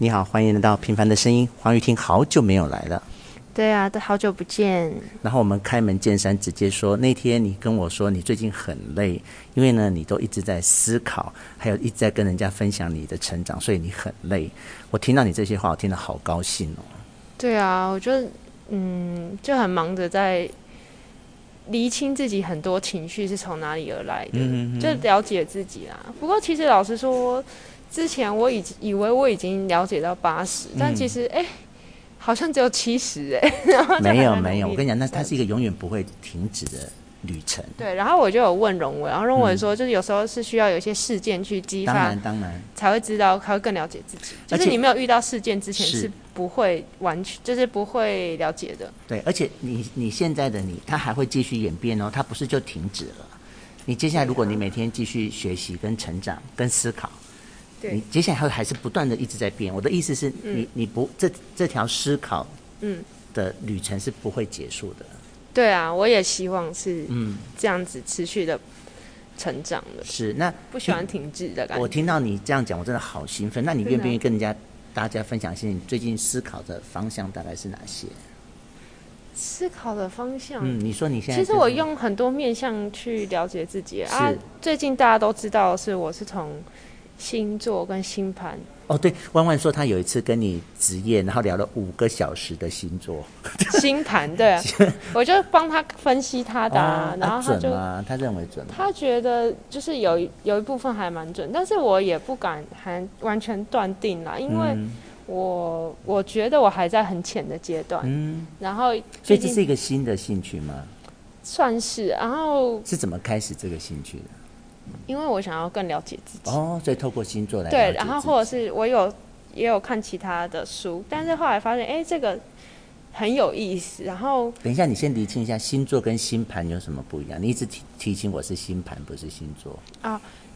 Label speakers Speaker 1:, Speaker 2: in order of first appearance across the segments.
Speaker 1: 你好，欢迎来到《平凡的声音》。黄雨婷好久没有来了，
Speaker 2: 对啊，都好久不见。
Speaker 1: 然后我们开门见山直接说，那天你跟我说你最近很累，因为呢你都一直在思考，还有一直在跟人家分享你的成长，所以你很累。我听到你这些话，我听得好高兴哦。
Speaker 2: 对啊，我就嗯就很忙着在厘清自己很多情绪是从哪里而来的，
Speaker 1: 嗯
Speaker 2: 就了解自己啦。不过其实老实说，之前我已经以为我已经了解到八十、
Speaker 1: 嗯
Speaker 2: 但其实哎、好像只有七十 哎。
Speaker 1: 没有
Speaker 2: 还蛮
Speaker 1: 没有，
Speaker 2: 努力
Speaker 1: 我跟你讲，那它是一个永远不会停止的旅程。
Speaker 2: 对，然后我就有问荣伟，然后荣伟说，就是有时候是需要有一些事件去激
Speaker 1: 嗯当
Speaker 2: 发
Speaker 1: 然当然，
Speaker 2: 才会知道，才会更了解自己。就
Speaker 1: 而
Speaker 2: 是
Speaker 1: 且
Speaker 2: 你没有遇到事件之前
Speaker 1: 是
Speaker 2: 是不会完全，就是不会了解的。
Speaker 1: 对，而且你你现在的你，它还会继续演变哦，它不是就停止了。你接下来，如果你
Speaker 2: 啊
Speaker 1: 每天继续学习、跟成长、跟思考，
Speaker 2: 对
Speaker 1: 你接下来还还是不断的一直在变。我的意思是你、你不这这条思考
Speaker 2: 嗯
Speaker 1: 的旅程是不会结束的。
Speaker 2: 对啊，我也希望是
Speaker 1: 嗯，
Speaker 2: 这样子持续的成长的，
Speaker 1: 是。那
Speaker 2: 不喜欢停滞的感
Speaker 1: 我
Speaker 2: 觉。
Speaker 1: 听到你这样讲，我真的好兴奋。那你愿不愿意跟人家大家分享一些你最近思考的方向大概是哪些？
Speaker 2: 思考的方向，
Speaker 1: 嗯，你说你现在
Speaker 2: 其实
Speaker 1: 就是
Speaker 2: 我用很多面向去了解自己啊
Speaker 1: 是。
Speaker 2: 最近大家都知道的是，我是从星座跟星 盘，
Speaker 1: 哦，对，弯弯说他有一次跟你职业，然后聊了五个小时的星座。
Speaker 2: 星盘 对啊，我就帮他分析他的啊
Speaker 1: 啊，
Speaker 2: 然后他
Speaker 1: 准
Speaker 2: 就
Speaker 1: 吗？他认为准吗？
Speaker 2: 他觉得就是有一有一部分还蛮准，但是我也不敢还完全断定啦，因为
Speaker 1: 嗯
Speaker 2: 我、我觉得我还在很浅的阶段，
Speaker 1: 嗯，
Speaker 2: 然后
Speaker 1: 所
Speaker 2: 毕
Speaker 1: 以这
Speaker 2: 竟
Speaker 1: 是一个新的兴趣吗？
Speaker 2: 算是，然后
Speaker 1: 是怎么开始这个兴趣的？
Speaker 2: 因为我想要更了解自己，
Speaker 1: 哦，所以透过星座来了解
Speaker 2: 对，然后
Speaker 1: 自
Speaker 2: 或者
Speaker 1: 己
Speaker 2: 是我有也有看其他的书，但是后来发现哎、这个很有意思，然后
Speaker 1: 等一下，你先厘清一下星座跟星盘有什么不一样？你一直提提醒我是星盘，不是星座。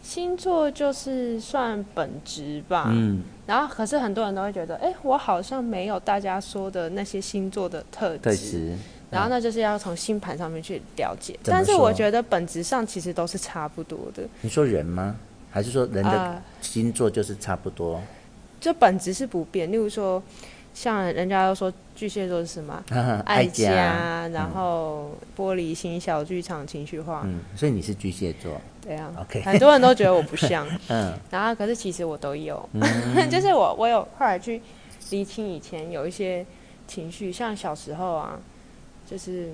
Speaker 2: 星座就是算本质吧，
Speaker 1: 嗯，
Speaker 2: 然后可是很多人都会觉得哎、我好像没有大家说的那些星座的特
Speaker 1: 对，
Speaker 2: 质。
Speaker 1: 是
Speaker 2: 然后那就是要从星盘上面去了解，
Speaker 1: 嗯怎么
Speaker 2: 但是我
Speaker 1: 说
Speaker 2: 觉得本质上其实都是差不多的，
Speaker 1: 你说人吗？还是说人的
Speaker 2: 啊
Speaker 1: 星座就是差不多？
Speaker 2: 就本质是不变。例如说，像人家都说巨蟹座是什么？
Speaker 1: 啊 爱
Speaker 2: 家，
Speaker 1: 嗯
Speaker 2: 然后玻璃心、小剧场、情绪化，
Speaker 1: 嗯，所以你是巨蟹座，
Speaker 2: 对啊。
Speaker 1: OK
Speaker 2: 很多人都觉得我不像，
Speaker 1: 嗯，
Speaker 2: 然后可是其实我都有， 就是我我有后来去厘清以前有一些情绪，像小时候啊，就是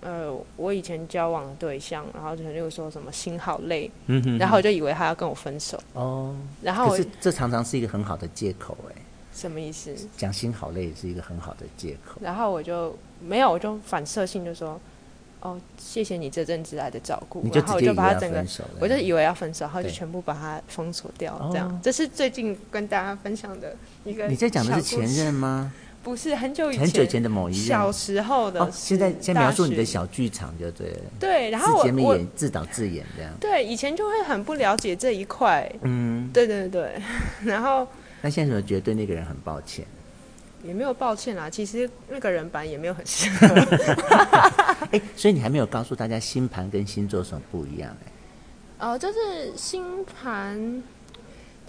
Speaker 2: 呃我以前交往的对象，然后就例如说什么心好累，
Speaker 1: 嗯哼
Speaker 2: 然后我就以为他要跟我分手，
Speaker 1: 哦，
Speaker 2: 然后
Speaker 1: 可
Speaker 2: 我
Speaker 1: 是这常常是一个很好的借口，哎，
Speaker 2: 什么意思？
Speaker 1: 讲心好累也是一个很好的借口。
Speaker 2: 然后我就没有，我就反射性就说，哦，谢谢你这阵子来的照顾
Speaker 1: 你，就
Speaker 2: 然
Speaker 1: 直
Speaker 2: 后我
Speaker 1: 接以
Speaker 2: 就
Speaker 1: 为
Speaker 2: 把
Speaker 1: 要
Speaker 2: 他整个
Speaker 1: 分，手了，
Speaker 2: 我就以为要分手，然后就
Speaker 1: 对
Speaker 2: 全部把它封锁掉，
Speaker 1: 哦
Speaker 2: 这样。这是最近跟大家分享的一个。
Speaker 1: 你在讲的是前？任吗？
Speaker 2: 不是很久以前，
Speaker 1: 很久以前的某一任。
Speaker 2: 小时候的
Speaker 1: 哦，
Speaker 2: 事
Speaker 1: 现在先描述你的。
Speaker 2: 大学
Speaker 1: 小剧场就对了，
Speaker 2: 对，然后
Speaker 1: 自
Speaker 2: 我
Speaker 1: 己们
Speaker 2: 我
Speaker 1: 演自导自演这样。
Speaker 2: 对以前就会很不了解这一块，
Speaker 1: 嗯，
Speaker 2: 对对对， 然后
Speaker 1: 那现在怎么觉得对那个人很抱歉？
Speaker 2: 也没有抱歉啦，其实那个人版也没有很适合。
Speaker 1: 哎，所以你还没有告诉大家星盘跟星座有什么不一样哎。
Speaker 2: 哦，就是星盘，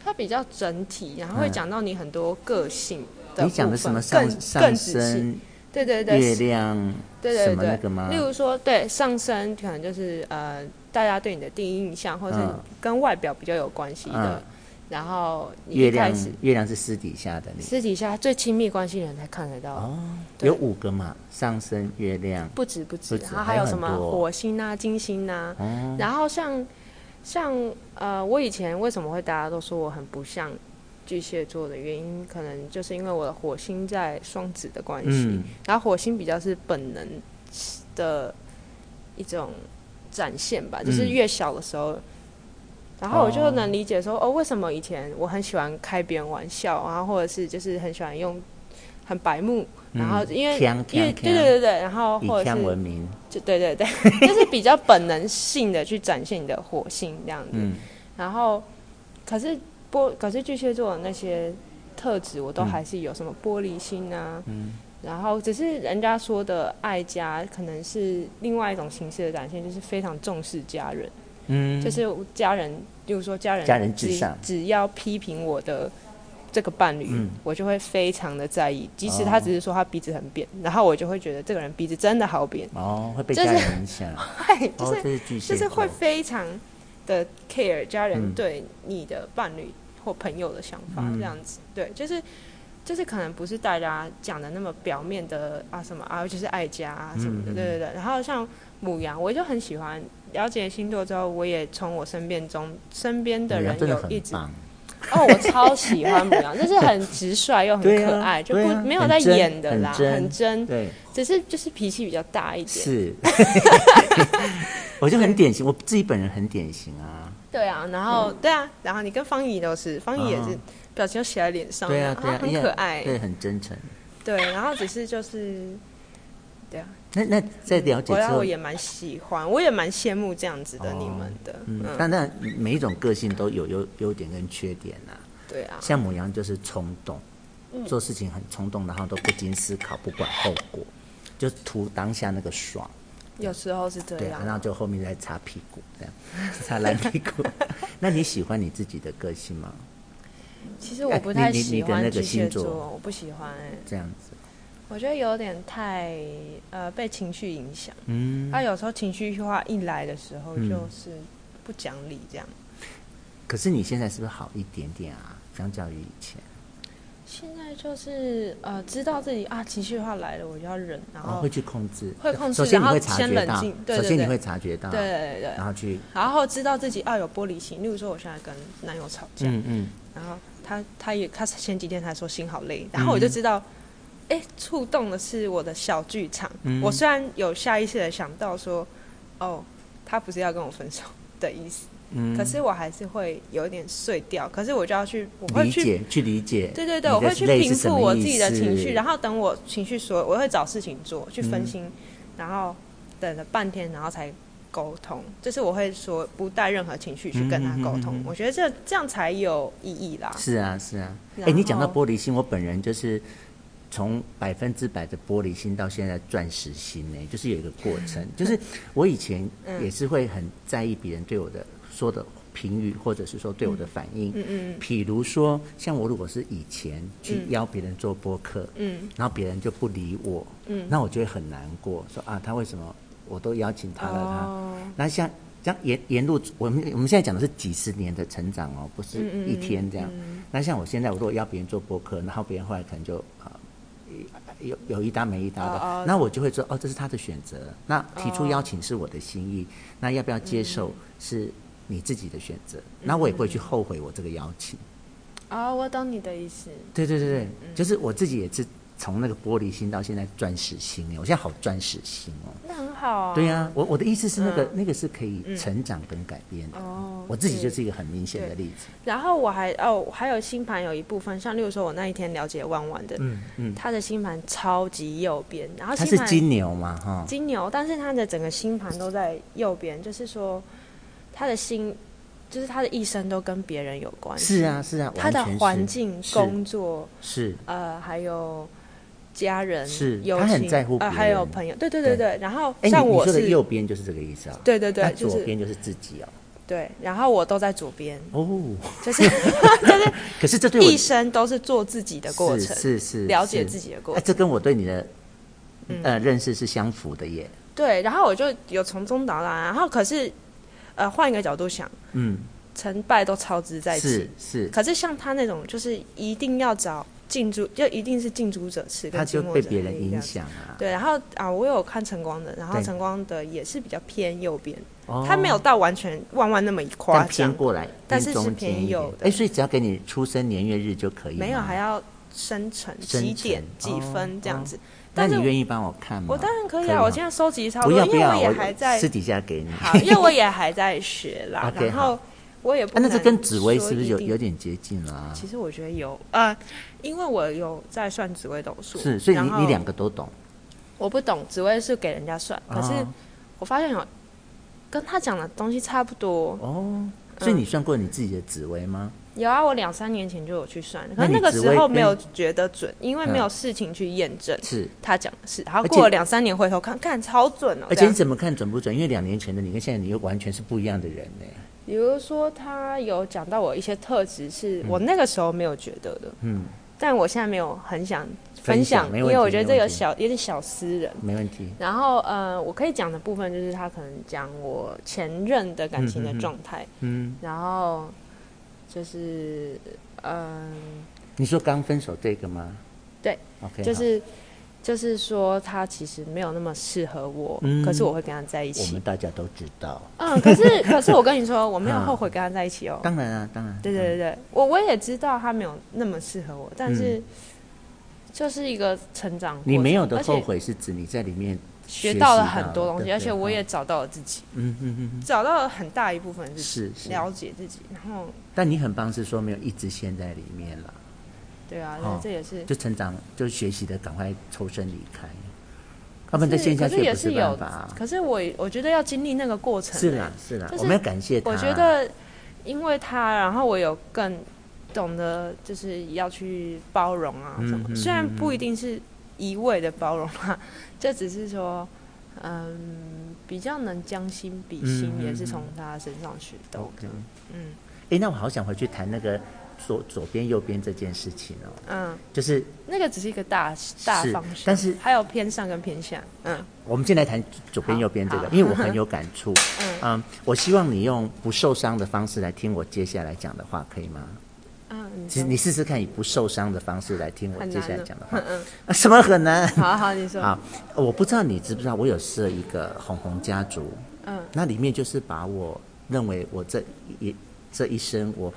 Speaker 2: 它比较整体，然后会
Speaker 1: 嗯
Speaker 2: 讲到你很多个性的
Speaker 1: 你讲的什
Speaker 2: 部分
Speaker 1: 么
Speaker 2: 更
Speaker 1: 上上
Speaker 2: 更仔细，
Speaker 1: 升、
Speaker 2: 对对对，
Speaker 1: 月
Speaker 2: 对
Speaker 1: 亮
Speaker 2: 对
Speaker 1: 什么那
Speaker 2: 对
Speaker 1: 个吗
Speaker 2: 例？如说，对上升可能就是呃，大家对你的第一印象，或是
Speaker 1: 嗯
Speaker 2: 跟外表比较有关系的，
Speaker 1: 嗯
Speaker 2: 然后你
Speaker 1: 月
Speaker 2: 一开
Speaker 1: 亮
Speaker 2: 始
Speaker 1: 月亮是私底下的你
Speaker 2: 私底下最亲密关系的人才看得到。
Speaker 1: 哦，
Speaker 2: 对
Speaker 1: 有五个嘛，上升、月亮、
Speaker 2: 不止不止，
Speaker 1: 不止
Speaker 2: 然后
Speaker 1: 还
Speaker 2: 还有
Speaker 1: 很
Speaker 2: 什么
Speaker 1: 多
Speaker 2: 火星啊、金星啊，
Speaker 1: 哦
Speaker 2: 然后像像呃，我以前为什么会大家都说我很不像巨蟹座的原因，可能就是因为我的火星在双子的关系，
Speaker 1: 嗯，
Speaker 2: 然后火星比较是本能的一种展现吧，就是
Speaker 1: 嗯
Speaker 2: 越小的时候。然后我就
Speaker 1: 哦
Speaker 2: 能理解说，哦，为什么以前我很喜欢开别人玩笑，然后或者是就是很喜欢用很白目，然后
Speaker 1: 嗯
Speaker 2: 因为
Speaker 1: 锵
Speaker 2: 因
Speaker 1: 锵
Speaker 2: 为对对
Speaker 1: 锵，
Speaker 2: 对对，然后
Speaker 1: 以
Speaker 2: 或者
Speaker 1: 锵
Speaker 2: 是
Speaker 1: 闻名，
Speaker 2: 就对对 对，就是比较本能性的去展现你的火星这样子。
Speaker 1: 嗯，
Speaker 2: 然后，可是玻，可是巨蟹座的那些特质，我都
Speaker 1: 嗯
Speaker 2: 还是有什么玻璃心啊，然后只是人家说的爱家，可能是另外一种形式的展现，就是非常重视家人，
Speaker 1: 嗯
Speaker 2: 就是家人，比如说家人，
Speaker 1: 家人至
Speaker 2: 只
Speaker 1: 上嗯
Speaker 2: 只要批评我的。这个伴侣，我就会非常的在意，即使
Speaker 1: 哦
Speaker 2: 他只是说他鼻子很扁，然后我就会觉得这个人鼻子真的好扁，
Speaker 1: 哦，会被
Speaker 2: 这
Speaker 1: 家
Speaker 2: 是
Speaker 1: 人影 响，
Speaker 2: 嗨，就
Speaker 1: 哦，
Speaker 2: 是
Speaker 1: 这是巨蟹
Speaker 2: 就
Speaker 1: 座，
Speaker 2: 是会非常的 care 家人
Speaker 1: 嗯
Speaker 2: 对你的伴侣或朋友的想法，
Speaker 1: 嗯
Speaker 2: 这样子，对，就是就是可能不是大家讲的那么表面的啊什么啊，就是爱家啊什么
Speaker 1: 嗯
Speaker 2: 的，
Speaker 1: 嗯
Speaker 2: 对对对。然后像母羊，我就很喜欢了解星座之后，我也从我身边中身边的
Speaker 1: 母羊
Speaker 2: 人
Speaker 1: 啊真的
Speaker 2: 有一
Speaker 1: 很
Speaker 2: 直
Speaker 1: 棒，
Speaker 2: 哦，我超喜欢母羊，就是很直率又很
Speaker 1: 对啊
Speaker 2: 可爱，就
Speaker 1: 对
Speaker 2: 不
Speaker 1: 啊
Speaker 2: 没有在演的啦，
Speaker 1: 很真
Speaker 2: 很真，
Speaker 1: 对，
Speaker 2: 只是就是脾气比较大一点。
Speaker 1: 是， 我就很典型，我自己本人很典型啊，
Speaker 2: 对啊，然后、对啊，然后你跟方怡都是，方怡也是
Speaker 1: 嗯
Speaker 2: 表情都写在脸上，
Speaker 1: 对啊，对
Speaker 2: 然后
Speaker 1: 啊，
Speaker 2: 哦很
Speaker 1: 因为
Speaker 2: 可爱，
Speaker 1: 对，很真诚。
Speaker 2: 对，然后只是就是。对啊，
Speaker 1: 那那在了解
Speaker 2: 我
Speaker 1: 之
Speaker 2: 让
Speaker 1: 后
Speaker 2: 我，也蛮喜欢，我也蛮羡慕这样子的
Speaker 1: 哦
Speaker 2: 你们的，
Speaker 1: 嗯
Speaker 2: 嗯，，
Speaker 1: 但那每一种个性都有优优点跟缺点啊。
Speaker 2: 对啊，
Speaker 1: 像母羊就是冲动，
Speaker 2: 嗯
Speaker 1: 做事情很冲动，然后都不经思考，不管后果，就图当下那个爽。
Speaker 2: 有时候是这
Speaker 1: 对，
Speaker 2: 样
Speaker 1: 然后
Speaker 2: 啊，
Speaker 1: 就后面再擦屁股，这样 擦烂屁股。 那你喜欢你自己的个性吗？
Speaker 2: 其实我不太
Speaker 1: 哎你你
Speaker 2: 喜
Speaker 1: 你的那
Speaker 2: 欢
Speaker 1: 个
Speaker 2: 巨蟹
Speaker 1: 星座
Speaker 2: 座，我不喜欢、欸，
Speaker 1: 这样子，
Speaker 2: 我觉得有点太呃被情绪影响。
Speaker 1: 嗯。
Speaker 2: 他、有时候情绪化一来的时候，
Speaker 1: 嗯
Speaker 2: 就是不讲理这样。
Speaker 1: 可是你现在是不是好一点点啊？相较于以前，
Speaker 2: 现在就是呃，知道自己啊情绪化来了，我就要忍，然
Speaker 1: 然后
Speaker 2: 后、
Speaker 1: 哦会去啊控制，
Speaker 2: 哦会控制
Speaker 1: 首先你
Speaker 2: 然后
Speaker 1: 会察
Speaker 2: 先
Speaker 1: 觉
Speaker 2: 冷
Speaker 1: 到
Speaker 2: 静，对
Speaker 1: 首
Speaker 2: 对
Speaker 1: 先你
Speaker 2: 对
Speaker 1: 会察觉到，
Speaker 2: 对对对，
Speaker 1: 然后去，
Speaker 2: 然后知道自己啊有玻璃心。例如说，我现在跟男友吵架，
Speaker 1: 嗯嗯，
Speaker 2: 然后他他也他前几天才说心好累，然
Speaker 1: 嗯
Speaker 2: 后我就知道，哎、触动的是我的小剧场。
Speaker 1: 嗯
Speaker 2: 我虽然有下意识的想到说，哦，他不是要跟我分手的意思。
Speaker 1: 嗯
Speaker 2: 可是我还是会有点碎掉，可是我就要去，我会
Speaker 1: 理
Speaker 2: 去
Speaker 1: 解去理解，
Speaker 2: 对对对，
Speaker 1: 你
Speaker 2: 我
Speaker 1: 的
Speaker 2: 会去
Speaker 1: 累
Speaker 2: 平
Speaker 1: 是什
Speaker 2: 复
Speaker 1: 么
Speaker 2: 我
Speaker 1: 意
Speaker 2: 自己的情绪，
Speaker 1: 思嗯
Speaker 2: 然后等我情绪所，我会找事情做，去分心，然后等了半天，然后才沟通。就是我会说不带任何情绪去跟他沟
Speaker 1: 嗯嗯
Speaker 2: 通，
Speaker 1: 嗯嗯嗯
Speaker 2: 我觉得这这样才有意义啦。
Speaker 1: 是啊，是啊。哎、
Speaker 2: 然
Speaker 1: 你讲到玻
Speaker 2: 后
Speaker 1: 璃心，我本人就是从百分之百的玻璃心到现在钻石心呢、就是有一个过程。就是我以 前
Speaker 2: 嗯
Speaker 1: 也是会很在意别人对我的说的评语，或者是说对我的反应。
Speaker 2: 嗯嗯
Speaker 1: 比如说，像我如果是以前去邀别人做播客，
Speaker 2: 嗯，
Speaker 1: 然后别人就不理我，
Speaker 2: 嗯
Speaker 1: 那我就会很难过，说啊，他为什么我都邀请他了，他
Speaker 2: 哦
Speaker 1: 那像这样沿沿路，我们我们现在讲的是几十年的成长哦，不
Speaker 2: 嗯
Speaker 1: 是一天这样。那像我现在，我如果要别人做播客，然后别人后来可能就啊、呃有有一搭没一搭的，
Speaker 2: 哦哦
Speaker 1: 那我就会说哦，这是他的选择。那提出邀请是我的心
Speaker 2: 哦
Speaker 1: 意，那要不要接受
Speaker 2: 嗯
Speaker 1: 是你自己的选择。那我也不会去后悔我这个邀请。
Speaker 2: 哦，我懂你的意思。
Speaker 1: 对对对
Speaker 2: 嗯
Speaker 1: 对，就是我自己也是从那个玻璃心到现在钻石心，欸我现在好钻石心哦。
Speaker 2: 那很好啊。
Speaker 1: 对呀、我我的意思是那个、那个是可以成长跟改变的。
Speaker 2: 嗯哦
Speaker 1: 我自己
Speaker 2: 对
Speaker 1: 就是一个很明显的例子。
Speaker 2: 然后我还哦，还有星盘有一部分，像例如说，我那一天了解弯弯的，
Speaker 1: 嗯嗯，
Speaker 2: 他的星盘超级右边，然后
Speaker 1: 他
Speaker 2: 星
Speaker 1: 是
Speaker 2: 盘
Speaker 1: 金牛嘛，哈，
Speaker 2: 金牛，但是他的整个星盘都在右边，就是说他的心，就是他的一生都跟别人有关系。
Speaker 1: 是啊是啊，
Speaker 2: 他的
Speaker 1: 完全是
Speaker 2: 环境、
Speaker 1: 是
Speaker 2: 工作，
Speaker 1: 是
Speaker 2: 呃，还有家人，
Speaker 1: 是
Speaker 2: 友
Speaker 1: 他很
Speaker 2: 情
Speaker 1: 在乎别
Speaker 2: 呃，还有
Speaker 1: 人
Speaker 2: 朋友，对对对
Speaker 1: 对
Speaker 2: 对。然后
Speaker 1: 哎，你
Speaker 2: 像
Speaker 1: 你
Speaker 2: 我
Speaker 1: 说的
Speaker 2: 是，
Speaker 1: 右边就是这个意思啊，
Speaker 2: 对对
Speaker 1: 那
Speaker 2: 对，就
Speaker 1: 左
Speaker 2: 是
Speaker 1: 边就是自己哦。
Speaker 2: 对，然后我都在左 边，
Speaker 1: 哦，
Speaker 2: 就是 就是
Speaker 1: 可是这对我
Speaker 2: 一生都是做自己的过
Speaker 1: 是
Speaker 2: 程，
Speaker 1: 是是
Speaker 2: 了解
Speaker 1: 是
Speaker 2: 自己的过
Speaker 1: 哎
Speaker 2: 程。嗯
Speaker 1: 这跟我对你的呃认识是相符的耶。
Speaker 2: 对，然后我就有从中导览，然后可是，呃，换一个角度想，
Speaker 1: 嗯，
Speaker 2: 成败都操之在己
Speaker 1: 是。是，
Speaker 2: 可是像他那种，就是一定要找近朱，就一定是近朱者赤，
Speaker 1: 他
Speaker 2: 跟
Speaker 1: 就
Speaker 2: 近墨
Speaker 1: 被
Speaker 2: 者
Speaker 1: 别
Speaker 2: 黑
Speaker 1: 人
Speaker 2: 这
Speaker 1: 影
Speaker 2: 样子。
Speaker 1: 响啊。
Speaker 2: 对，然后啊，我有看晨光的，然后
Speaker 1: 对
Speaker 2: 晨光的也是比较偏右边，
Speaker 1: 哦
Speaker 2: 他没有到完全万万那么夸
Speaker 1: 但
Speaker 2: 张
Speaker 1: 偏，过来，
Speaker 2: 但
Speaker 1: 偏
Speaker 2: 是是
Speaker 1: 中间
Speaker 2: 偏
Speaker 1: 一点
Speaker 2: 右的
Speaker 1: 哎，所以只要给你出生年月日就可以吗。
Speaker 2: 没有还要生辰
Speaker 1: 生
Speaker 2: 几点
Speaker 1: 辰
Speaker 2: 几分
Speaker 1: 哦
Speaker 2: 这样
Speaker 1: 哦
Speaker 2: 子。
Speaker 1: 那
Speaker 2: 但是
Speaker 1: 你愿意帮我看吗？
Speaker 2: 我当然可
Speaker 1: 可
Speaker 2: 以
Speaker 1: 以
Speaker 2: 啊，
Speaker 1: 吗
Speaker 2: 我现在收集差
Speaker 1: 不
Speaker 2: 多，
Speaker 1: 要
Speaker 2: 因
Speaker 1: 不
Speaker 2: 为
Speaker 1: 要，
Speaker 2: 我也还在
Speaker 1: 私底下给你。
Speaker 2: 好，因为我也还在学啦，
Speaker 1: OK，
Speaker 2: 然后我也不
Speaker 1: 啊，那这
Speaker 2: 能
Speaker 1: 跟紫薇
Speaker 2: 说
Speaker 1: 是不是
Speaker 2: 一
Speaker 1: 有
Speaker 2: 定
Speaker 1: 有点接近了、啊？
Speaker 2: 其实我觉得有，呃，因为我有在算紫微斗数，
Speaker 1: 是，所以
Speaker 2: 然
Speaker 1: 你
Speaker 2: 后
Speaker 1: 你两个都懂。
Speaker 2: 我不懂紫微是给人家算，可是
Speaker 1: 哦
Speaker 2: 我发现有跟他讲的东西差不多。
Speaker 1: 哦，所以你算过你自己的紫薇吗？
Speaker 2: 有啊，我两三年前就有去算，可
Speaker 1: 那
Speaker 2: 是
Speaker 1: 你嗯
Speaker 2: 那个
Speaker 1: 紫
Speaker 2: 时
Speaker 1: 微
Speaker 2: 候
Speaker 1: 跟
Speaker 2: 没有觉得准，因为没有事情去验证
Speaker 1: 是，
Speaker 2: 他讲的是。然后
Speaker 1: 而且
Speaker 2: 过了两三年回头看，看超准哦。
Speaker 1: 而
Speaker 2: 这
Speaker 1: 且你
Speaker 2: 样
Speaker 1: 怎么看准不准？因为两年前的你跟现在你又完全是不一样的人呢、
Speaker 2: 比如说他有讲到我一些特质是我那个时候没有觉得的，
Speaker 1: 嗯，
Speaker 2: 但我现在没有很想
Speaker 1: 分
Speaker 2: 分
Speaker 1: 享
Speaker 2: 享，
Speaker 1: 没
Speaker 2: 因
Speaker 1: 问
Speaker 2: 为我
Speaker 1: 题
Speaker 2: 觉得
Speaker 1: 没
Speaker 2: 这
Speaker 1: 问
Speaker 2: 有
Speaker 1: 题
Speaker 2: 小有点小私人。
Speaker 1: 没问题，
Speaker 2: 然后呃，我可以讲的部分就是他可能讲我前任的感情的
Speaker 1: 嗯嗯嗯
Speaker 2: 状态，
Speaker 1: 嗯，
Speaker 2: 然后就是嗯。
Speaker 1: 你说刚分手这个吗？
Speaker 2: 对
Speaker 1: ，OK，
Speaker 2: 就
Speaker 1: 好
Speaker 2: 是就是说他其实没有那么适合我，
Speaker 1: 嗯
Speaker 2: 可是我会跟他在一
Speaker 1: 我
Speaker 2: 起
Speaker 1: 们。大家都知道，
Speaker 2: 嗯，可是可是我跟你说，我没有
Speaker 1: 嗯
Speaker 2: 后悔跟他在一起哦。
Speaker 1: 当然啊，当然，
Speaker 2: 对对对对，我我也知道他没有那么适合我，但是就是一个成长过
Speaker 1: 嗯
Speaker 2: 程。
Speaker 1: 你没有的
Speaker 2: 而且
Speaker 1: 后悔是指你在里面
Speaker 2: 学
Speaker 1: 习
Speaker 2: 到了
Speaker 1: 到
Speaker 2: 很多
Speaker 1: 了
Speaker 2: 东西，
Speaker 1: 对
Speaker 2: 而且
Speaker 1: 对
Speaker 2: 我
Speaker 1: 嗯
Speaker 2: 也找到了自己，
Speaker 1: 嗯嗯嗯
Speaker 2: 找到了很大一部分
Speaker 1: 嗯，
Speaker 2: 自己，
Speaker 1: 是是。
Speaker 2: 了解自己，然后
Speaker 1: 但你很棒，是说没有一直陷在里面了，
Speaker 2: 对啊，
Speaker 1: 哦
Speaker 2: 这也是。
Speaker 1: 就成长，就学习的赶快抽身离开，要不然再陷下
Speaker 2: 可
Speaker 1: 去
Speaker 2: 是也
Speaker 1: 不
Speaker 2: 是有
Speaker 1: 办法啊。
Speaker 2: 可是我我觉得要经历那个过程、啊，
Speaker 1: 是啦是啦
Speaker 2: 就，是
Speaker 1: 我们要感谢他。啊
Speaker 2: 我觉得，因为他，然后我有更懂得就是要去包容啊
Speaker 1: 嗯
Speaker 2: 什么，
Speaker 1: 嗯
Speaker 2: 虽然
Speaker 1: 嗯
Speaker 2: 不一定是一味的包容啊， 这只是说，嗯，比较能将心比心，
Speaker 1: 嗯嗯
Speaker 2: 也是
Speaker 1: 嗯
Speaker 2: 从他身上学到的
Speaker 1: OK。。
Speaker 2: 嗯
Speaker 1: 哎，那我好想回去谈那个左左边右边这件事情哦，
Speaker 2: 嗯，
Speaker 1: 就是
Speaker 2: 那个只是一个大大
Speaker 1: 是
Speaker 2: 方向，
Speaker 1: 但是
Speaker 2: 还有偏上跟偏下。嗯
Speaker 1: 我们先来谈左边
Speaker 2: 好
Speaker 1: 右边这个，
Speaker 2: 好
Speaker 1: 因为我很有感触。
Speaker 2: 嗯
Speaker 1: 嗯，我希望你用不受伤的方式来听我接下来讲的话，可以吗？
Speaker 2: 嗯，你
Speaker 1: 其实
Speaker 2: 说
Speaker 1: 你试试看，以不受伤的方式来听我
Speaker 2: 很
Speaker 1: 接下
Speaker 2: 难
Speaker 1: 来
Speaker 2: 的
Speaker 1: 讲的。话
Speaker 2: 嗯。嗯，
Speaker 1: 啊什么很难？
Speaker 2: 好好，你说。
Speaker 1: 好，呃我不知道你知不知道，我有设一个红红家族，
Speaker 2: 嗯
Speaker 1: 那里面就是把我认为我这一这一生，我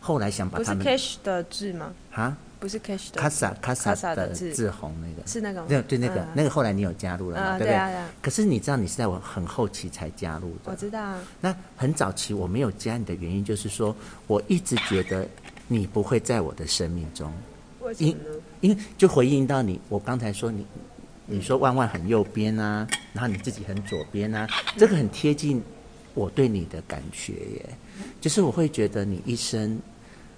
Speaker 1: 后来想把
Speaker 2: 不是
Speaker 1: 他们
Speaker 2: cash 的字吗？
Speaker 1: 啊，
Speaker 2: 不是 cash
Speaker 1: 卡
Speaker 2: 的，
Speaker 1: 萨卡萨
Speaker 2: Casa
Speaker 1: 的
Speaker 2: 的字
Speaker 1: 志宏那个，
Speaker 2: 是那个吗？
Speaker 1: 对对，那个
Speaker 2: 嗯
Speaker 1: 那个后来你有加入了嘛，
Speaker 2: 啊，
Speaker 1: 对
Speaker 2: 对
Speaker 1: 不
Speaker 2: 啊，
Speaker 1: 对？
Speaker 2: 对啊，
Speaker 1: 可是你知道，你是在我很后期才加入
Speaker 2: 我
Speaker 1: 的。
Speaker 2: 知道啊。
Speaker 1: 那很早期我没有加你的原因，就是说我一直觉得你不会在我的生命中，
Speaker 2: 为什么呢？
Speaker 1: 因为就回应到你，我刚才说你，你说万万很右边啊，然后你自己很左边啊，这个很贴近我对你的感觉耶，就是我会觉得你一生，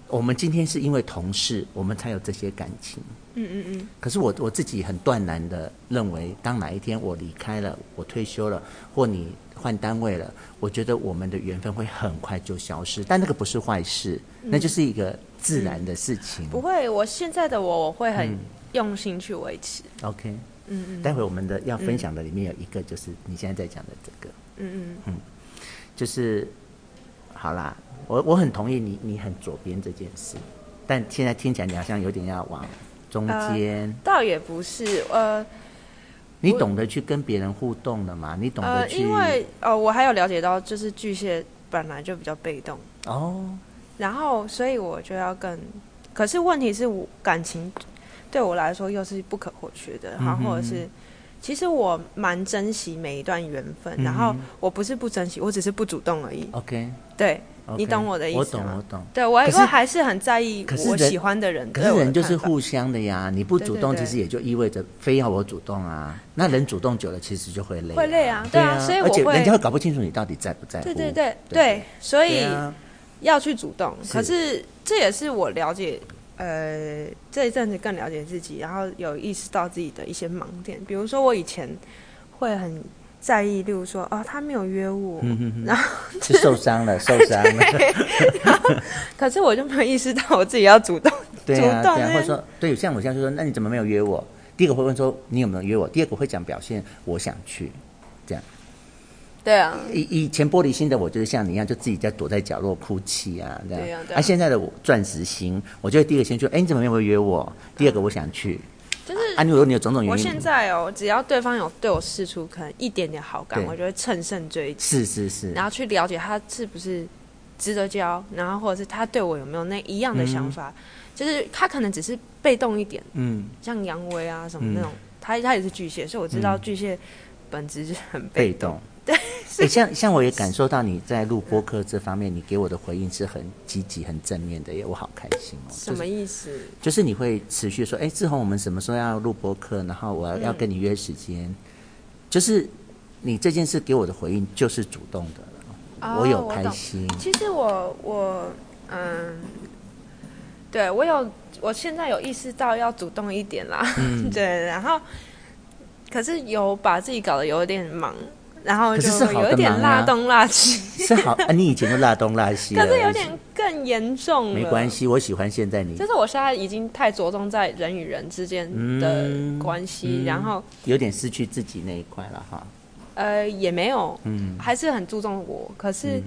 Speaker 1: 我们今天是因为同事，我们才有这些感情。
Speaker 2: 嗯嗯嗯，
Speaker 1: 可是我我自己很断然的认为，当哪一天我离开了，我退休了，或你换单位了，我觉得我们的缘分会很快就消失。但那个不是坏事，那就是一个自然的事情。
Speaker 2: 不会，我现在的我，我会很用心去维持。
Speaker 1: OK，
Speaker 2: 嗯嗯
Speaker 1: 待会我们的要分享的里面有一个，就是你现在在讲的这个，
Speaker 2: 嗯
Speaker 1: 就是好啦，我我很同意你，你很左边这件事，但现在听起来你好像有点要往中间，
Speaker 2: 嗯，倒也不是，呃
Speaker 1: 你懂得去跟别人互动了吗？你懂得
Speaker 2: 呃，
Speaker 1: 去、
Speaker 2: 因为呃，我还有了解到，就是巨蟹本来就比较被动，
Speaker 1: 哦，
Speaker 2: 然后所以我就要更，可是问题是我感情对我来说又是不可或缺的，然
Speaker 1: 嗯哼
Speaker 2: 后或者是。其实我蛮珍惜每一段缘分，
Speaker 1: 嗯
Speaker 2: 然后我不是不珍惜，我只是不主动而已。
Speaker 1: OK，
Speaker 2: 对，
Speaker 1: OK，
Speaker 2: 你懂我的意思啊
Speaker 1: 我懂，
Speaker 2: 吗
Speaker 1: 我懂。
Speaker 2: 对我
Speaker 1: 可是
Speaker 2: 我还是很在意
Speaker 1: 可是
Speaker 2: 我
Speaker 1: 人
Speaker 2: 喜欢的人。
Speaker 1: 可
Speaker 2: 对
Speaker 1: 是
Speaker 2: 我的
Speaker 1: 人就是
Speaker 2: 看法
Speaker 1: 互相的呀，你不
Speaker 2: 对
Speaker 1: 主
Speaker 2: 对
Speaker 1: 动，
Speaker 2: 对
Speaker 1: 其实也就意味着非要我主动啊。那人主动久了，其实就会累、
Speaker 2: 会累啊
Speaker 1: 对
Speaker 2: 对啊所以
Speaker 1: 而且
Speaker 2: 我会
Speaker 1: 人家会搞不清楚你到底在不在乎。
Speaker 2: 对对对
Speaker 1: 对
Speaker 2: 对，所
Speaker 1: 对
Speaker 2: 以
Speaker 1: 啊
Speaker 2: 要去主动。
Speaker 1: 是
Speaker 2: 可是这也是我了解，呃，这一阵子更了解自己，然后有意识到自己的一些盲点。比如说，我以前会很在意，例如说，哦，他没有约我，
Speaker 1: 嗯是受伤了，受伤了，
Speaker 2: 可是我就没有意识到我自己要主动。
Speaker 1: 对啊，
Speaker 2: 主动
Speaker 1: 对啊，
Speaker 2: 那
Speaker 1: 或者说，对，像我现在就说，那你怎么没有约我？第一个会问说你有没有约我，第二个会讲表现我想去。
Speaker 2: 对啊，
Speaker 1: 以以前玻璃心的我就是像你一样，就自己在躲在角落哭泣啊，这样。
Speaker 2: 对啊对啊
Speaker 1: 啊，现在的我钻石心，我就会第一个先说，哎，你怎么没有约我？第二个我想去。
Speaker 2: 就是
Speaker 1: 啊，你如果你有种种原因，
Speaker 2: 我现在哦，只要对方有对我示出可能一点点好感，
Speaker 1: 对
Speaker 2: 我就会乘胜追击。
Speaker 1: 是是是，
Speaker 2: 然后去了解他是不是值得交，然后或者是他对我有没有那一样的想法，就是他可能只是被动一点，
Speaker 1: 嗯，
Speaker 2: 像杨威啊什么那种，他他也是巨蟹，所以我知道巨蟹本质是很
Speaker 1: 被
Speaker 2: 被动，
Speaker 1: 动。 对，像像我也感受到你在录播客这方面，你给我的回应是很积极、很正面的耶，我好开心哦。
Speaker 2: 什
Speaker 1: 就
Speaker 2: 么
Speaker 1: 是
Speaker 2: 意思？
Speaker 1: 就是你会持续说，哎，志宏，我们什么时候要录播客？然后我要
Speaker 2: 嗯
Speaker 1: 要跟你约时间，就是你这件事给我的回应就是主动的了，
Speaker 2: 哦
Speaker 1: 我有
Speaker 2: 我
Speaker 1: 开
Speaker 2: 懂
Speaker 1: 心。
Speaker 2: 其实我我嗯，对我有，我现在有意识到要主动一
Speaker 1: 嗯
Speaker 2: 点啦，对，然后可是有把自己搞得有点忙，然后
Speaker 1: 可
Speaker 2: 就是
Speaker 1: 是好
Speaker 2: 有
Speaker 1: 的
Speaker 2: 一点
Speaker 1: 忙啊
Speaker 2: 辣东辣西，
Speaker 1: 是好啊，你以前就辣东辣西了，
Speaker 2: 可是有点更严重了。
Speaker 1: 没关，系，我喜欢现在你
Speaker 2: 就是我现在已经太着重在人与人之间的
Speaker 1: 嗯
Speaker 2: 关系，
Speaker 1: 嗯
Speaker 2: 然后
Speaker 1: 有点失去自己那一块了哈。
Speaker 2: 呃也没有，
Speaker 1: 嗯，
Speaker 2: 还是很注重我，可是。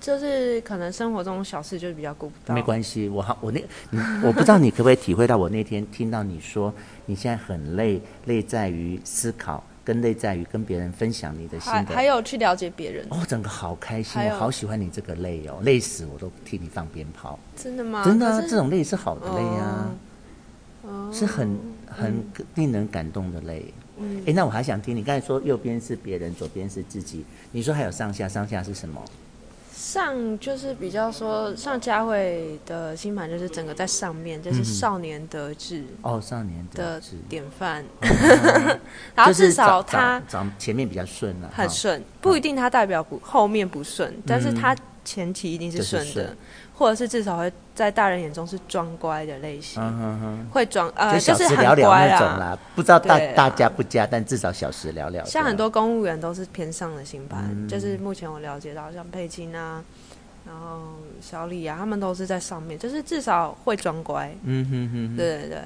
Speaker 2: 就是可能生活中小事就比较顾不到，
Speaker 1: 没关系，我好，我那你我不知道你可不可以体会到我那天听到你说你现在很累，累在于思考，跟累在于跟别人分享你的心
Speaker 2: 还
Speaker 1: 得。
Speaker 2: 还有去了解别人，
Speaker 1: 哦，整个好开心，
Speaker 2: 还有
Speaker 1: 我好喜欢你这个累哦，累死我都替你放鞭炮，
Speaker 2: 真的吗？
Speaker 1: 真的、啊，
Speaker 2: 可是
Speaker 1: 这种累是好的累啊，
Speaker 2: 哦嗯
Speaker 1: 是很很令人感动的累。哎、那我还想听你刚才说右边是别人，左边是自己，你说还有上下，上下是什么？
Speaker 2: 上就是比较说，像佳慧的星盘就是整个在上面，就是少年得志
Speaker 1: 哦，少年嗯得
Speaker 2: 的
Speaker 1: 志，哦
Speaker 2: 典范， 然后
Speaker 1: 就是
Speaker 2: 至少
Speaker 1: 长
Speaker 2: 他
Speaker 1: 长长前面比较顺了、啊，
Speaker 2: 很
Speaker 1: 哈
Speaker 2: 顺，不一定他代表不后面不顺，但是他前期一定是顺
Speaker 1: 嗯就是
Speaker 2: 的
Speaker 1: 顺，
Speaker 2: 或者是至少会在大人眼中是装乖的类型，
Speaker 1: 嗯哼哼。
Speaker 2: 会装呃
Speaker 1: 就小
Speaker 2: 是
Speaker 1: 时
Speaker 2: 很
Speaker 1: 了了
Speaker 2: 乖
Speaker 1: 那
Speaker 2: 啊
Speaker 1: 种啦，不知道大
Speaker 2: 对啦
Speaker 1: 大家不加，但至少小时了了。
Speaker 2: 像
Speaker 1: 对吧
Speaker 2: 很多公务员都是偏上的星盘，
Speaker 1: 嗯
Speaker 2: 就是目前我了解到，像佩金啊，然后小李啊，他们都是在上面，就是至少会装乖。
Speaker 1: 嗯哼哼哼，
Speaker 2: 对对对。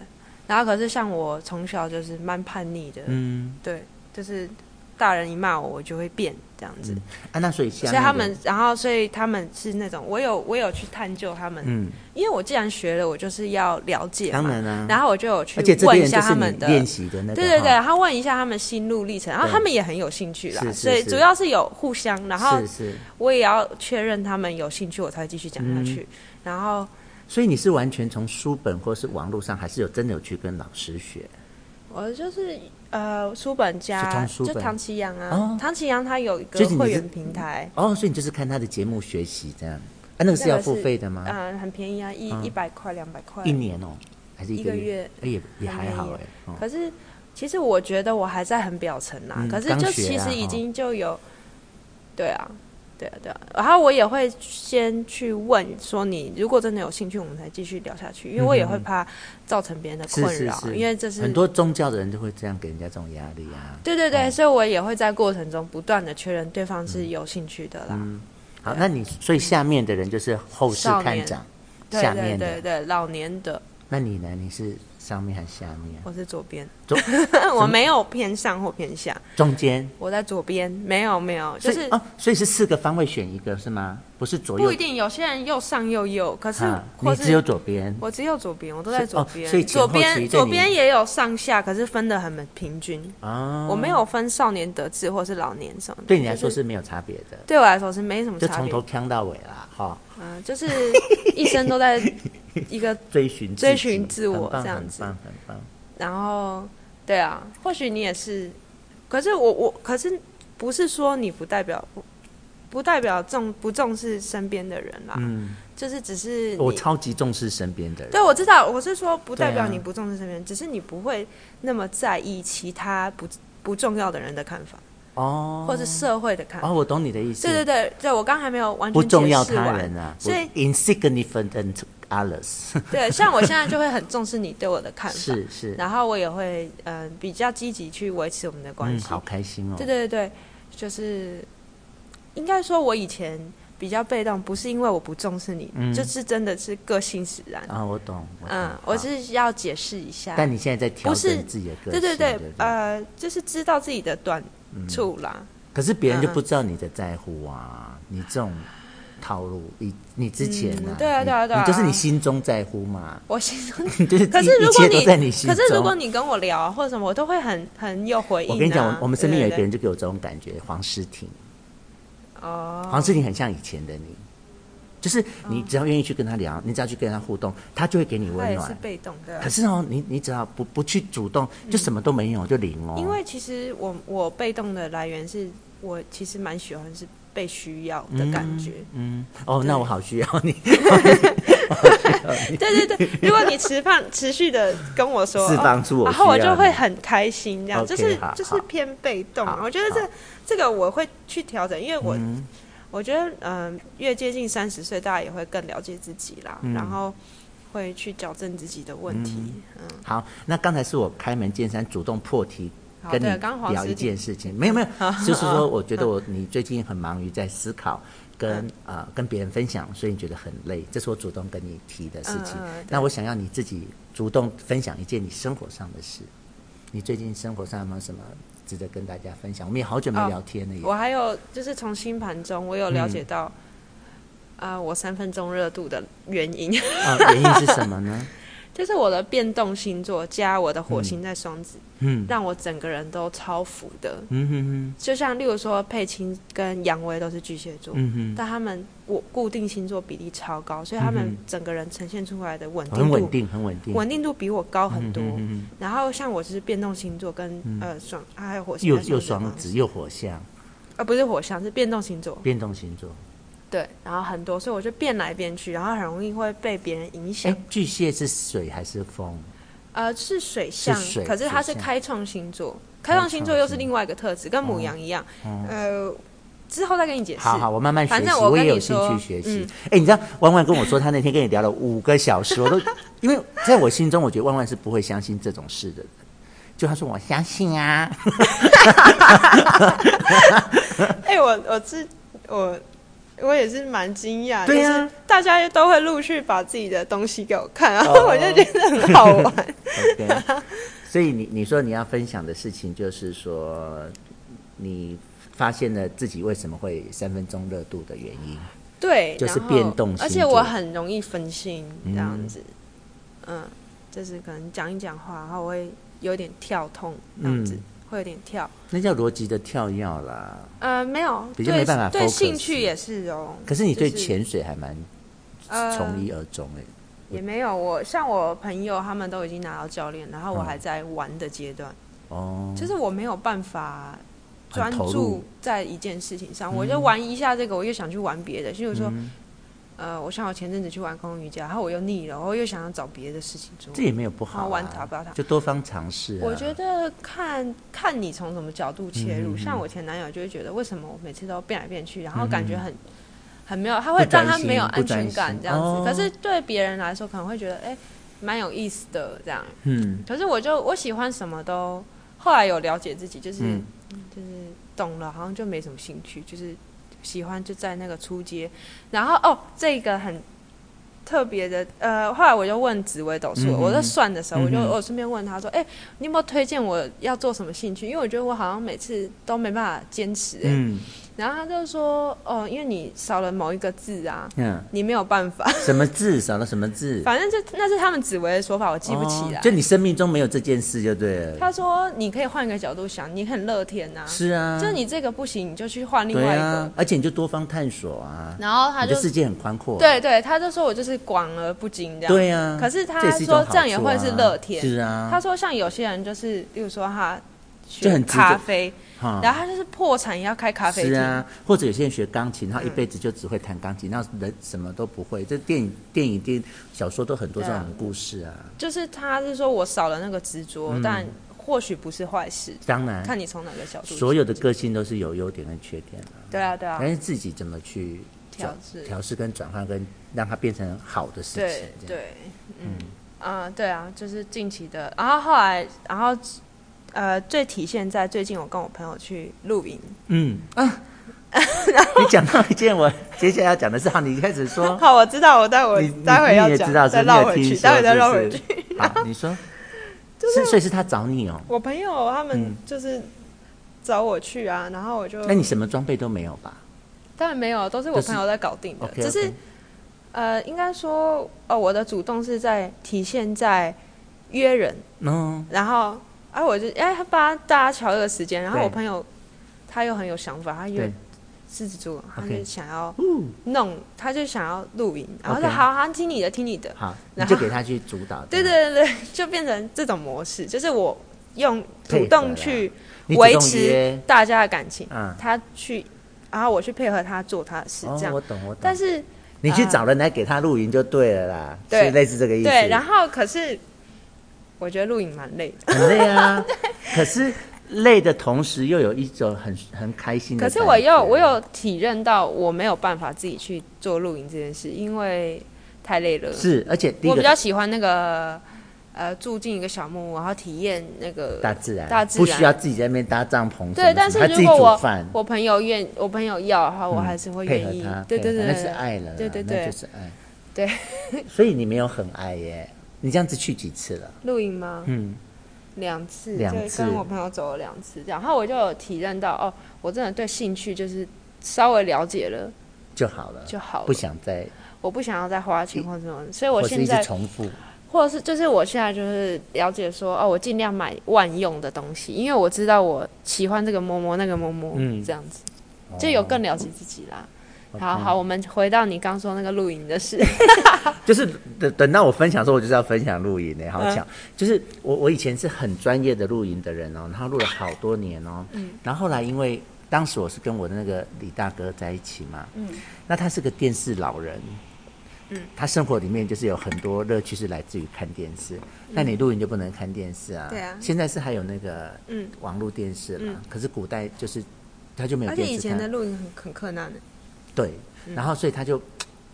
Speaker 2: 然后可是像我从小就是蛮叛逆的，
Speaker 1: 嗯
Speaker 2: 对，就是大人一骂我，我就会变这样子。
Speaker 1: 嗯啊，那所以下
Speaker 2: 所以
Speaker 1: 面
Speaker 2: 他
Speaker 1: 的
Speaker 2: 们，然后所以他们是那种，我有我有去探究他们，
Speaker 1: 嗯，
Speaker 2: 因为我既然学了，我就是要了解嘛。
Speaker 1: 当然啊啦、
Speaker 2: 然后我就有去
Speaker 1: 而且这
Speaker 2: 问
Speaker 1: 边
Speaker 2: 一下
Speaker 1: 就
Speaker 2: 他
Speaker 1: 是
Speaker 2: 们
Speaker 1: 你
Speaker 2: 的
Speaker 1: 练习的那个，
Speaker 2: 对对对，
Speaker 1: 哈
Speaker 2: 然后问一下他们心路历程，然后
Speaker 1: 对
Speaker 2: 他们也很有兴趣啦，
Speaker 1: 是是
Speaker 2: 所以
Speaker 1: 是
Speaker 2: 主要是有互相，然后
Speaker 1: 是是，
Speaker 2: 我也要确认他们有兴趣，我才会继续讲下
Speaker 1: 嗯
Speaker 2: 去。然后
Speaker 1: 所以你是完全从书本或是网络上，还是有真的有去跟老师学？
Speaker 2: 我就是呃，书本
Speaker 1: 是
Speaker 2: 家
Speaker 1: 从书本
Speaker 2: 就唐奇阳啊，
Speaker 1: 哦
Speaker 2: 唐奇阳他有一
Speaker 1: 所
Speaker 2: 个
Speaker 1: 以你是
Speaker 2: 会员平台，
Speaker 1: 哦，所以你就是看他的节目学习这样，啊，那个是
Speaker 2: 那
Speaker 1: 要
Speaker 2: 个
Speaker 1: 付
Speaker 2: 是
Speaker 1: 费的吗？
Speaker 2: 嗯、很便宜啊，一一百块两百块
Speaker 1: 一年哦，还是一
Speaker 2: 一个
Speaker 1: 个月？
Speaker 2: 月。
Speaker 1: 哎也也还好
Speaker 2: 很
Speaker 1: 哎，哦
Speaker 2: 可是其实我觉得我还在很表层啦，
Speaker 1: 嗯
Speaker 2: 可是
Speaker 1: 刚
Speaker 2: 就
Speaker 1: 学
Speaker 2: 其
Speaker 1: 啊
Speaker 2: 实已
Speaker 1: 哈
Speaker 2: 经就有，对啊，对啊，对啊。然后我也会先去问说你如果真的有兴趣，我们才继续聊下去，因为
Speaker 1: 嗯
Speaker 2: 我也会怕造成别人的
Speaker 1: 是
Speaker 2: 困
Speaker 1: 是
Speaker 2: 扰，
Speaker 1: 是
Speaker 2: 因为这是
Speaker 1: 很多宗教的人就会这样给人家这种压力啊。
Speaker 2: 对对对，
Speaker 1: 嗯
Speaker 2: 所以我也会在过程中不断的确认对方是有兴趣的啦。
Speaker 1: 嗯好，那你所以下面的人就是后世
Speaker 2: 少
Speaker 1: 看
Speaker 2: 年
Speaker 1: 长，
Speaker 2: 对
Speaker 1: 下
Speaker 2: 对
Speaker 1: 面的
Speaker 2: 对对，老年的
Speaker 1: 那你呢？你是上面还是下面？啊
Speaker 2: 我是左边，
Speaker 1: 左
Speaker 2: 我没有偏上或偏下，
Speaker 1: 中间？
Speaker 2: 我在左边，没有没有，就
Speaker 1: 所
Speaker 2: 是
Speaker 1: 以哦，所以是四个方位选一个是吗？不是左右？
Speaker 2: 不一定，有些人又上又右，可是
Speaker 1: 啊，
Speaker 2: 或
Speaker 1: 你
Speaker 2: 是
Speaker 1: 只有左边。
Speaker 2: 我只有左边，我都在左边，
Speaker 1: 哦所以前
Speaker 2: 左
Speaker 1: 后其实在
Speaker 2: 边
Speaker 1: 你
Speaker 2: 左边也有上下，可是分的很平均。
Speaker 1: 哦，
Speaker 2: 我没有分少年得志或是老年什么的，
Speaker 1: 对你来说
Speaker 2: 就是
Speaker 1: 没有差别的，
Speaker 2: 对我来说是没什么
Speaker 1: 就
Speaker 2: 差
Speaker 1: 从
Speaker 2: 别
Speaker 1: 头。呛到尾啦，哈，
Speaker 2: 嗯、就是一生 都在一个，
Speaker 1: 追寻自己
Speaker 2: 追寻自我
Speaker 1: 很棒
Speaker 2: 这样子
Speaker 1: 很棒很棒。
Speaker 2: 然后对啊，或许你也是，可是我我可是不是说你不代表不代表重不重视身边的人啦，
Speaker 1: 嗯，
Speaker 2: 就是只是
Speaker 1: 我
Speaker 2: 你
Speaker 1: 超级重视身边的人。
Speaker 2: 对，我知道，我是说不代表
Speaker 1: 对啊
Speaker 2: 你不重视身边人，只是你不会那么在意其他不不重要的人的看法，
Speaker 1: 哦，
Speaker 2: 或是社会的看法。
Speaker 1: 哦，我懂你的意思。
Speaker 2: 对对对对，我刚还没有完全
Speaker 1: 不重要
Speaker 2: 解释
Speaker 1: 他
Speaker 2: 完
Speaker 1: 人啊，
Speaker 2: 所以
Speaker 1: insignificant others
Speaker 2: 对，像我现在就会很重视你对我的看法，
Speaker 1: 是是，
Speaker 2: 然后我也会嗯、呃比较积极去维持我们的关
Speaker 1: 嗯，
Speaker 2: 系。
Speaker 1: 好开心哦。
Speaker 2: 对对对对，就是应该说，我以前比较被动，不是因为我不重视你，
Speaker 1: 嗯
Speaker 2: 就是真的是个性使然。
Speaker 1: 啊，我懂，我懂
Speaker 2: 嗯，我
Speaker 1: 好
Speaker 2: 是要解释一下。
Speaker 1: 但你现在在调
Speaker 2: 不是
Speaker 1: 整自己的个性，
Speaker 2: 对对
Speaker 1: 对
Speaker 2: 对
Speaker 1: 不，对，
Speaker 2: 呃，就是知道自己的短处啦。
Speaker 1: 可是别人就
Speaker 2: 嗯嗯
Speaker 1: 不知道你的在乎啊，你这种套路，你你之前呢、
Speaker 2: 嗯对啊
Speaker 1: 你
Speaker 2: 对啊对啊
Speaker 1: 你就是你心中在乎嘛，
Speaker 2: 我心中，
Speaker 1: 就是
Speaker 2: 可
Speaker 1: 一
Speaker 2: 是如
Speaker 1: 一
Speaker 2: 果
Speaker 1: 切
Speaker 2: 你，
Speaker 1: 都在你心
Speaker 2: 可
Speaker 1: 中。
Speaker 2: 是如果你跟我聊啊或者什么，我都会很很有回应、啊。
Speaker 1: 我跟你讲，我我们身边有一个
Speaker 2: 对
Speaker 1: 人就给我这种感觉，黄诗婷，
Speaker 2: 对对哦，
Speaker 1: 黄诗婷很像以前的你，就是你只要愿意去跟他聊，你只要去跟他互动，他就会给你
Speaker 2: 他
Speaker 1: 温
Speaker 2: 也是
Speaker 1: 暖。
Speaker 2: 被动的
Speaker 1: 可。是哦，你你只要不不去主动，就什么都没有，就零哦。
Speaker 2: 因为其实我我被动的来源是我其实蛮喜欢是被需要的感觉。
Speaker 1: 嗯，哦，那我好需要你。
Speaker 2: 对对对，如果你持放持续的跟我 说，
Speaker 1: 释放
Speaker 2: 哦
Speaker 1: 出我
Speaker 2: 然后我
Speaker 1: 需要
Speaker 2: 就会
Speaker 1: 你
Speaker 2: 很开心，这样
Speaker 1: OK，
Speaker 2: 就是
Speaker 1: 好
Speaker 2: 就是
Speaker 1: 好
Speaker 2: 偏被动
Speaker 1: 好。
Speaker 2: 我觉得这这个我会去调整，因为我
Speaker 1: 嗯
Speaker 2: 我觉得，嗯、越接近三十岁，大家也会更了解自己啦，
Speaker 1: 嗯
Speaker 2: 然后会去矫正自己的问题。嗯，
Speaker 1: 好，那刚才是我开门见山主动破题
Speaker 2: 好
Speaker 1: 跟你
Speaker 2: 对刚好
Speaker 1: 聊
Speaker 2: 是
Speaker 1: 一件事情，没 有没有，就是说，我觉得我你最近很忙于在思考
Speaker 2: 嗯
Speaker 1: 跟啊跟别人分享，所以你觉得很累，这是我主动跟你提的事情
Speaker 2: 嗯嗯嗯。
Speaker 1: 那我想要你自己主动分享一件你生活上的事，你最近生活上有没有什么值得跟大家分享？我们也好久没
Speaker 2: 哦
Speaker 1: 聊天了耶，
Speaker 2: 我还有就是从星盘中，我有了
Speaker 1: 嗯
Speaker 2: 解到啊、我三分钟热度的原因，
Speaker 1: 啊，原因是什么 呢？
Speaker 2: 就是我的变动星座加我的火星在双子，
Speaker 1: 嗯
Speaker 2: 让我整个人都超服的。
Speaker 1: 嗯哼哼
Speaker 2: 就像例如说佩青跟杨威都是巨蟹座，
Speaker 1: 嗯
Speaker 2: 但他们我固定星座比例超高，所以他
Speaker 1: 嗯
Speaker 2: 们整个人呈现出来的稳
Speaker 1: 哼，
Speaker 2: 定
Speaker 1: 很
Speaker 2: 度
Speaker 1: 稳定，很稳定，
Speaker 2: 稳定度比我高很多。
Speaker 1: 嗯哼哼嗯
Speaker 2: 然后像我是变动星座跟、呃双、啊还有火星
Speaker 1: 又
Speaker 2: 在
Speaker 1: 又
Speaker 2: 嘛
Speaker 1: 双子又火象，
Speaker 2: 呃不是火象是变动星座
Speaker 1: 变动星座。
Speaker 2: 对，然后很多，所以我就变来变去，然后很容易会被别人影响
Speaker 1: 哎。，巨蟹是水还是风？
Speaker 2: 呃，是水象，
Speaker 1: 是水
Speaker 2: 可是它是
Speaker 1: 水象
Speaker 2: 开创星座，开创星座又是另外一个特质，跟母羊一样。呃，之后再跟你解释。
Speaker 1: 嗯好好，我慢慢学
Speaker 2: 反
Speaker 1: 习，
Speaker 2: 正我跟
Speaker 1: 也有
Speaker 2: 你
Speaker 1: 兴
Speaker 2: 说嗯
Speaker 1: 趣学习。哎、你知道万万跟我说，他那天跟你聊了五个小时， 我都因为在我心中，我觉得万万是不会相信这种事的人。就他说我相信 啊，
Speaker 2: 哎、我我是我。我也是蛮惊讶，
Speaker 1: 对啊
Speaker 2: 就是大家都会陆续把自己的东西给我看，然后
Speaker 1: 哦
Speaker 2: 我就觉得很好玩。
Speaker 1: OK，所以你你说你要分享的事情就是说，你发现了自己为什么会三分钟热度的原因。
Speaker 2: 对，
Speaker 1: 就是
Speaker 2: 然后
Speaker 1: 变动星座
Speaker 2: 而且我很容易分心，这样子，嗯就是可能讲一讲话，然后我会有点跳痛，这样子、
Speaker 1: 嗯
Speaker 2: 会有点跳。
Speaker 1: 那叫逻辑的跳跃啦，
Speaker 2: 呃，没有，
Speaker 1: 比较没办法
Speaker 2: 对对
Speaker 1: focus
Speaker 2: 兴趣也是哦。
Speaker 1: 可是你对
Speaker 2: 就是
Speaker 1: 潜水还蛮
Speaker 2: 呃
Speaker 1: 从一而终哎、
Speaker 2: 也没有，我像我朋友他们都已经拿到教练，然后我还在玩的阶段，
Speaker 1: 嗯哦，
Speaker 2: 就是我没有办法专
Speaker 1: 很投
Speaker 2: 注
Speaker 1: 入嗯
Speaker 2: 在一件事情上，我就玩一下这个，我又想去玩别的，就是说，呃，我像我前阵子去玩空中瑜伽，然后我又腻了，我又想要找别的事情做
Speaker 1: 这。也没有不好、啊，
Speaker 2: 好玩打不打
Speaker 1: 就多方尝试、啊。
Speaker 2: 我觉得看看你从什么角度切
Speaker 1: 嗯
Speaker 2: 入，像我前男友就会觉得为什么我每次都变来变去，然后感觉很、很没有，他会
Speaker 1: 不专
Speaker 2: 让他没
Speaker 1: 心
Speaker 2: 有安
Speaker 1: 嗯不专
Speaker 2: 全感
Speaker 1: 心
Speaker 2: 这样子。
Speaker 1: 哦
Speaker 2: 可是对别人来说可能会觉得哎蛮、有意思的这样。
Speaker 1: 嗯。
Speaker 2: 可是我就我喜欢什么都，后来有了解自己，就是、
Speaker 1: 嗯
Speaker 2: 就是懂了，好像就没什么兴趣，就是喜欢就在那个初阶。然后哦，这个很特别的，呃，后来我就问紫微斗数，
Speaker 1: 嗯哼
Speaker 2: 我在算的时候，我就
Speaker 1: 嗯哼
Speaker 2: 我顺便问他说，哎、你有没有推荐我要做什么兴趣？因为我觉得我好像每次都没办法坚持、哎、
Speaker 1: 嗯
Speaker 2: 然后他就说，哦，因为你少了某一个字啊，
Speaker 1: 嗯，
Speaker 2: 你没有办法。
Speaker 1: 什么字少了什么字？
Speaker 2: 反正这那是他们紫微的说法，我记不起来。
Speaker 1: 哦就你生命中没有这件事就对了。
Speaker 2: 他说：“你可以换一个角度想，你很乐天呐、
Speaker 1: 是啊，
Speaker 2: 就你这个不行，你就去换另
Speaker 1: 对
Speaker 2: 外一个。
Speaker 1: 啊，而且你就多方探索啊，
Speaker 2: 然后他
Speaker 1: 你
Speaker 2: 就
Speaker 1: 的世界很宽阔。啊
Speaker 2: 对对，他就说我就是广而不精这样。
Speaker 1: 对啊，
Speaker 2: 可是他
Speaker 1: 这也是一种
Speaker 2: 说这样也
Speaker 1: 好处啊
Speaker 2: 会是乐天
Speaker 1: 是啊，
Speaker 2: 他说像有些人就是，例如说他学
Speaker 1: 就很执着
Speaker 2: 咖啡，
Speaker 1: 哈
Speaker 2: 然后他就是破产也要开咖啡
Speaker 1: 是
Speaker 2: 厅。嗯
Speaker 1: 啊，或者有些人学钢琴，他一辈子就只会弹钢琴，那人什么都不会。这电影、电影、电小说都很多这种故事啊。
Speaker 2: 就是他是说我少了那个执着，
Speaker 1: 嗯
Speaker 2: 但或许不是坏事，
Speaker 1: 当然，
Speaker 2: 看你从哪个角度。
Speaker 1: 嗯所有哎的个性都是有优点跟缺点的，
Speaker 2: 对啊对啊
Speaker 1: 但，是自己怎么去
Speaker 2: 调
Speaker 1: 转
Speaker 2: 制
Speaker 1: 调试跟转换，跟让它变成好的事情。
Speaker 2: 对
Speaker 1: 这样
Speaker 2: 对，嗯啊、对啊，就是近期的。然后后来，然后呃，最体现在最近我跟我朋友去露营，
Speaker 1: 嗯啊， 你讲到一件我接下来要讲的事，好，你开始说，
Speaker 2: 好，我知道，我待会
Speaker 1: 你
Speaker 2: 待会
Speaker 1: 你
Speaker 2: 要
Speaker 1: 也
Speaker 2: 讲
Speaker 1: 知，道，
Speaker 2: 再
Speaker 1: 是不是
Speaker 2: 绕
Speaker 1: 你
Speaker 2: 回
Speaker 1: 也
Speaker 2: 去，
Speaker 1: 听
Speaker 2: 待
Speaker 1: 说
Speaker 2: 会再绕
Speaker 1: 是
Speaker 2: 回去。
Speaker 1: 不是 好，你 说，是所以是他找你哦，
Speaker 2: 我朋友他们
Speaker 1: 嗯
Speaker 2: 就是找我去啊，然后我就
Speaker 1: 那你什么装备都没有吧
Speaker 2: 当然没有，都是我
Speaker 1: 都是
Speaker 2: 朋友在搞定的，
Speaker 1: ？OK，
Speaker 2: 只是呃，应该说呃，我的主动是在体现在约人，
Speaker 1: 嗯，
Speaker 2: 然后哎、我就哎、他帮大家瞧这个时间，然后
Speaker 1: 对
Speaker 2: 我朋友他又很有想法，他约
Speaker 1: 对，
Speaker 2: 狮子座，他
Speaker 1: OK
Speaker 2: 就想要弄，他就想要露营，然后说
Speaker 1: OK 嗯
Speaker 2: 好，好听你的，听你的，
Speaker 1: 好，你
Speaker 2: 然
Speaker 1: 就
Speaker 2: 后
Speaker 1: 给他去主导，
Speaker 2: 对，对对 对，就变成这种模式，就是我用
Speaker 1: 配
Speaker 2: 主
Speaker 1: 合
Speaker 2: 动
Speaker 1: 啦
Speaker 2: 去
Speaker 1: 你主
Speaker 2: 维
Speaker 1: 动
Speaker 2: 持
Speaker 1: 约
Speaker 2: 大家的感情
Speaker 1: 嗯，
Speaker 2: 他去，然后我去配合他做他的事，
Speaker 1: 哦
Speaker 2: 这，样
Speaker 1: 我。懂我懂，
Speaker 2: 但是啊
Speaker 1: 你去找人来给他露营就对了啦，
Speaker 2: 对
Speaker 1: 是类似这个意思，
Speaker 2: 对，然后可是我觉得露营蛮累的，
Speaker 1: 很累 啊，可是累的同时又有一种很很开心的
Speaker 2: 可
Speaker 1: 感
Speaker 2: 是
Speaker 1: 觉，
Speaker 2: 我又我有体认到我没有办法自己去做露营这件事，因为太累了。
Speaker 1: 是，而且第一
Speaker 2: 我
Speaker 1: 个
Speaker 2: 比较喜欢那个呃住进一个小木屋，然后体验那个
Speaker 1: 大自然，
Speaker 2: 大自
Speaker 1: 不
Speaker 2: 然
Speaker 1: 需要自己在那边搭帐篷什么什么，
Speaker 2: 对但是
Speaker 1: 他自己
Speaker 2: 如果
Speaker 1: 煮饭，嗯
Speaker 2: 我朋友愿我朋友要的话，我还是会
Speaker 1: 配
Speaker 2: 愿
Speaker 1: 合
Speaker 2: 意
Speaker 1: 他，。
Speaker 2: 对
Speaker 1: 配合
Speaker 2: 对
Speaker 1: 他那
Speaker 2: 对，
Speaker 1: 是爱了啦，
Speaker 2: 对对对
Speaker 1: 那就是爱。
Speaker 2: 对，
Speaker 1: 所以你没有很爱耶？你这样子去几次了？
Speaker 2: 露营吗？
Speaker 1: 嗯，
Speaker 2: 两次，
Speaker 1: 两
Speaker 2: 对，
Speaker 1: 次
Speaker 2: 跟我朋友走了两次，这样，然后我就有体认到，哦，我真的对兴趣就是稍微了解了
Speaker 1: 就好了，
Speaker 2: 就好了。
Speaker 1: 不想再，
Speaker 2: 我不想要再花钱或者什么，所以
Speaker 1: 或
Speaker 2: 我
Speaker 1: 是
Speaker 2: 现
Speaker 1: 一直
Speaker 2: 在
Speaker 1: 重复。
Speaker 2: 或者是就是我现在就是了解说，哦，我尽量买万用的东西，因为我知道我喜欢这个摸摸那个摸摸，
Speaker 1: 嗯
Speaker 2: 这样子就有更了解自己啦。好好，我们回到你刚说那个露营的 事，
Speaker 1: 就是等等到我分享的时候，我就是要分享露
Speaker 3: 嗯
Speaker 1: 营呢、好巧。就是我我以前是很专业的露营的人哦，然后露了好多年哦，
Speaker 3: 嗯
Speaker 1: 然后后来因为当时我是跟我的那个李大哥在一起嘛，嗯，那他是个电视老人，嗯，他生活里面就是有很多乐趣是来自于看电视，那你露营就不能看电视啊，
Speaker 3: 嗯对啊
Speaker 1: 现在是还有那个
Speaker 3: 嗯
Speaker 1: 网络电视啦，可是古代就是他就没有
Speaker 3: 而
Speaker 1: 电视
Speaker 3: 且以前
Speaker 1: 看，
Speaker 3: 的露营很很困难的，
Speaker 1: 对，然后所以他就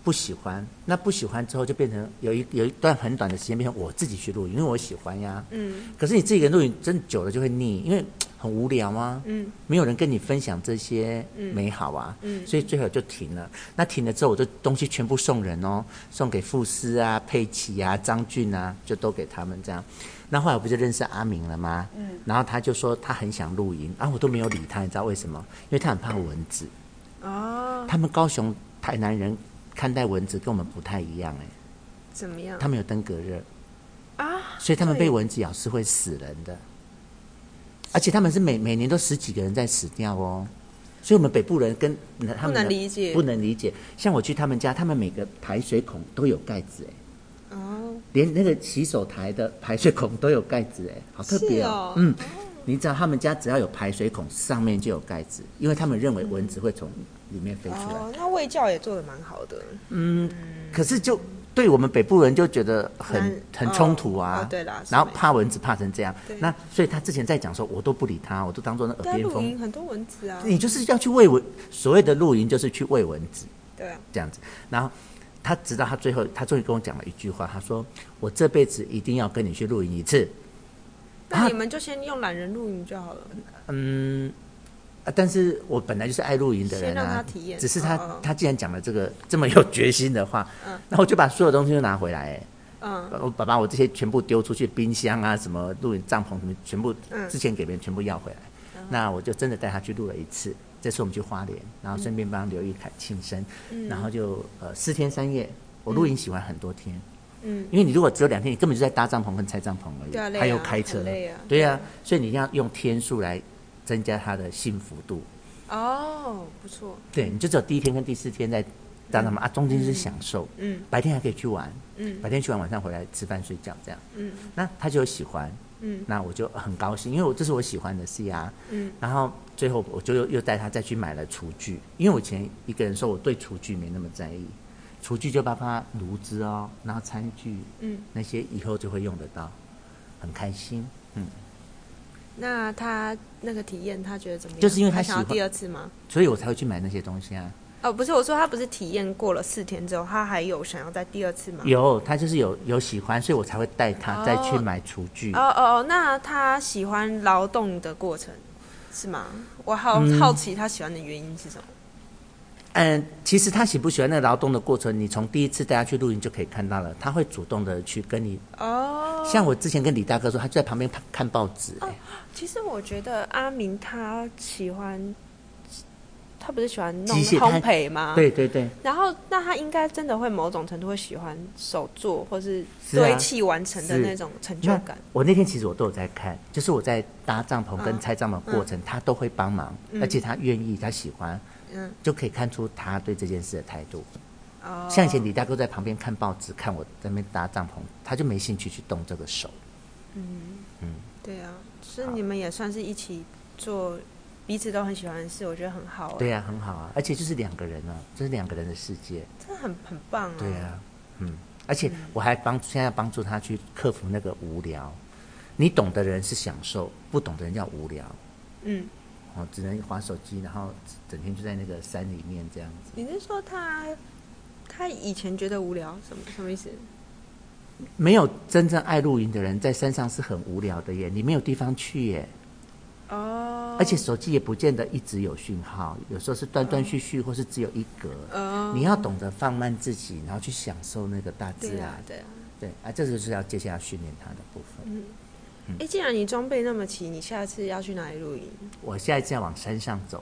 Speaker 1: 不喜欢。那不喜欢之后，就变成有一有一段很短的时间，变成我自己去露营，因为我喜欢呀。
Speaker 3: 嗯
Speaker 1: 可是你自己一个人露营，真的久了就会腻，因为很无聊啊。
Speaker 3: 嗯，
Speaker 1: 没有人跟你分享这些美好啊，
Speaker 3: 嗯
Speaker 1: 所以最后就停了。那停了之后，我就东西全部送人哦，送给傅斯啊、佩奇啊、张俊啊，就都给他们这样。那后来我不就认识阿明了吗？嗯，然后他就说他很想露营，啊，我都没有理他，你知道为什么？因为他很怕蚊子。
Speaker 3: 哦，
Speaker 1: 他们高雄台南人看待蚊子跟我们不太一样哎、
Speaker 3: 怎么样
Speaker 1: 他们有登革热，
Speaker 3: 啊？
Speaker 1: 所以他们
Speaker 3: 对
Speaker 1: 被蚊子咬是会死人的，而且他们是每每年都十几个人在死掉哦。所以，我们北部人跟他
Speaker 3: 不
Speaker 1: 们的
Speaker 3: 能理解
Speaker 1: 不能理解。像我去他们家，他们每个排水孔都有盖子，哎，
Speaker 3: 哦，
Speaker 1: 连那个洗手台的排水孔都有盖子，哎，好特
Speaker 3: 是
Speaker 1: 别
Speaker 3: 哦
Speaker 1: 嗯，你知道他们家只要有排水孔，上面就有盖子，因为他们认为蚊子会从里面飞出来。
Speaker 3: 哦，那卫教也做的蛮好的，
Speaker 1: 可是就对我们北部人就觉得很
Speaker 3: 难
Speaker 1: 很冲突啊，
Speaker 3: 哦哦对啦是
Speaker 1: 然后
Speaker 3: 没
Speaker 1: 怕蚊子怕成这样
Speaker 3: 对，
Speaker 1: 那所以他之前在讲说，我都不理他，我都当做那耳
Speaker 3: 但
Speaker 1: 边
Speaker 3: 啊露
Speaker 1: 风
Speaker 3: 营。很多蚊子啊，
Speaker 1: 你就是要去喂蚊，所谓的露营就是去喂蚊子
Speaker 3: 对啊，
Speaker 1: 这样子。然后他直到他最后，他终于跟我讲了一句话，他说：“我这辈子一定要跟你去露营一次。啊
Speaker 3: 那你们就先用懒人露营就好了，”
Speaker 1: 嗯。啊！但是我本来就是爱露营的人
Speaker 3: 先让
Speaker 1: 啊
Speaker 3: 他，体验
Speaker 1: 只是他、
Speaker 3: 哦哦
Speaker 1: 他既然讲了这个这么有决心的话，
Speaker 3: 嗯
Speaker 1: 那我就把所有东西都拿回来、哎
Speaker 3: 嗯，
Speaker 1: 我把把我这些全部丢出去，冰箱啊，什么露营帐篷什么，全部
Speaker 3: 嗯
Speaker 1: 之前给别人全部要回来。那我就真的带他去录了一次。这次我们去花莲，然后顺便帮刘玉凯庆生，
Speaker 3: 嗯
Speaker 1: 然后就呃四天三夜。我露营喜欢很多天，
Speaker 3: 嗯，
Speaker 1: 因为你如果只有两天，你根本就在搭帐篷跟拆帐篷而已，
Speaker 3: 对啊累啊
Speaker 1: 还有开车，
Speaker 3: 很累啊
Speaker 1: 对啊，所以你一定要用天数来增加他的幸福度。
Speaker 3: 哦，不错，
Speaker 1: 对，你就只有第一天跟第四天在搭帐篷、啊，中间就是享受，
Speaker 3: 嗯
Speaker 1: 白天还可以去玩，
Speaker 3: 嗯
Speaker 1: 白天去完晚上回来吃饭睡觉这样。
Speaker 3: 嗯
Speaker 1: 那他就喜欢，
Speaker 3: 嗯
Speaker 1: 那我就很高兴，因为我这是我喜欢的事呀、
Speaker 3: 嗯，
Speaker 1: 然后最后我就又又带他再去买了厨具，因为我以前一个人说我对厨具没那么在意，厨具就包括炉子哦，然后餐具
Speaker 3: 嗯，
Speaker 1: 那些以后就会用得到，很开心。嗯，
Speaker 3: 那他那个体验他觉得怎么样？
Speaker 1: 就是因为他
Speaker 3: 他想要
Speaker 1: 喜欢
Speaker 3: 第二次吗？
Speaker 1: 所以我才会去买那些东西啊。
Speaker 3: 哦，不是，我说他不是体验过了四天之后，他还有想要再第二次吗？
Speaker 1: 有，他就是有有喜欢，所以我才会带他
Speaker 3: 哦
Speaker 1: 再去买厨具。
Speaker 3: 哦哦哦，那他喜欢劳动的过程是吗？我好、好奇他喜欢的原因是什么？
Speaker 1: 嗯，其实他喜不喜欢那个劳动的过程，你从第一次带他去露营就可以看到了，他会主动的去跟你
Speaker 3: 哦，
Speaker 1: 像我之前跟李大哥说，他就在旁边看看报纸、哎
Speaker 3: 其实我觉得阿明他喜欢，他不是喜欢弄
Speaker 1: 机械
Speaker 3: 烘焙吗？。
Speaker 1: 对对对，
Speaker 3: 然后，那他应该真的会某种程度会喜欢手做或是
Speaker 1: 是啊
Speaker 3: 堆砌完成的
Speaker 1: 是
Speaker 3: 那种成就感。
Speaker 1: 我那天其实我都有在看，就是我在搭帐篷跟
Speaker 3: 嗯
Speaker 1: 拆帐篷的过程，他都会帮忙，而且他愿意，他喜欢，
Speaker 3: 嗯，
Speaker 1: 就可以看出他对这件事的态度。
Speaker 3: 哦，
Speaker 1: 像以前李大哥在旁边看报纸，看我在那边搭帐篷，他就没兴趣去动这个手。
Speaker 3: 对啊，所以你们也算是一起做彼此都很喜欢的事，我觉得很好、欸。
Speaker 1: 对，呀、很好啊，而且就是两个人啊，这是两个人的世界。
Speaker 3: 真的很很棒啊。
Speaker 1: 对呀、嗯，而且我还帮现在帮助他去克服那个无聊。你懂的人是享受，不懂的人叫无聊。
Speaker 3: 嗯，
Speaker 1: 哦，只能划手机，然后整天就在那个山里面这样子。
Speaker 3: 你是说他他以前觉得无聊，什么什么意思？
Speaker 1: 没有真正爱露营的人，在山上是很无聊的耶，你没有地方去耶，
Speaker 2: 哦，
Speaker 1: 而且手机也不见得一直有讯号，有时候是断断续续，或是只有一格。
Speaker 2: 哦，
Speaker 1: 你要懂得放慢自己，然后去享受那个大自
Speaker 2: 对
Speaker 1: 然
Speaker 2: 啊。对啊，
Speaker 1: 对啊，这就是要接下来训练他的部分。嗯
Speaker 2: 哎，既然你装备那么齐，你下次要去哪里露营？
Speaker 1: 我下一次要往山上走，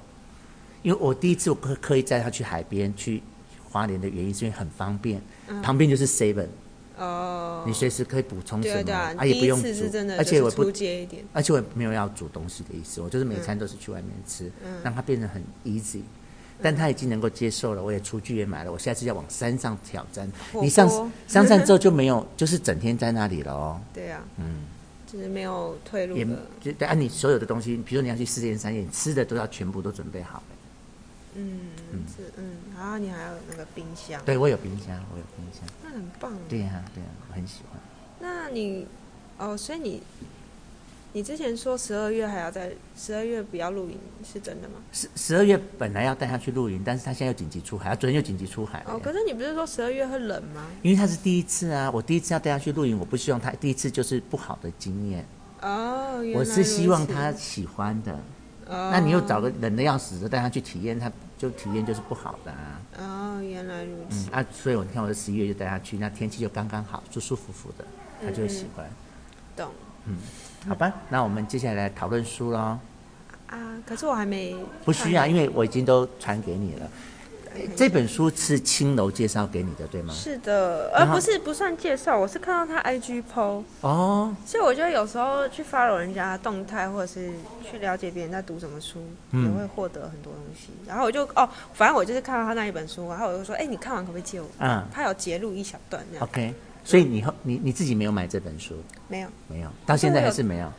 Speaker 1: 因为我第一次我刻刻意带他去海边去花莲的原因，是因为很方便，旁边就是 Seven，
Speaker 2: 嗯哦，
Speaker 1: 你随时可以补充
Speaker 2: 对
Speaker 1: 什
Speaker 2: 啊
Speaker 1: 么，
Speaker 2: 对啊，
Speaker 1: 也
Speaker 2: 第
Speaker 1: 不
Speaker 2: 一
Speaker 1: 用
Speaker 2: 次是
Speaker 1: 煮
Speaker 2: 真的，，
Speaker 1: 而且我
Speaker 2: 出嗯
Speaker 1: 不。
Speaker 2: 街一点，
Speaker 1: 而且我也没有要煮东西的意思，我就是每餐都是去外面吃，
Speaker 2: 嗯
Speaker 1: 让它变得很 easy。但他已经能够接受了，我也厨具也买了，我下次要往山上挑战。
Speaker 2: 火
Speaker 1: 你上
Speaker 2: 锅
Speaker 1: 上山之后就没有，就是整天在那里了哦。
Speaker 2: 对啊，
Speaker 1: 嗯，
Speaker 2: 就是没有退路
Speaker 1: 也
Speaker 2: 了。
Speaker 1: 就对，啊按你所有的东西，比如说你要去四天三夜，你吃的都要全部都准备好。
Speaker 2: 嗯，是嗯，然后你还有那个冰箱，
Speaker 1: 对，我有冰箱，我有冰箱。
Speaker 2: 那很棒。啊
Speaker 1: 对呀、对呀、我很喜欢。
Speaker 2: 那你哦，所以你你之前说十二月还要在十二月不要露营，是真的吗？
Speaker 1: 十十二月本来要带他去露营，但是他现在又紧急出海，他昨天又紧急出海了
Speaker 2: 哦，
Speaker 1: 耶
Speaker 2: 可是你不是说十二月会冷吗？
Speaker 1: 因为他是第一次啊，我第一次要带他去露营，我不希望他第一次就是不好的经验，
Speaker 2: 哦，原来
Speaker 1: 我是希望他
Speaker 2: 如此。
Speaker 1: 喜欢的。
Speaker 2: 哦、
Speaker 1: 那你又找个冷的要死的带他去体验，他就体验就是不好的啊。
Speaker 2: 哦，原来如
Speaker 1: 嗯
Speaker 2: 此。
Speaker 1: 啊，所以我你看，我十一月就带他去，那天气就刚刚好，舒舒服服的，他
Speaker 2: 嗯
Speaker 1: 就会喜欢。
Speaker 2: 懂
Speaker 1: 好吧，那我们接下来讨论书喽。
Speaker 2: 啊，可是我还没
Speaker 1: 不需要，
Speaker 2: 哎
Speaker 1: 因为我已经都传给你了。这本书是青楼介绍给你的，对吗？
Speaker 2: 是的，
Speaker 1: 然
Speaker 2: 呃，
Speaker 1: 后
Speaker 2: 不是不算介绍，我是看到他 IG PO，
Speaker 1: 哦，
Speaker 2: 所以我觉得有时候去 follow 人家的动态，或者是去了解别人在读什么书，
Speaker 1: 嗯
Speaker 2: 也会获得很多东西。然后我就哦，反正我就是看到他那一本书，然后我就说，哎、你看完可不可以借我？
Speaker 1: 嗯
Speaker 2: 他有截录一小段这样，
Speaker 1: ，OK。所以你后你你自己没有买这本书，
Speaker 2: 没有，
Speaker 1: 没有，到现在还是没有。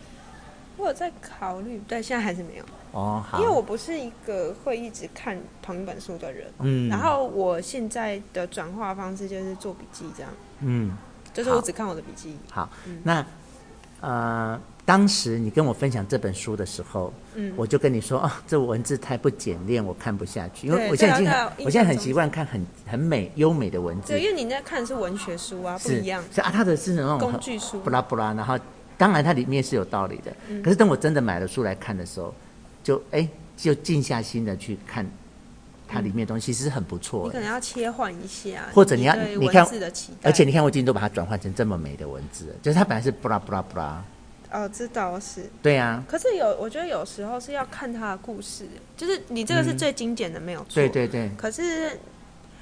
Speaker 2: 我有在考虑，但现在还是没有，
Speaker 1: 哦，好。
Speaker 2: 因为我不是一个会一直看同一本书的人。
Speaker 1: 嗯，
Speaker 2: 然后我现在的转化方式就是做笔记，这样，
Speaker 1: 嗯，
Speaker 2: 就是我
Speaker 1: 好
Speaker 2: 只看我的笔记。
Speaker 1: 好，
Speaker 2: 嗯
Speaker 1: 那呃，当时你跟我分享这本书的时候，
Speaker 2: 嗯
Speaker 1: 我就跟你说，哦，这文字太不简练，我看不下去，因为
Speaker 2: 对
Speaker 1: 我现在已
Speaker 2: 对
Speaker 1: 经
Speaker 2: 啊
Speaker 1: 很，
Speaker 2: 对啊
Speaker 1: 我现在很习惯看很很美优美的文字
Speaker 2: 对，，因为你在看的是文学书啊，不
Speaker 1: 是
Speaker 2: 一样，
Speaker 1: 是啊，他的是那种很
Speaker 2: 工具书
Speaker 1: 不。拉不拉，然后当然它里面是有道理的，
Speaker 2: 嗯
Speaker 1: 可是等我真的买了书来看的时候，就哎就静下心的去看它里面的东西，其实很不错
Speaker 2: 你可
Speaker 1: 的。
Speaker 2: 能要切换一下，
Speaker 1: 或者你要
Speaker 2: 对
Speaker 1: 你看
Speaker 2: 文字的期待，
Speaker 1: 而且你看，我已经都把它转换成这么美的文字了，就是它本来是不拉不拉不拉，
Speaker 2: 哦，知道是，
Speaker 1: 对啊，
Speaker 2: 可是有我觉得有时候是要看他的故事，就是你这个是最精简的，没有错。
Speaker 1: 嗯对。对对，
Speaker 2: 可是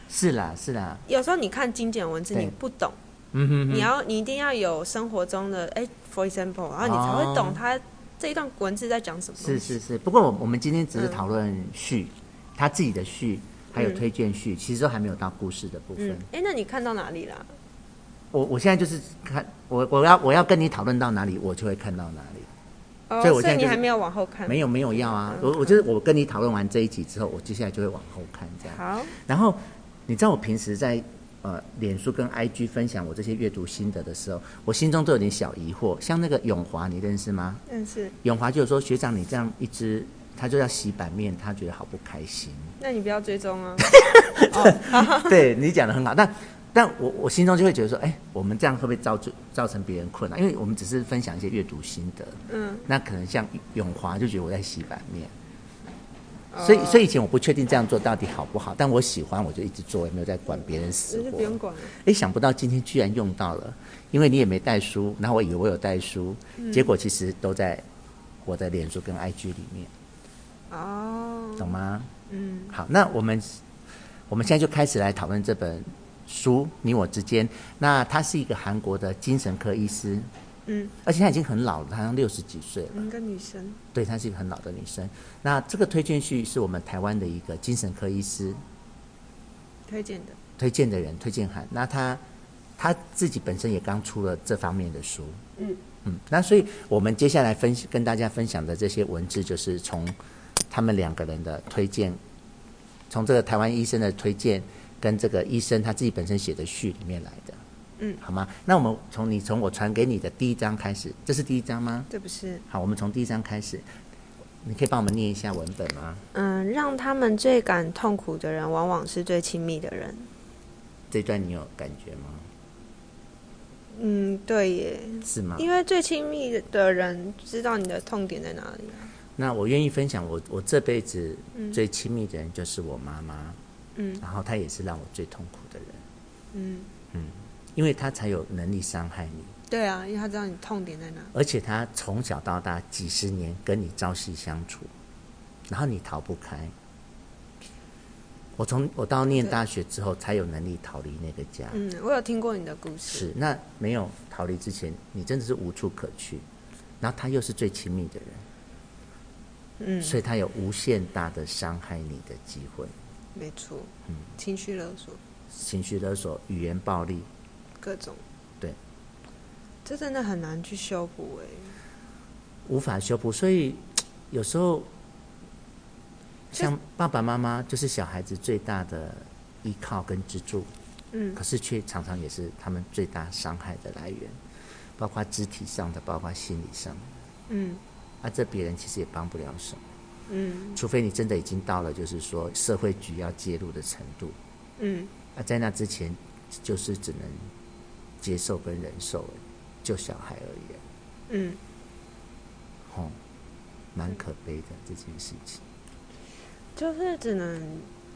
Speaker 1: 是啦是啦，
Speaker 2: 有时候你看精简文字，
Speaker 1: 对
Speaker 2: 你不懂，
Speaker 1: 嗯哼
Speaker 2: 你
Speaker 1: 哼，
Speaker 2: 要你一定要有生活中的，哎，for example，然后你才会
Speaker 1: 哦
Speaker 2: 懂他这一段文字在讲什么。
Speaker 1: 是是。是。不过我我们今天只是
Speaker 2: 嗯
Speaker 1: 讨论序，他自己的序。还有
Speaker 2: 嗯
Speaker 1: 推荐序，其实都还没有到故事的部分。
Speaker 2: 嗯，哎，那你看到哪里啦？
Speaker 1: 我我现在就是看我我要我要跟你讨论到哪里，我就会看到哪里。
Speaker 2: 哦，
Speaker 1: 所以我现在
Speaker 2: 你
Speaker 1: 就是
Speaker 2: 还没有往后看。
Speaker 1: 没有没有要啊，我我就是我跟你讨论完这一集之后，我接下来就会往后看这样。
Speaker 2: 好，
Speaker 1: 然后你知道我平时在呃脸书跟 IG 分享我这些阅读心得的时候，我心中都有点小疑惑。像那个永华，你认识吗？
Speaker 2: 但是
Speaker 1: 永华就说学长你这样一直，他就要洗版面，他觉得好不开心。
Speaker 2: 那你不要追踪啊。
Speaker 1: 对你讲的很好，但但我我心中就会觉得说，哎，我们这样会不会造就造成别人困扰？因为我们只是分享一些阅读心得，
Speaker 2: 嗯，
Speaker 1: 那可能像永华就觉得我在洗版面。
Speaker 2: 哦
Speaker 1: 所以，所以以前我不确定这样做到底好不好，但我喜欢，我就一直做，也没有在管别人死
Speaker 2: 只是
Speaker 1: 活
Speaker 2: 不。用管了。啊
Speaker 1: 哎，想不到今天居然用到了，因为你也没带书，然后我以为我有带书，
Speaker 2: 嗯
Speaker 1: 结果其实都在我的脸书跟 IG 里面，
Speaker 2: 哦，
Speaker 1: 懂吗？
Speaker 2: 嗯。
Speaker 1: 好，那我们我们现在就开始来讨论这本书《你我之间》。那他是一个韩国的精神科医师，
Speaker 2: 嗯，
Speaker 1: 而且他已经很老了，好像六十几岁了。
Speaker 2: 一个女生，
Speaker 1: 对，她是一个很老的女生。那这个推荐序是我们台湾的一个精神科医师
Speaker 2: 推荐的。
Speaker 1: 推荐的人推荐函，那他他自己本身也刚出了这方面的书，
Speaker 2: 嗯
Speaker 1: 嗯，那所以我们接下来分跟大家分享的这些文字，就是从他们两个人的推荐，从这个台湾医生的推荐跟这个医生他自己本身写的序里面来的，
Speaker 2: 嗯
Speaker 1: 好吗？那我们从你从我传给你的第一章开始，这是第一章吗？
Speaker 2: 这不是，
Speaker 1: 好，我们从第一章开始，你可以帮我们念一下文本吗？
Speaker 2: 嗯，让他们最感痛苦的人，往往是最亲密的人。
Speaker 1: 这段你有感觉吗？
Speaker 2: 嗯，对耶，
Speaker 1: 是吗？
Speaker 2: 因为最亲密的人知道你的痛点在哪里啊、
Speaker 1: 那我愿意分享我，我这辈子最亲密的人就是我妈妈，
Speaker 2: 嗯
Speaker 1: 然后她也是让我最痛苦的人，
Speaker 2: 嗯，
Speaker 1: 因为她才有能力伤害你，
Speaker 2: 对啊，因为他知道你痛点在哪。
Speaker 1: 而且她从小到大几十年跟你朝夕相处，然后你逃不开。我从我到念大学之后才有能力逃离那个家，
Speaker 2: 嗯，我有听过你的故事。
Speaker 1: 是那没有逃离之前，你真的是无处可去，然后她又是最亲密的人，
Speaker 2: 嗯，
Speaker 1: 所以她有无限大的伤害你的机会，
Speaker 2: 没错。
Speaker 1: 嗯
Speaker 2: 情绪勒索，
Speaker 1: 情绪勒索、语言暴力，
Speaker 2: 各种。
Speaker 1: 对。
Speaker 2: 这真的很难去修补哎、
Speaker 1: 无法修补，所以有时候
Speaker 2: 就
Speaker 1: 像爸爸妈妈就是小孩子最大的依靠跟支柱，
Speaker 2: 嗯
Speaker 1: 可是却常常也是他们最大伤害的来源，包括肢体上的，包括心理上的。
Speaker 2: 嗯
Speaker 1: 啊，这别人其实也帮不了什么，
Speaker 2: 嗯
Speaker 1: 除非你真的已经到了就是说社会局要介入的程度，
Speaker 2: 嗯，
Speaker 1: 啊，在那之前就是只能接受跟忍受而已，救小孩而已啊，
Speaker 2: 嗯，
Speaker 1: 吼，哦蛮可悲的这件事情。
Speaker 2: 就是只能，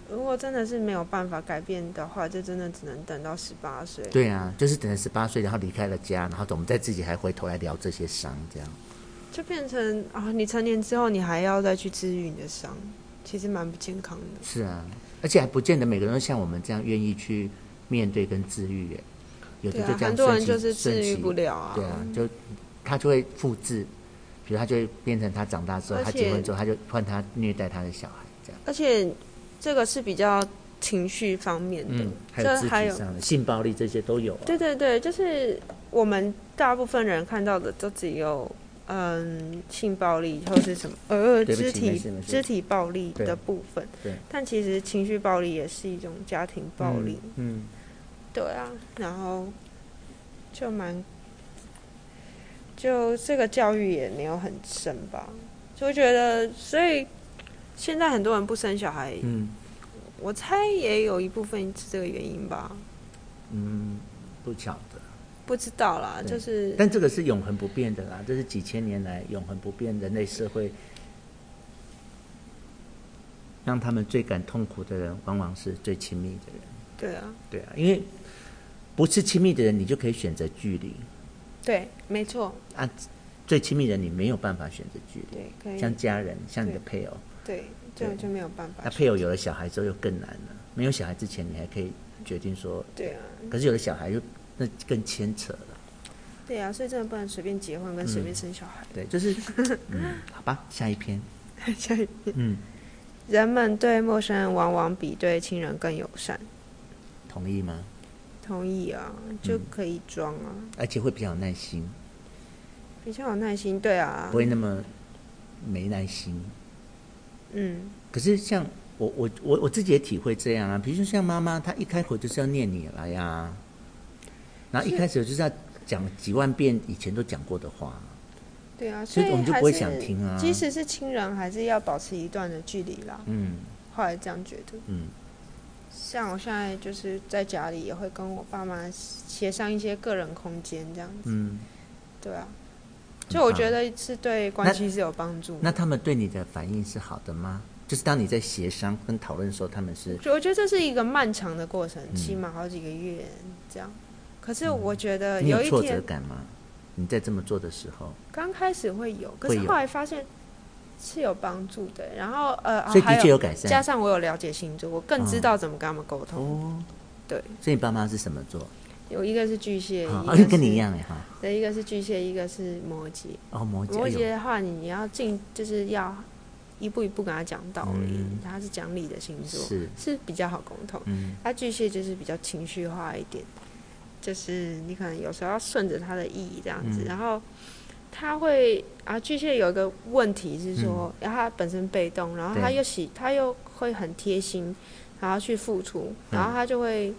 Speaker 2: 如果真的是没有办法改变的话，就真的只能等到十八岁。
Speaker 1: 对啊，就是等了十八岁，然后离开了家，然后我们再自己还回头来聊这些伤，这样
Speaker 2: 就变成啊，你成年之后，你还要再去治愈你的伤，其实蛮不健康的。
Speaker 1: 是啊，而且还不见得每个人都像我们这样愿意去面对跟治愈耶，有的
Speaker 2: 对
Speaker 1: 就
Speaker 2: 啊，
Speaker 1: 这样
Speaker 2: 很多
Speaker 1: 顺
Speaker 2: 人
Speaker 1: 其
Speaker 2: 就是治
Speaker 1: 顺
Speaker 2: 愈
Speaker 1: 其
Speaker 2: 不了啊。
Speaker 1: 对啊，就他就会复制，比如他就会变成他长大之后，
Speaker 2: 而
Speaker 1: 他
Speaker 2: 且
Speaker 1: 结婚之后，他就换他虐待他的小孩这样，
Speaker 2: 而且这个是比较情绪方面的，
Speaker 1: 嗯，还有
Speaker 2: 这
Speaker 1: 肢
Speaker 2: 还
Speaker 1: 体
Speaker 2: 有
Speaker 1: 上的性暴力这些都有、啊，
Speaker 2: 对对对，就是我们大部分人看到的都只有嗯性暴力或是什么呃
Speaker 1: 对不起
Speaker 2: 肢
Speaker 1: 没
Speaker 2: 体
Speaker 1: 事没事
Speaker 2: 肢体暴力
Speaker 1: 对
Speaker 2: 的部分
Speaker 1: 对，
Speaker 2: 但其实情绪暴力也是一种家庭暴力，
Speaker 1: 嗯，
Speaker 2: 对啊，然后就蛮就这个教育也没有很深吧，就觉得所以现在很多人不生小孩，
Speaker 1: 嗯
Speaker 2: 我猜也有一部分是这个原因吧，
Speaker 1: 嗯嗯，不巧的。
Speaker 2: 不知道啦，
Speaker 1: 对
Speaker 2: 就是
Speaker 1: 但这个是永恒不变的啦，这是几千年来永恒不变人类社会。让他们最感痛苦的人，往往是最亲密的人。
Speaker 2: 对啊，
Speaker 1: 对啊，因为不是亲密的人，你就可以选择距离
Speaker 2: 对，没错，
Speaker 1: 啊；最亲密的人，你没有办法选择距离。
Speaker 2: 对，可以，
Speaker 1: 像家人，像你的配偶，
Speaker 2: 对，就
Speaker 1: 对
Speaker 2: 就没有办法
Speaker 1: 那，配偶有了小孩之后又更难了。没有小孩之前，你还可以决定说，
Speaker 2: 对啊，
Speaker 1: 可是有了小孩又那更牵扯了。
Speaker 2: 对啊，所以真的不能随便结婚
Speaker 1: 嗯
Speaker 2: 跟随便生小孩。
Speaker 1: 对，就是， 嗯，好吧，下一篇，
Speaker 2: 下一篇
Speaker 1: 嗯，
Speaker 2: 人们对陌生人往往比对亲人更友善，
Speaker 1: 同意吗？
Speaker 2: 同意啊，就可以装啊，
Speaker 1: 而且会比较有耐心，
Speaker 2: 比较有耐心，对啊
Speaker 1: 不，会那么没耐心。
Speaker 2: 嗯，
Speaker 1: 可是像我我我我自己也体会这样啊，比如说像妈妈，她一开口就是要念你来呀、然后一开始就是要讲几万遍以前都讲过的话，
Speaker 2: 对啊，
Speaker 1: 所以我们就
Speaker 2: 还
Speaker 1: 不会
Speaker 2: 是
Speaker 1: 想听啊
Speaker 2: 即使是亲人，还是要保持一段的距离啦。
Speaker 1: 嗯
Speaker 2: 后来这样觉得，
Speaker 1: 嗯
Speaker 2: 像我现在就是在家里也会跟我爸妈协商一些个人空间这样子，
Speaker 1: 嗯。
Speaker 2: 对啊，
Speaker 1: 很
Speaker 2: 就我
Speaker 1: 棒
Speaker 2: 觉得是对关系是有帮助的。
Speaker 1: 那他们对你的反应是好的吗？就是当你在协商跟讨论的时候，他们是
Speaker 2: 我觉得这是一个漫长的过程，
Speaker 1: 嗯
Speaker 2: 起码好几个月这样。可是我觉得
Speaker 1: 你有
Speaker 2: 呃一
Speaker 1: 挫折
Speaker 2: 天
Speaker 1: 感吗？你在这么做的时候，
Speaker 2: 刚开始会有，可
Speaker 1: 会
Speaker 2: 是
Speaker 1: 有
Speaker 2: 后来发现是有帮助的。然后呃，啊
Speaker 1: 所以
Speaker 2: 还
Speaker 1: 的确有改善
Speaker 2: 加上我有了解星座，我更知道怎么跟他们沟通。
Speaker 1: 哦，
Speaker 2: 对，
Speaker 1: 所以你爸妈是什么座？
Speaker 2: 有一个是巨蟹，
Speaker 1: 啊
Speaker 2: 一，
Speaker 1: 哦
Speaker 2: 个是
Speaker 1: 跟你一，样哎哈，
Speaker 2: 对，一个是巨蟹，一个是摩羯。
Speaker 1: 哦，摩羯，
Speaker 2: 摩
Speaker 1: 哎呦
Speaker 2: 羯的话，你要进就是要一步一步跟他讲道理，
Speaker 1: 嗯
Speaker 2: 他是讲理的星座，
Speaker 1: 是
Speaker 2: 是比较好沟通。
Speaker 1: 嗯
Speaker 2: 他巨蟹就是比较情绪化一点，就是你可能有时候要顺着他的意这样子，
Speaker 1: 嗯
Speaker 2: 然后他会啊，巨蟹有一个问题是说，然后他本身被动，然后他
Speaker 1: 嗯对
Speaker 2: 又喜，他又会很贴心，然后去付出，
Speaker 1: 嗯
Speaker 2: 然后他就会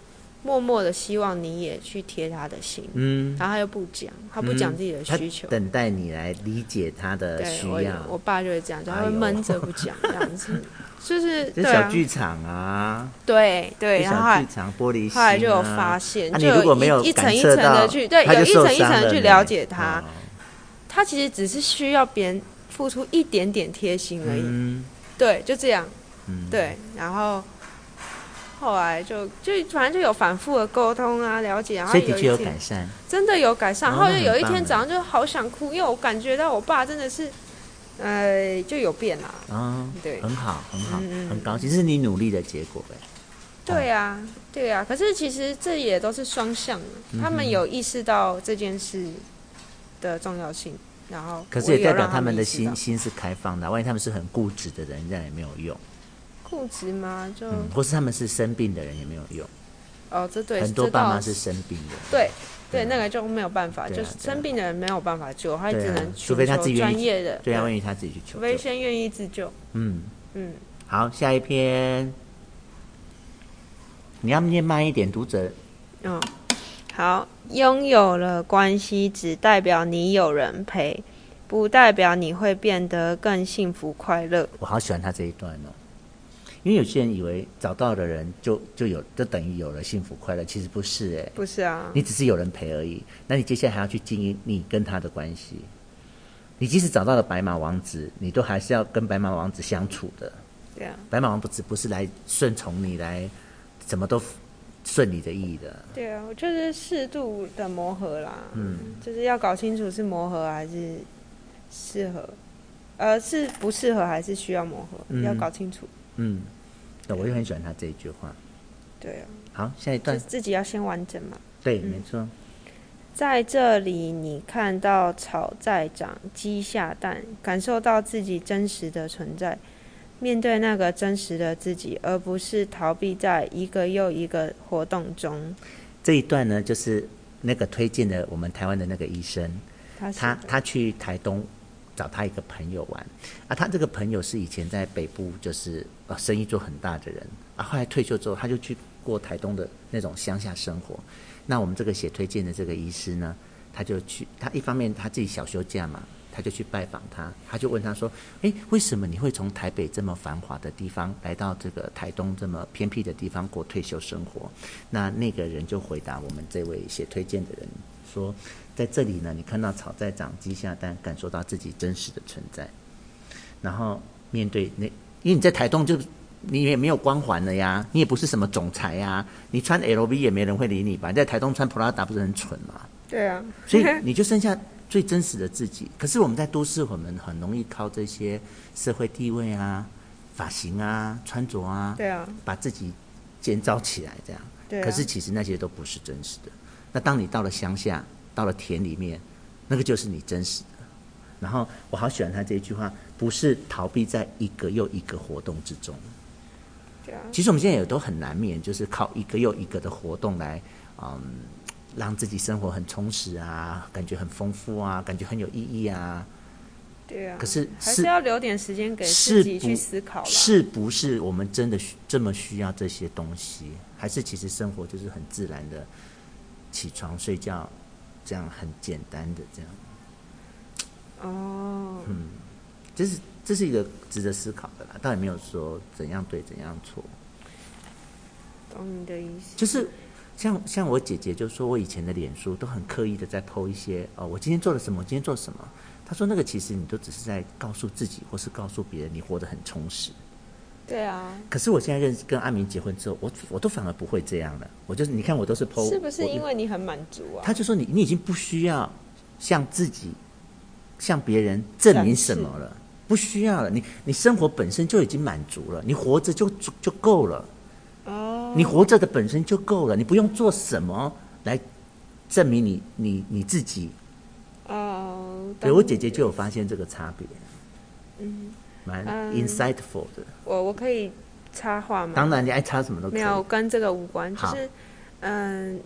Speaker 2: 默默的希望你也去贴他的心，
Speaker 1: 嗯，
Speaker 2: 然后他又不讲，他不讲自己的
Speaker 1: 他
Speaker 2: 需求，
Speaker 1: 等待你来理解他的
Speaker 2: 对
Speaker 1: 需
Speaker 2: 我
Speaker 1: 要，
Speaker 2: 我爸就会这样，就他
Speaker 1: 哎
Speaker 2: 会
Speaker 1: 呦
Speaker 2: 闷着不讲这样子， 就是
Speaker 1: 这
Speaker 2: 对
Speaker 1: 是小
Speaker 2: 啊，
Speaker 1: 剧场啊，
Speaker 2: 对对，
Speaker 1: 这
Speaker 2: 然后后
Speaker 1: 小剧
Speaker 2: 来
Speaker 1: 场玻璃心、啊。
Speaker 2: 后来就有发现，
Speaker 1: 啊
Speaker 2: 就
Speaker 1: 你如果没有
Speaker 2: 一一层
Speaker 1: 感
Speaker 2: 一
Speaker 1: 测
Speaker 2: 层
Speaker 1: 到
Speaker 2: 的去，对，
Speaker 1: 他
Speaker 2: 有
Speaker 1: 就
Speaker 2: 一
Speaker 1: 受
Speaker 2: 层一
Speaker 1: 伤
Speaker 2: 层
Speaker 1: 了
Speaker 2: 的去
Speaker 1: 呢
Speaker 2: 了解他
Speaker 1: 哦，
Speaker 2: 他其实只是需要别人付出一点点贴心而已，
Speaker 1: 嗯
Speaker 2: 对，就这样。
Speaker 1: 嗯，
Speaker 2: 对，然后后来就就反正就有反复的沟通啊，了解，然后
Speaker 1: 所以的
Speaker 2: 有
Speaker 1: 确有
Speaker 2: 一
Speaker 1: 改
Speaker 2: 天
Speaker 1: 善，
Speaker 2: 真的有改善，
Speaker 1: 哦
Speaker 2: 然后
Speaker 1: 那
Speaker 2: 就
Speaker 1: 很
Speaker 2: 有一
Speaker 1: 棒哎
Speaker 2: 天早上就好想哭，因为我感觉到我爸真的是，呃，就有变啦，
Speaker 1: 哦，
Speaker 2: 对，
Speaker 1: 很好，很好，
Speaker 2: 嗯嗯
Speaker 1: 很高兴，是你努力的结果呗。
Speaker 2: 对啊，对啊，可是其实这也都是双向的，
Speaker 1: 嗯
Speaker 2: 他们有意识到这件事的重要性，然后
Speaker 1: 可
Speaker 2: 我
Speaker 1: 是也
Speaker 2: 有
Speaker 1: 代
Speaker 2: 让
Speaker 1: 表他们的
Speaker 2: 意识
Speaker 1: 心
Speaker 2: 到
Speaker 1: 心是开放的，万一他们是很固执的人，这样也没有用，
Speaker 2: 固执吗？就、
Speaker 1: 嗯，或是他们是生病的人也没有用，
Speaker 2: 哦，这对
Speaker 1: 很多
Speaker 2: 这
Speaker 1: 爸
Speaker 2: 倒
Speaker 1: 妈
Speaker 2: 是
Speaker 1: 是生病的，
Speaker 2: 对
Speaker 1: 对啊
Speaker 2: 对，那个就没有办法，
Speaker 1: 对啊
Speaker 2: 就是生病的人没有办法救，他
Speaker 1: 对
Speaker 2: 只
Speaker 1: 啊
Speaker 2: 能
Speaker 1: 除非他自己
Speaker 2: 寻求
Speaker 1: 愿意
Speaker 2: 专业的，
Speaker 1: 对啊，万一他自己去求
Speaker 2: 除非
Speaker 1: 救，
Speaker 2: 先愿意自救。
Speaker 1: 嗯，
Speaker 2: 嗯，
Speaker 1: 好，下一篇，你要念慢一点，读者，
Speaker 2: 哦，好，拥有了关系，只代表你有人陪，不代表你会变得更幸福快乐。
Speaker 1: 我好喜欢他这一段哦。因为有些人以为找到的人就就有就等于有了幸福快乐，其实不是哎、
Speaker 2: 不是啊，
Speaker 1: 你只是有人陪而已。那你接下来还要去经营你跟他的关系。你即使找到了白马王子，你都还是要跟白马王子相处的。
Speaker 2: 对啊，
Speaker 1: 白马王子不是来顺从你，来怎么都顺你的意的。
Speaker 2: 对啊，我觉得是适度的磨合啦，
Speaker 1: 嗯，
Speaker 2: 就是要搞清楚是磨合还是适合，呃，是不适合还是需要磨合，
Speaker 1: 嗯
Speaker 2: 要搞清楚。
Speaker 1: 嗯，那我就很喜欢他这一句话。
Speaker 2: 对啊，
Speaker 1: 好，下一
Speaker 2: 就
Speaker 1: 段
Speaker 2: 是自己要先完整嘛。
Speaker 1: 对，
Speaker 2: 嗯
Speaker 1: 没错，
Speaker 2: 在这里，你看到草在长，鸡下蛋，感受到自己真实的存在，面对那个真实的自己，而不是逃避在一个又一个活动中。
Speaker 1: 这一段呢，就是那个推荐的我们台湾的那个医生，
Speaker 2: 他是
Speaker 1: 他他去台东找他一个朋友玩啊，他这个朋友是以前在北部就是呃生意做很大的人啊，后来退休之后他就去过台东的那种乡下生活。那我们这个写推荐的这个医师呢，他就去，他一方面他自己小休假嘛，他就去拜访他，他就问他说：“诶，为什么你会从台北这么繁华的地方来到这个台东这么偏僻的地方过退休生活？”那那个人就回答我们这位写推荐的人说：“在这里呢，你看到草在长，鸡下蛋，感受到自己真实的存在。然后面对那，因为你在台东就你也没有光环了呀，你也不是什么总裁呀，你穿 LV 也没人会理你吧？你在台东穿 Prada 不是很蠢吗？
Speaker 2: 对啊，
Speaker 1: 所以你就剩下最真实的自己。可是我们在都市，我们很容易靠这些社会地位啊、发型啊、穿着啊，
Speaker 2: 对啊，
Speaker 1: 把自己建造起来这样。
Speaker 2: 对啊。
Speaker 1: 可是其实那些都不是真实的。那当你到了乡下，到了田里面，那个就是你真实的。然后我好喜欢他这一句话，不是逃避在一个又一个活动之中。
Speaker 2: 对啊
Speaker 1: 其实我们现在也都很难免，就是靠一个又一个的活动来，嗯，让自己生活很充实啊，感觉很丰富啊，感觉很有意义啊。
Speaker 2: 对啊，
Speaker 1: 可是
Speaker 2: 还
Speaker 1: 是
Speaker 2: 是要留点时间给
Speaker 1: 是
Speaker 2: 自己去
Speaker 1: 不
Speaker 2: 思考啦。
Speaker 1: 是不是我们真的需这么需要这些东西？还是其实生活就是很自然的起床睡觉，这样很简单的这样？
Speaker 2: 哦，
Speaker 1: 嗯这是这是一个值得思考的啦，倒也没有说怎样对怎样错，
Speaker 2: 懂你的意思。
Speaker 1: 就是。像像我姐姐就说，我以前的脸书都很刻意的在剖一些哦，我今天做了什么，我今天做什么。她说那个其实你都只是在告诉自己，或是告诉别人你活得很充实。
Speaker 2: 对啊，
Speaker 1: 可是我现在认识跟阿明结婚之后，我我都反而不会这样了。我就是你看我都是 PO，
Speaker 2: 是不是
Speaker 1: 我
Speaker 2: 因为你很满足啊？
Speaker 1: 他就说你你已经不需要向自己、向别人证明什么了，不需要了。你你生活本身就已经满足了，你活着就就就够了，
Speaker 2: 哦，
Speaker 1: 你活着的本身就够了，你不用做什么来证明你你你自己。
Speaker 2: 哦，
Speaker 1: 对
Speaker 2: 懂
Speaker 1: 我
Speaker 2: 你
Speaker 1: 姐姐
Speaker 2: 的
Speaker 1: 就有发现这个差别，嗯，蛮
Speaker 2: 嗯
Speaker 1: insightful 的。
Speaker 2: 我我可以插话吗？
Speaker 1: 当然，你爱插什么都可
Speaker 2: 没
Speaker 1: 以。
Speaker 2: 有跟这个无关，就
Speaker 1: 好
Speaker 2: 是嗯，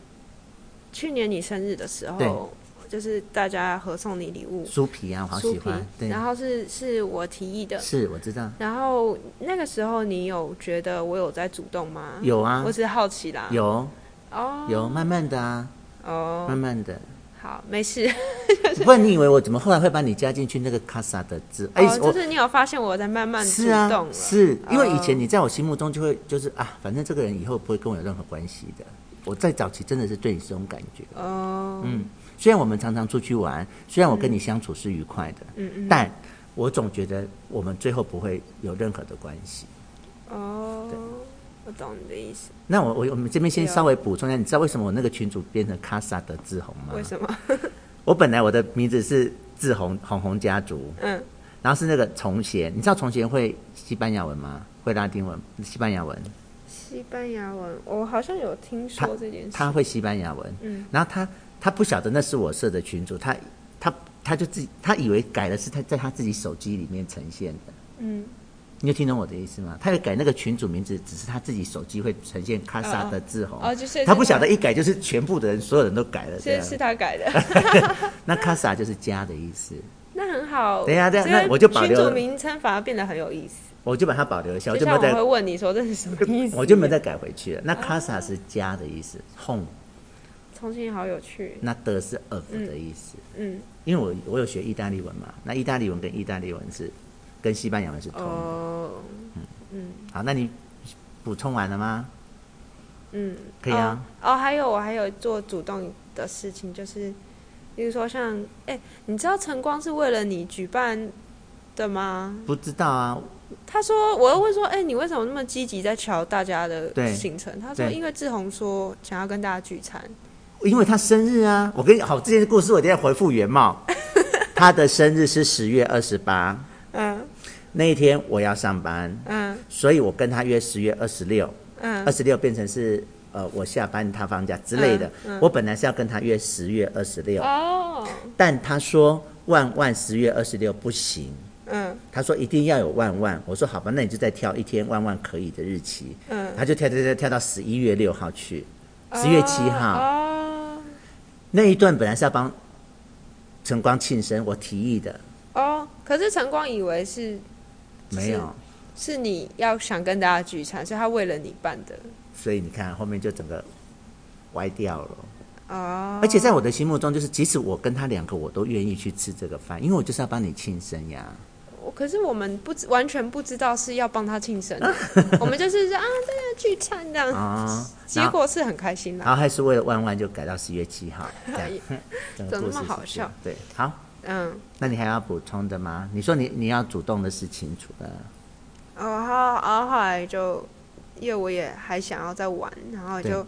Speaker 2: 去年你生日的时
Speaker 1: 对
Speaker 2: 候，就是大家合送你礼物，
Speaker 1: 酥皮啊，我好喜
Speaker 2: 酥皮
Speaker 1: 欢。对，
Speaker 2: 然后是是我提议的，
Speaker 1: 是我知道，
Speaker 2: 然后那个时候你有觉得我有在主动吗？
Speaker 1: 有啊
Speaker 2: 我，只是好奇啦。
Speaker 1: 有，
Speaker 2: 哦哦
Speaker 1: 有慢慢的啊，
Speaker 2: 哦，
Speaker 1: 慢慢 的。
Speaker 2: 好，没事。
Speaker 1: 不然你以为我怎么后来会把你加进去那个卡萨的字？哎、
Speaker 2: 哦，
Speaker 1: 我
Speaker 2: 就是你有发现我在慢慢主
Speaker 1: 是
Speaker 2: 动
Speaker 1: 啊
Speaker 2: 了，，
Speaker 1: 是因为以前
Speaker 2: 哦
Speaker 1: 你在我心目中就会就是啊，反正这个人以后不会跟我有任何关系的。我在早期真的是对你这种感觉，
Speaker 2: 哦，
Speaker 1: 嗯，虽然我们常常出去玩，虽然我跟你相处是愉快的，
Speaker 2: 嗯嗯，
Speaker 1: 但我总觉得我们最后不会有任何的关系。
Speaker 2: 哦，我懂你的意思。
Speaker 1: 那我我我们这边先
Speaker 2: 对啊
Speaker 1: 稍微补充一下，你知道为什么我那个群主变成卡萨的志宏吗？
Speaker 2: 为什么？
Speaker 1: 我本来我的名字是志宏，红红家族，
Speaker 2: 嗯，
Speaker 1: 然后是那个从贤，你知道从贤会西班牙文吗？会拉丁文、西班牙文，
Speaker 2: 西班牙文，我好像有听说这件事。
Speaker 1: 他会西班牙文，
Speaker 2: 嗯，
Speaker 1: 然后他他不晓得那是我设的群主，他他他就自己他以为改的是他在他自己手机里面呈现的，
Speaker 2: 嗯，
Speaker 1: 你有听懂我的意思吗？他有改那个群主名字，只是他自己手机会呈现卡萨
Speaker 2: 哦哦
Speaker 1: 的志宏，
Speaker 2: 哦就是
Speaker 1: 他不晓得一改就是全部的人所有人都改了这
Speaker 2: 是
Speaker 1: 样，
Speaker 2: 是他改的，
Speaker 1: 那卡萨就是家的意思，
Speaker 2: 那很好。
Speaker 1: 等一下
Speaker 2: 这
Speaker 1: 等一下
Speaker 2: 个
Speaker 1: 那我就保留
Speaker 2: 群主
Speaker 1: 了
Speaker 2: 名称反而变得很有意思。
Speaker 1: 我就把它保留下，我
Speaker 2: 就
Speaker 1: 就没有
Speaker 2: 像我
Speaker 1: 再
Speaker 2: 会哦问你说这是什么意思，
Speaker 1: 我就没有再改回去了。那卡萨是家的意思，home，
Speaker 2: 重新好有趣。
Speaker 1: 那的是 of 的意思。
Speaker 2: 嗯，
Speaker 1: 因为我我有学意大利文嘛，那意大利文跟意大利文是跟西班牙文是通的。
Speaker 2: 哦，
Speaker 1: 好，那你补充完了吗？
Speaker 2: 嗯，
Speaker 1: 可以啊。
Speaker 2: 哦。哦，还有我还有做主动的事情，就是比如说像，哎、你知道晨光是为了你举办的吗？
Speaker 1: 不知道啊，
Speaker 2: 他说，我又问说，哎、你为什么那么积极在瞧大家的
Speaker 1: 对
Speaker 2: 行程？他说，
Speaker 1: 对
Speaker 2: 因为志宏说想要跟大家聚餐。
Speaker 1: 因为他生日啊。我跟你好，这件故事我等一下回复原 貌。他的生日是十月二十八，
Speaker 2: 嗯
Speaker 1: 那一天我要上班，
Speaker 2: 嗯
Speaker 1: 所以我跟他约十月二十六，二
Speaker 2: 嗯
Speaker 1: 十六变成是呃我下班他放假之类的。
Speaker 2: 嗯嗯
Speaker 1: 我本来是要跟他约十月二十六，
Speaker 2: 哦，
Speaker 1: 但他说万万十月二十六不行，
Speaker 2: 嗯
Speaker 1: 他说一定要有万万。我说好吧，那你就再挑一天万万可以的日期。
Speaker 2: 嗯，
Speaker 1: 他就跳跳跳跳到十一月六号去，十月七号、
Speaker 2: 哦
Speaker 1: 那一段本来是要帮晨光庆生，我提议的，
Speaker 2: 哦，可是晨光以为是
Speaker 1: 没有，
Speaker 2: 是你要想跟大家聚餐，所以他为了你办的。
Speaker 1: 所以你看后面就整个歪掉了。
Speaker 2: 哦，
Speaker 1: 而且在我的心目中，就是即使我跟他两个，我都愿意去吃这个饭，因为我就是要帮你庆生呀。
Speaker 2: 我可是我们不知完全不知道是要帮他庆生 的，我们就是说啊，大家聚餐这样，
Speaker 1: 啊
Speaker 2: 结
Speaker 1: 然后
Speaker 2: 果是很开心啦。
Speaker 1: 然后啊还是为了万万就改到十月七 号，这样整个
Speaker 2: 哎怎么
Speaker 1: 故事
Speaker 2: 那么
Speaker 1: 是
Speaker 2: 好
Speaker 1: 这样
Speaker 2: 笑？
Speaker 1: 对，好。
Speaker 2: 嗯，
Speaker 1: 那你还要补充的吗？你说你你要主动的事情，除了
Speaker 2: 哦，然后然后后来就因为我也还想要再玩，然后
Speaker 1: 对
Speaker 2: 就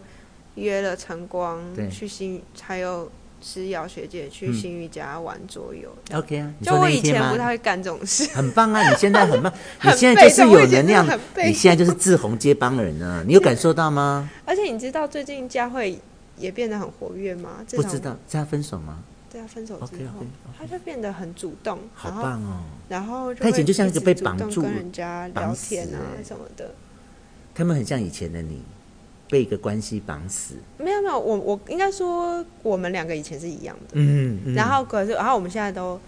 Speaker 2: 约了晨光
Speaker 1: 对
Speaker 2: 去新，还有诗瑶学姐去
Speaker 1: 嗯
Speaker 2: 新宇家玩桌游。
Speaker 1: OK 啊？你
Speaker 2: 就
Speaker 1: 说
Speaker 2: 我
Speaker 1: 那一
Speaker 2: 以
Speaker 1: 天
Speaker 2: 前
Speaker 1: 吗
Speaker 2: 不？太会干这种事，
Speaker 1: 很棒啊！你现在很棒，你
Speaker 2: 很
Speaker 1: 现在就
Speaker 2: 被
Speaker 1: 是
Speaker 2: 动我
Speaker 1: 有
Speaker 2: 以前
Speaker 1: 能量啊
Speaker 2: 真的很，被
Speaker 1: 你现在就是志宏接帮人啊！你有感受到吗？
Speaker 2: 而且你知道最近佳慧也变得很活跃吗？自
Speaker 1: 不
Speaker 2: 从
Speaker 1: 知道，是他啊分手吗？
Speaker 2: 对她啊分手之
Speaker 1: OK，OK，OK
Speaker 2: 后，她就变得很主动，
Speaker 1: 好
Speaker 2: 然后
Speaker 1: 棒哦！
Speaker 2: 然后就
Speaker 1: 她以前
Speaker 2: 会
Speaker 1: 就像一个被
Speaker 2: 直主动
Speaker 1: 绑住
Speaker 2: 跟人家聊
Speaker 1: 绑死
Speaker 2: 天啊
Speaker 1: 欸
Speaker 2: 什么的。
Speaker 1: 他们很像以前的你，被一个关系绑死。
Speaker 2: 没有没有，我我应该说我们两个以前是一样的，
Speaker 1: 嗯，嗯
Speaker 2: 然后可是然后我们现在都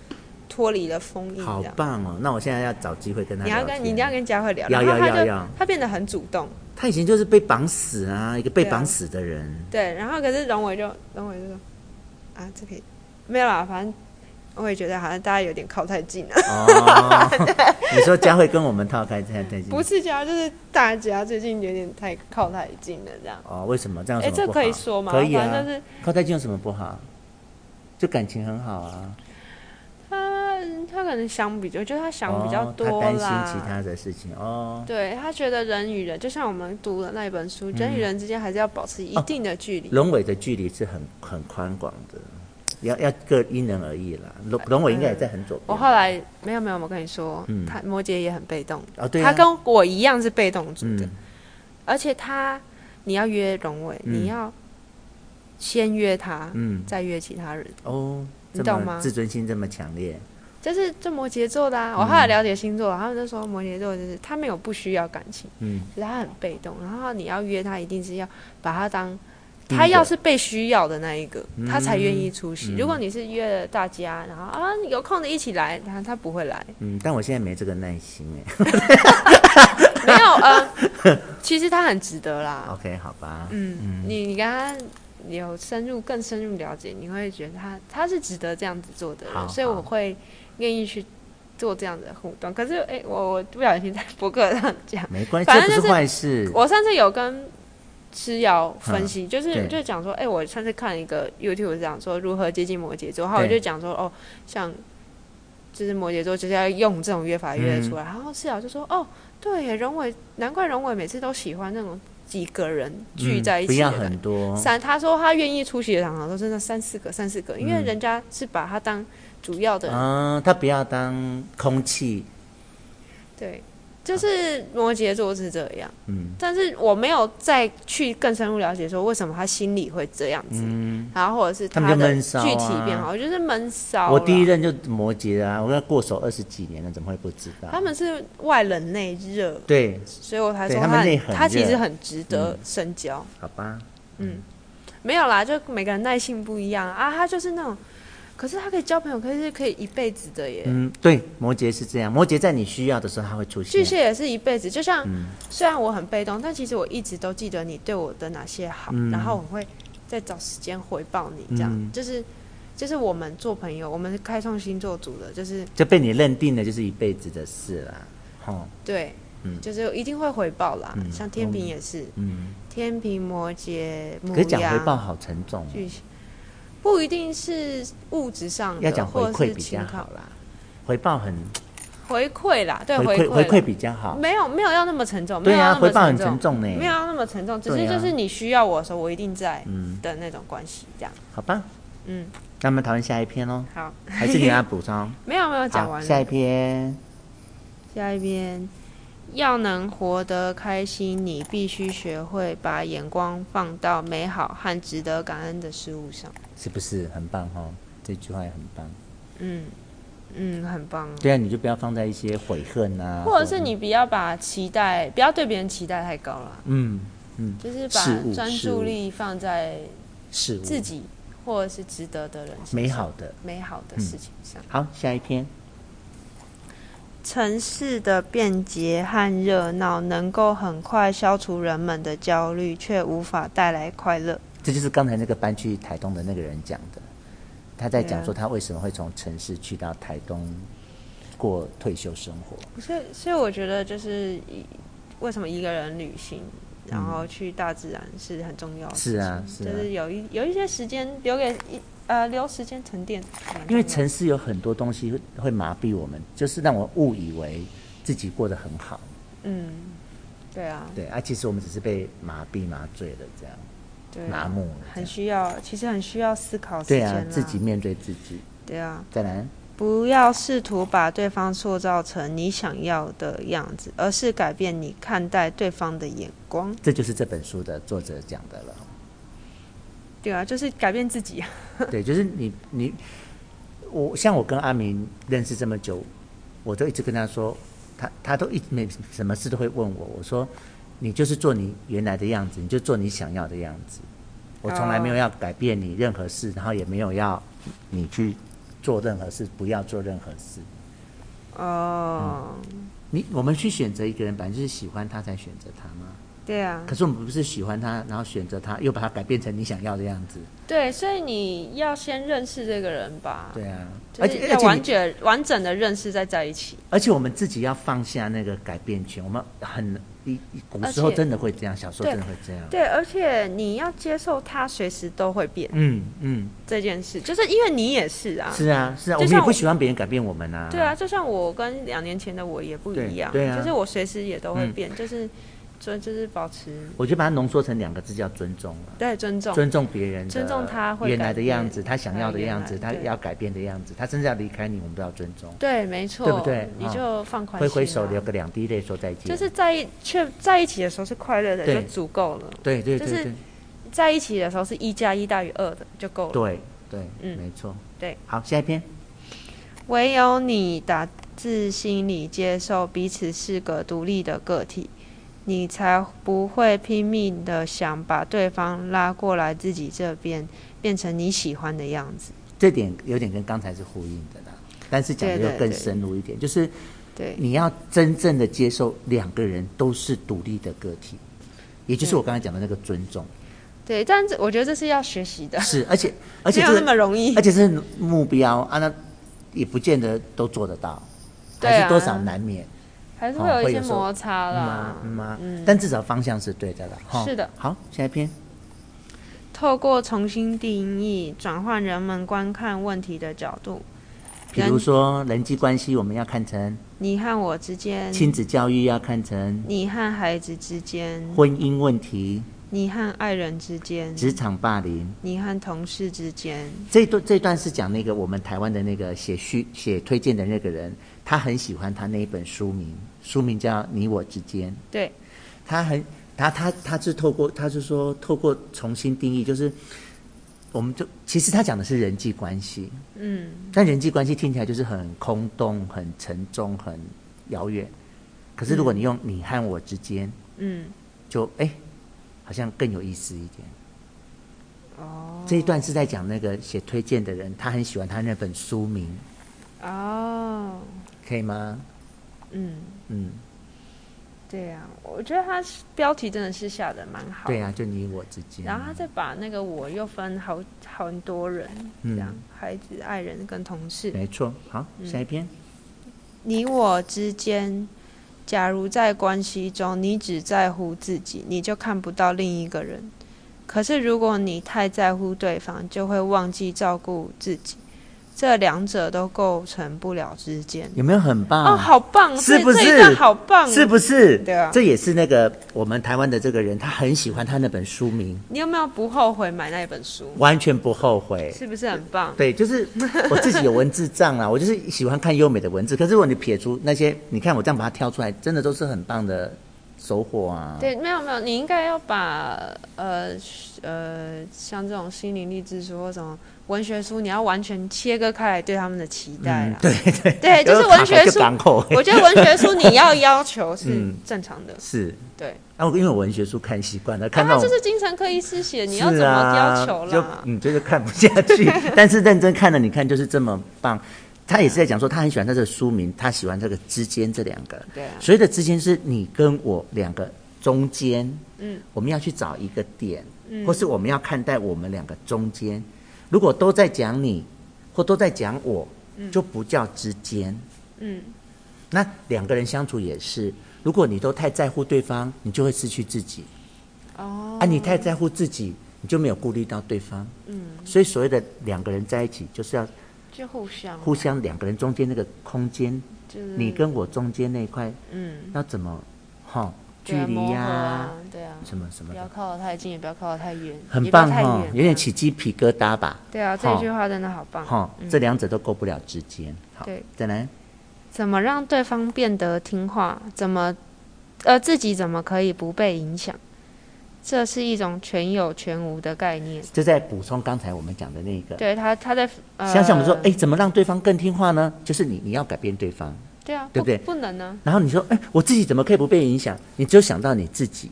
Speaker 2: 脱离了封印，
Speaker 1: 好
Speaker 2: 这样。
Speaker 1: 棒哦！那我现在要找机会跟他
Speaker 2: 你
Speaker 1: 聊
Speaker 2: 要
Speaker 1: 天。
Speaker 2: 跟你一定要跟佳慧聊，
Speaker 1: 要
Speaker 2: 然
Speaker 1: 要
Speaker 2: 后他
Speaker 1: 要
Speaker 2: 就
Speaker 1: 要
Speaker 2: 他变得很主动，
Speaker 1: 他以前就是被绑死啊，一个被
Speaker 2: 对啊
Speaker 1: 绑死的人。
Speaker 2: 对，然后可是龙伟就龙伟就说啊，这可以没有啦，反正我也觉得好像大家有点靠太近了，
Speaker 1: 哦，你说佳慧跟我们套开太太近
Speaker 2: 啊不是家就是大家最近有点太靠太近了这样。
Speaker 1: 哦？为什么这样？
Speaker 2: 哎，这可以说吗？
Speaker 1: 可以啊，
Speaker 2: 反正就是
Speaker 1: 靠太近有什么不好？就感情很好啊，
Speaker 2: 他他可能想比较，我觉得他想比较
Speaker 1: 哦
Speaker 2: 多
Speaker 1: 他
Speaker 2: 啦。
Speaker 1: 担心其他的事情哦。
Speaker 2: 对他觉得人与人，就像我们读的那一本
Speaker 1: 嗯
Speaker 2: 书，人与人之间还是要保持一
Speaker 1: 哦
Speaker 2: 定的距离。
Speaker 1: 龙尾的距离是很很宽广的，要要各因人而异啦。
Speaker 2: 嗯
Speaker 1: 龙龙尾应该也在很左边。
Speaker 2: 我后来没有没有，我跟你说，
Speaker 1: 嗯
Speaker 2: 他摩羯也很被动，
Speaker 1: 哦对、啊，
Speaker 2: 他跟我一样是被动族的，
Speaker 1: 嗯
Speaker 2: 而且他你要约龙伟，
Speaker 1: 嗯
Speaker 2: 你要先约他，
Speaker 1: 嗯
Speaker 2: 再约其他人，
Speaker 1: 哦，
Speaker 2: 你
Speaker 1: 这
Speaker 2: 懂
Speaker 1: 么
Speaker 2: 吗
Speaker 1: 自尊心这么强烈，
Speaker 2: 这是这摩羯座的
Speaker 1: 嗯
Speaker 2: 啊。我后来了解星座，他们就说摩羯座就是他没有不需要感情，
Speaker 1: 嗯，
Speaker 2: 可是他很被动，然后你要约他，一定是要把他
Speaker 1: 嗯
Speaker 2: 当
Speaker 1: 第一
Speaker 2: 他
Speaker 1: 个
Speaker 2: 要是被需要的那一个，他才愿意出席。
Speaker 1: 嗯
Speaker 2: 如果你是约了大家，然后啊有空的一起来，他他不会来。
Speaker 1: 嗯，但我现在没这个耐心哎、
Speaker 2: 没有，呃，其其实他很值得啦。
Speaker 1: OK，好吧。
Speaker 2: 嗯，你你跟他有深入更深入了解，你会觉得他他是值得这样子做的
Speaker 1: 好
Speaker 2: 人，所以
Speaker 1: 好
Speaker 2: 我会愿意去做这样的互动。可是，哎、我我不小心在博客上讲，
Speaker 1: 没关系，
Speaker 2: 反
Speaker 1: 这
Speaker 2: 正
Speaker 1: 不
Speaker 2: 就是
Speaker 1: 是坏事。
Speaker 2: 我上次有跟诗瑶分析，就是
Speaker 1: 嗯对
Speaker 2: 就讲说，哎、我上次看一个 YouTube 讲说如何接近摩羯座，然后我
Speaker 1: 对
Speaker 2: 就讲说，哦，像就是摩羯座就是要用这种约法约得
Speaker 1: 嗯
Speaker 2: 出来，然后诗瑶就说，哦，对耶，荣伟，难怪荣伟每次都喜欢那种几个人聚在一
Speaker 1: 嗯、不
Speaker 2: 起
Speaker 1: 要
Speaker 2: 的感觉。
Speaker 1: 很多。
Speaker 2: 三，他说他愿意出席的场合都真的三四个，三四个，因为人家是把他当主要的人
Speaker 1: 嗯，他不要当空气。
Speaker 2: 对，就是摩羯座是这样，
Speaker 1: 嗯
Speaker 2: 但是我没有再去更深入了解说为什么他心里会这样子，
Speaker 1: 嗯，
Speaker 2: 然后或者是
Speaker 1: 他们就
Speaker 2: 的
Speaker 1: 闷骚啊
Speaker 2: 具体变好，啊就是闷骚啦。
Speaker 1: 我第一任就摩羯啊，我跟他过手二十几年了，怎么会不知道？
Speaker 2: 他们是外冷内热，
Speaker 1: 对，
Speaker 2: 所以我才
Speaker 1: 对
Speaker 2: 说
Speaker 1: 他们内
Speaker 2: 他
Speaker 1: 很
Speaker 2: 他其
Speaker 1: 热嗯
Speaker 2: 实很值得深交。
Speaker 1: 好吧。
Speaker 2: 没有啦，就每个人耐性不一样啊，他就是那种。可是他可以交朋友，可是可以一辈子的耶。
Speaker 1: 嗯，对，摩羯是这样，摩羯在你需要的时候他会出
Speaker 2: 巨
Speaker 1: 现。
Speaker 2: 蟹也是一辈子，就像、
Speaker 1: 嗯
Speaker 2: 虽然我很被动，但其实我一直都记得你对我的哪些好，然后我会再找时间回报你，这样、
Speaker 1: 嗯
Speaker 2: 就是就是我们做朋友，我们是开创星座组的，就是
Speaker 1: 就被你认定的就是一辈子的事啦。哦，
Speaker 2: 对，
Speaker 1: 嗯
Speaker 2: 就是一定会回报啦。
Speaker 1: 嗯
Speaker 2: 像天平也是，
Speaker 1: 嗯，
Speaker 2: 天平、摩羯、母
Speaker 1: 可是讲回报
Speaker 2: 羊、
Speaker 1: 好沉重哦，
Speaker 2: 巨蟹，不一定是物质上的，
Speaker 1: 要讲回
Speaker 2: 或者是
Speaker 1: 馈比
Speaker 2: 情
Speaker 1: 较
Speaker 2: 感
Speaker 1: 好啦。回报很
Speaker 2: 回馈啦，对
Speaker 1: 回
Speaker 2: 馈
Speaker 1: 馈回馈
Speaker 2: 馈
Speaker 1: 比较好。
Speaker 2: 没有没有要那么沉重，
Speaker 1: 对
Speaker 2: 没有要
Speaker 1: 啊，
Speaker 2: 那
Speaker 1: 回
Speaker 2: 么
Speaker 1: 报很
Speaker 2: 沉重
Speaker 1: 沉。重呢。
Speaker 2: 没有要那么沉重，只
Speaker 1: 对
Speaker 2: 是
Speaker 1: 啊
Speaker 2: 就是你需要我的时候，我一定在
Speaker 1: 嗯
Speaker 2: 的那种关系，这样。
Speaker 1: 好吧，
Speaker 2: 嗯，
Speaker 1: 那我们讨论下一篇 喽，
Speaker 2: 好，
Speaker 1: 还是你要补充？
Speaker 2: 没有没有 讲
Speaker 1: 好
Speaker 2: 完了。
Speaker 1: 下一篇，
Speaker 2: 下一边，要能活得开心，你必须学会把眼光放到美好和值得感恩的事物上。
Speaker 1: 是不是很棒哦？这句话也很棒。
Speaker 2: 嗯嗯，很棒哦。
Speaker 1: 对啊，你就不要放在一些悔恨啊，
Speaker 2: 或者是你不要把期待，不要对别人期待太高了，
Speaker 1: 嗯
Speaker 2: 就是把
Speaker 1: 事物
Speaker 2: 专
Speaker 1: 事物
Speaker 2: 注力放在
Speaker 1: 事物
Speaker 2: 自己或者是值得的人身上、
Speaker 1: 美好嗯的。
Speaker 2: 美好的事情上。
Speaker 1: 好，下一篇，
Speaker 2: 城市的便捷和热闹能够很快消除人们的焦虑，却无法带来快乐。
Speaker 1: 这就是刚才那个搬去台东的那个人讲的，他在
Speaker 2: 对
Speaker 1: 讲
Speaker 2: 啊
Speaker 1: 说他为什么会从城市去到台东过退休生活。
Speaker 2: 所以，所以我觉得就是一为什么一个人旅行，然后去大自然是很重要的。
Speaker 1: 是啊，是
Speaker 2: 就
Speaker 1: 啊，
Speaker 2: 是有一有一些时间留给一呃留时间沉淀，蛮重要的
Speaker 1: 因为城市有很多东西会会麻痹我们，就是让我误以为自己过得很好。
Speaker 2: 嗯，对啊，
Speaker 1: 对啊，其实我们只是被麻痹麻醉了，这样
Speaker 2: 对
Speaker 1: 麻
Speaker 2: 啊，
Speaker 1: 木了这
Speaker 2: 很
Speaker 1: 样。
Speaker 2: 需要，其实很需要思考时
Speaker 1: 对
Speaker 2: 间
Speaker 1: 啊
Speaker 2: 啦，
Speaker 1: 自己面对自己。
Speaker 2: 对啊，
Speaker 1: 再来，
Speaker 2: 不要试图把对方塑造成你想要的样子，而是改变你看待对方的眼光。
Speaker 1: 这就是这本书的作者讲的 了。
Speaker 2: 对啊，就是改变自己啊。
Speaker 1: 对，就是你你我像我跟阿明认识这么久，我都一直跟他说，他他都一直没什么事都会问我，我说你就是做你原来的样子，你就做你想要的样子。我从来没
Speaker 2: 哦
Speaker 1: 有要改变你任何事，然后也没有要你去做任何事，不要做任何事。嗯
Speaker 2: 哦，
Speaker 1: 你我们去选择一个人，本来就是喜欢他才选择他吗？
Speaker 2: 对啊
Speaker 1: 可，是我们不是喜欢他，然后选择他，又把他改变成你想要的样子。
Speaker 2: 对，所以你要先认识这个人吧，
Speaker 1: 对啊，
Speaker 2: 就
Speaker 1: 而
Speaker 2: 是
Speaker 1: 且
Speaker 2: 要
Speaker 1: 而且
Speaker 2: 完
Speaker 1: 你
Speaker 2: 全完整的认识再在一起。
Speaker 1: 而且我们自己要放下那个改变权，我们很一一古时候
Speaker 2: 而且
Speaker 1: 真的会这样，小时候真的会这样。
Speaker 2: 对，而且你要接受他随时都会变
Speaker 1: 嗯嗯，
Speaker 2: 这件事，就是因为你也是啊。
Speaker 1: 是啊是啊，我们
Speaker 2: 就像
Speaker 1: 也
Speaker 2: 我
Speaker 1: 不喜欢别人改变我们啊。
Speaker 2: 对啊，，就像我跟两年前的我也不一样，
Speaker 1: 对对啊
Speaker 2: 就是我随时也都会
Speaker 1: 嗯
Speaker 2: 变，就是就就是保持
Speaker 1: 我就把它浓缩成两个字叫尊重啊
Speaker 2: 对尊重，
Speaker 1: 尊重别人的，
Speaker 2: 尊重他会
Speaker 1: 原来的
Speaker 2: 改变
Speaker 1: 样子，他想要的样子，
Speaker 2: 他
Speaker 1: 他
Speaker 2: 原来对
Speaker 1: 要改变的样子，他甚至要离开你，我们都要尊重。
Speaker 2: 对，没错，
Speaker 1: 对不对
Speaker 2: 你
Speaker 1: 哦
Speaker 2: 就放宽
Speaker 1: 挥
Speaker 2: 心、啊，
Speaker 1: 挥手，流个两滴泪，说再见。
Speaker 2: 就是在一却在一起的时候是快乐的，就
Speaker 1: 对
Speaker 2: 足够了；
Speaker 1: 对对
Speaker 2: 就
Speaker 1: 对
Speaker 2: 是
Speaker 1: 对
Speaker 2: 在一起的时候是一加一大于二的，就够了。
Speaker 1: 对对，
Speaker 2: 嗯
Speaker 1: 没错。
Speaker 2: 对，
Speaker 1: 好，下一篇。
Speaker 2: 唯有你打自心里接受彼此是个独立的个体，你才不会拼命的想把对方拉过来自己这边，变成你喜欢的样子。
Speaker 1: 这点有点跟刚才是呼应的啦，但是讲的
Speaker 2: 对对
Speaker 1: 又更
Speaker 2: 对
Speaker 1: 深入一点，就是
Speaker 2: 对，
Speaker 1: 你要真正的接受两个人都是独立的个体，也就是我刚才讲的那个尊重。
Speaker 2: 对，但是我觉得这是要学习的，
Speaker 1: 是，而 且而且
Speaker 3: 没
Speaker 1: 这
Speaker 3: 有那
Speaker 1: 个
Speaker 3: 么容易
Speaker 1: 而。且是目标啊，那也不见得都做得到，
Speaker 2: 对
Speaker 1: 还
Speaker 2: 啊
Speaker 1: 是多少难免。
Speaker 2: 还是
Speaker 1: 哦
Speaker 2: 会有
Speaker 1: 会
Speaker 2: 一些
Speaker 1: 有时候嗯
Speaker 2: 摩擦啦嗯
Speaker 1: 嘛。嘛，啊但至少方向是对的啦。哈
Speaker 2: 是的
Speaker 1: 好，下一篇。
Speaker 3: 透过重新定义，转换人们观看问题的角度。
Speaker 1: 比如说人际关系，我们要看成
Speaker 3: 你和我之间，
Speaker 1: 亲子教育，要看成
Speaker 3: 你和孩子之间，
Speaker 1: 婚姻问题、
Speaker 3: 你和爱人之间，
Speaker 1: 职场霸凌。
Speaker 3: 你和同事之间，
Speaker 1: 这一段这一段是讲那个我们台湾的那个写序写推荐的那个人，他很喜欢他那一本书名，书名叫《你我之间》。
Speaker 3: 对，
Speaker 1: 他很他他他是透过他是说透过重新定义，就是我们就其实他讲的是人际关系，
Speaker 3: 嗯，
Speaker 1: 但人际关系听起来就是很空洞、很沉重、很遥远。可是如果你用你和我之间，
Speaker 3: 嗯，
Speaker 1: 就哎、好像更有意思一点。哦，这一段是在讲那个写推荐的人，他很喜欢他那本书名，
Speaker 2: 哦，
Speaker 1: 可以吗？
Speaker 2: 嗯，
Speaker 1: 嗯，
Speaker 2: 对啊，我觉得他标题真的是下的蛮好。
Speaker 1: 对啊，就你我之间。
Speaker 2: 然后他再把那个我又分好好很多人，这样、孩子、爱人跟同事，
Speaker 1: 嗯没错，好，
Speaker 2: 嗯
Speaker 1: 下一篇。
Speaker 3: 你我之间。假如在关系中，你只在乎自己，你就看不到另一个人。可是，如果你太在乎对方，就会忘记照顾自己，这两者都构成不了之间。
Speaker 1: 有没有很棒？
Speaker 2: 哦，好棒，
Speaker 1: 啊是不
Speaker 2: 这
Speaker 1: 是
Speaker 2: 这一段好棒，
Speaker 1: 是不是？
Speaker 3: 对啊
Speaker 1: 这也是那个我们台湾的这个人，他很喜欢他那本书名，
Speaker 2: 你有没有不后悔买那一本书？
Speaker 1: 完全不后悔。
Speaker 2: 是不是很棒？
Speaker 1: 对，就是 我自己有文字障啦，我就是喜欢看优美的文字。可是如果你撇除那些，你看我这样把它挑出来，真的都是很棒的收获啊。
Speaker 2: 对，没有没有，你应该要把呃呃，像这种心灵励志书或什么文学书，你要完全切割开来对他们的期待啦。
Speaker 1: 嗯对对
Speaker 2: 对就是文学书
Speaker 1: 港口
Speaker 2: 我觉得文学书你要要求是
Speaker 1: 嗯
Speaker 2: 正常的，
Speaker 1: 是。
Speaker 2: 对。
Speaker 1: 啊，我因为我文学书看习惯了，看
Speaker 2: 他
Speaker 1: 到
Speaker 2: 这是精神科医师写，你要
Speaker 1: 是
Speaker 2: 怎么要求
Speaker 1: 啊、
Speaker 2: 啦
Speaker 1: 就？你这就看不下 去。但是认真看了，你看就是这么棒。他也是
Speaker 2: 嗯
Speaker 1: 在讲说，他很喜欢他这个书名，他喜欢这个之间这两个。
Speaker 2: 对啊
Speaker 1: 所谓的之间是你跟我两个中间，嗯，我们要去找一个点，嗯，或是我们要看待我们两个中间。如果都在讲你，或都在讲我，就不叫之间，
Speaker 2: 嗯，
Speaker 1: 那两个人相处也是，如果你都太在乎对方，你就会失去自己。
Speaker 2: 哦，
Speaker 1: 啊，你太在乎自己，你就没有顾虑到对方。嗯，所以所谓的两个人在一起，就是要
Speaker 2: 就互相
Speaker 1: 互相两个人中间那个空间，
Speaker 2: 就是
Speaker 1: 你跟我中间那一块
Speaker 2: 嗯
Speaker 1: 要怎么，哈，距
Speaker 2: 对啊
Speaker 1: 离
Speaker 2: 磨合
Speaker 1: 呀、
Speaker 2: 啊，对啊，
Speaker 1: 什么什么
Speaker 2: 不要
Speaker 1: 的，
Speaker 2: 靠得太近，也不要靠得太远，
Speaker 1: 很
Speaker 2: 也不要
Speaker 1: 棒
Speaker 2: 太
Speaker 1: 哈，
Speaker 2: 远
Speaker 1: 有点
Speaker 2: 啊
Speaker 1: 起鸡皮疙瘩吧？
Speaker 2: 对啊，这
Speaker 1: 哈
Speaker 2: 句话真的好棒。
Speaker 1: 哈，这两者都过不了之间。好
Speaker 2: 嗯对，
Speaker 1: 再来，
Speaker 2: 怎么让对方变得听话？怎么，呃，自己怎么可以不被影响？这是一种全有全无的概念。
Speaker 1: 这再补充刚才我们讲的那个。
Speaker 2: 对他，他在呃，
Speaker 1: 想想我们说，哎，怎么让对方更听话呢？就是你，你要改变对方。
Speaker 2: 对啊，
Speaker 1: 对不对
Speaker 2: 不能呢、
Speaker 1: 然后你说，哎，我自己怎么可以不被影响？你只有想到你自己。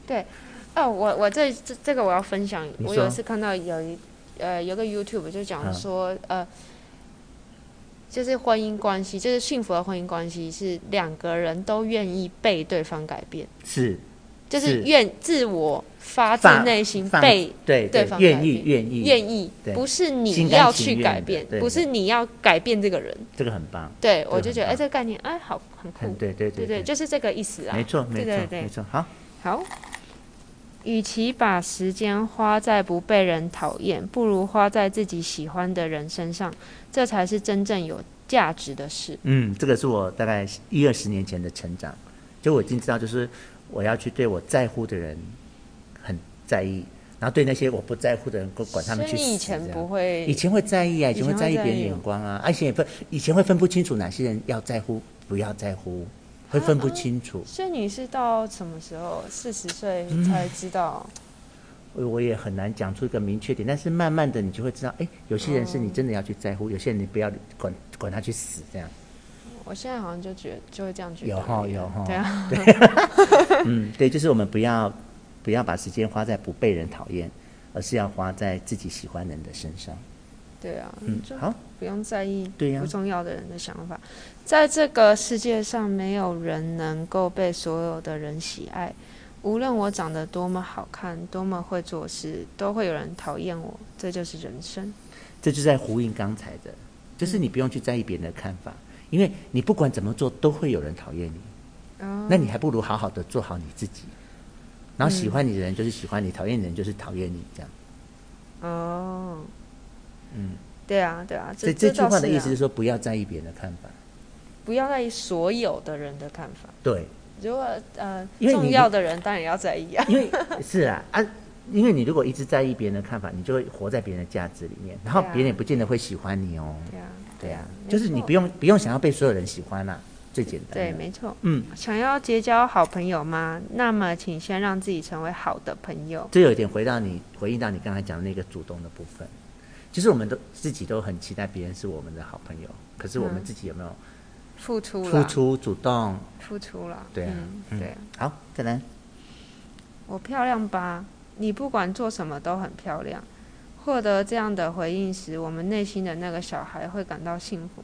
Speaker 2: 哦，我我这这这个我要分享，
Speaker 1: 你
Speaker 2: 我
Speaker 1: 说
Speaker 2: 有一次看到有一呃有个 YouTube 就讲
Speaker 1: 嗯
Speaker 2: 说、呃，就是婚姻关系，就是幸福的婚姻关系是两个人都愿意被对方改变，
Speaker 1: 是，
Speaker 2: 就是
Speaker 1: 是
Speaker 2: 愿自我发自
Speaker 1: 放
Speaker 2: 内心
Speaker 1: 放
Speaker 2: 被
Speaker 1: 对
Speaker 2: 对方改
Speaker 1: 愿意
Speaker 2: 变
Speaker 1: 愿意
Speaker 2: 愿意
Speaker 1: 嗯对，
Speaker 2: 不是
Speaker 1: 心
Speaker 2: 你
Speaker 1: 甘
Speaker 2: 要
Speaker 1: 情
Speaker 2: 去
Speaker 1: 愿
Speaker 2: 改
Speaker 1: 的
Speaker 2: 变
Speaker 1: 对，
Speaker 2: 不是你要改变这个人。
Speaker 1: 这个很棒，
Speaker 2: 对，
Speaker 1: 个
Speaker 2: 我就觉得
Speaker 1: 很
Speaker 2: 哎，
Speaker 1: 棒
Speaker 2: 这个概念哎，好很酷
Speaker 1: 很。对对
Speaker 2: 对对，
Speaker 1: 对，
Speaker 2: 就是这个意思啊。
Speaker 1: 没错没
Speaker 2: 对对
Speaker 1: 错
Speaker 2: 对
Speaker 1: 没错，好，
Speaker 2: 好，与其把时间花在不被人讨厌，不如花在自己喜欢的人身上，这才是真正有价值的事。
Speaker 1: 嗯，这个是我大概一二十年前的成长，就我已经知道，就是我要去对我在乎的人很在意，然后对那些我不在乎的人，管管他
Speaker 2: 所
Speaker 1: 们
Speaker 2: 以
Speaker 1: 去
Speaker 2: 你以
Speaker 1: 死这
Speaker 2: 前不
Speaker 1: 样。
Speaker 2: 会，
Speaker 1: 以前会在意啊，以前会
Speaker 2: 以前会
Speaker 1: 在意别
Speaker 2: 在
Speaker 1: 人
Speaker 2: 意哦
Speaker 1: 眼光啊，而且也分以前会分不清楚哪些人要在乎，不要在乎，
Speaker 2: 啊
Speaker 1: 会分不清楚。
Speaker 2: 所以你是到什么时候？四十岁
Speaker 1: 嗯
Speaker 2: 才知道、
Speaker 1: 我我也很难讲出一个明确点，但是慢慢的你就会知道，哎，有些人是你真的要去在
Speaker 2: 哦
Speaker 1: 乎，有些人你不要管管他去死这样。
Speaker 2: 我现在好像就觉得就会这样觉得。
Speaker 1: 有哈有哈，
Speaker 2: 对啊，
Speaker 1: 嗯，对，就是我们不要不要把时间花在不被人讨厌，而是要花在自己喜欢人的身上。
Speaker 2: 对啊，
Speaker 1: 嗯
Speaker 2: 就，
Speaker 1: 好，
Speaker 2: 不用在意
Speaker 1: 对呀
Speaker 2: 不重要的人的想法。在这个世界上，没有人能够被所有的人喜爱。无论我长得多么好看，多么会做事，都会有人讨厌我，这就是人生。
Speaker 1: 这就在呼应刚才的，就是你不用去在意别人的看法，因为你不管怎么做都会有人讨厌你，
Speaker 2: 哦嗯
Speaker 1: 那你还不如好好的做好你自己。然后喜欢你的人就是喜欢你，讨厌你的人就是讨厌你，这样。
Speaker 2: 哦，
Speaker 1: 嗯，
Speaker 2: 对啊，对啊，
Speaker 1: 所以
Speaker 2: 这
Speaker 1: 这句话的意
Speaker 2: 倒
Speaker 1: 思
Speaker 2: 是
Speaker 1: 是
Speaker 2: 啊
Speaker 1: 说，不要在意别人的看法。
Speaker 2: 不要在意所有的人的看法。
Speaker 1: 对，
Speaker 2: 如果呃
Speaker 1: 因为你
Speaker 2: 重要的人当然也要在意啊。
Speaker 1: 因为 是啊啊，因为你如果一直在意别人的看法，你就会活在别人的价值里面，然后
Speaker 2: 对啊
Speaker 1: 别人也不见得会喜欢你哦。
Speaker 2: 对啊，
Speaker 1: 对啊，
Speaker 2: 没
Speaker 1: 就是你
Speaker 2: 错
Speaker 1: 不用不用想要被所有人喜欢啦、最简单。
Speaker 2: 对，，没错。
Speaker 1: 嗯，
Speaker 2: 想要结交好朋友吗？那么请先让自己成为好的朋友。
Speaker 1: 这有一点回到你回应到你刚才讲的那个主动的部分，就是我们都自己都很期待别人是我们的好朋友，可是我们
Speaker 2: 嗯
Speaker 1: 自己有没有
Speaker 2: 付出
Speaker 1: 付
Speaker 2: 了，
Speaker 1: 出主动？
Speaker 2: 付出了，
Speaker 1: 对啊，
Speaker 2: 嗯、
Speaker 1: 嗯
Speaker 2: 对啊，
Speaker 1: 好，再来，
Speaker 2: 我漂亮吧？你不管做什么都很漂亮。获得这样的回应时，我们内心的那个小孩会感到幸福，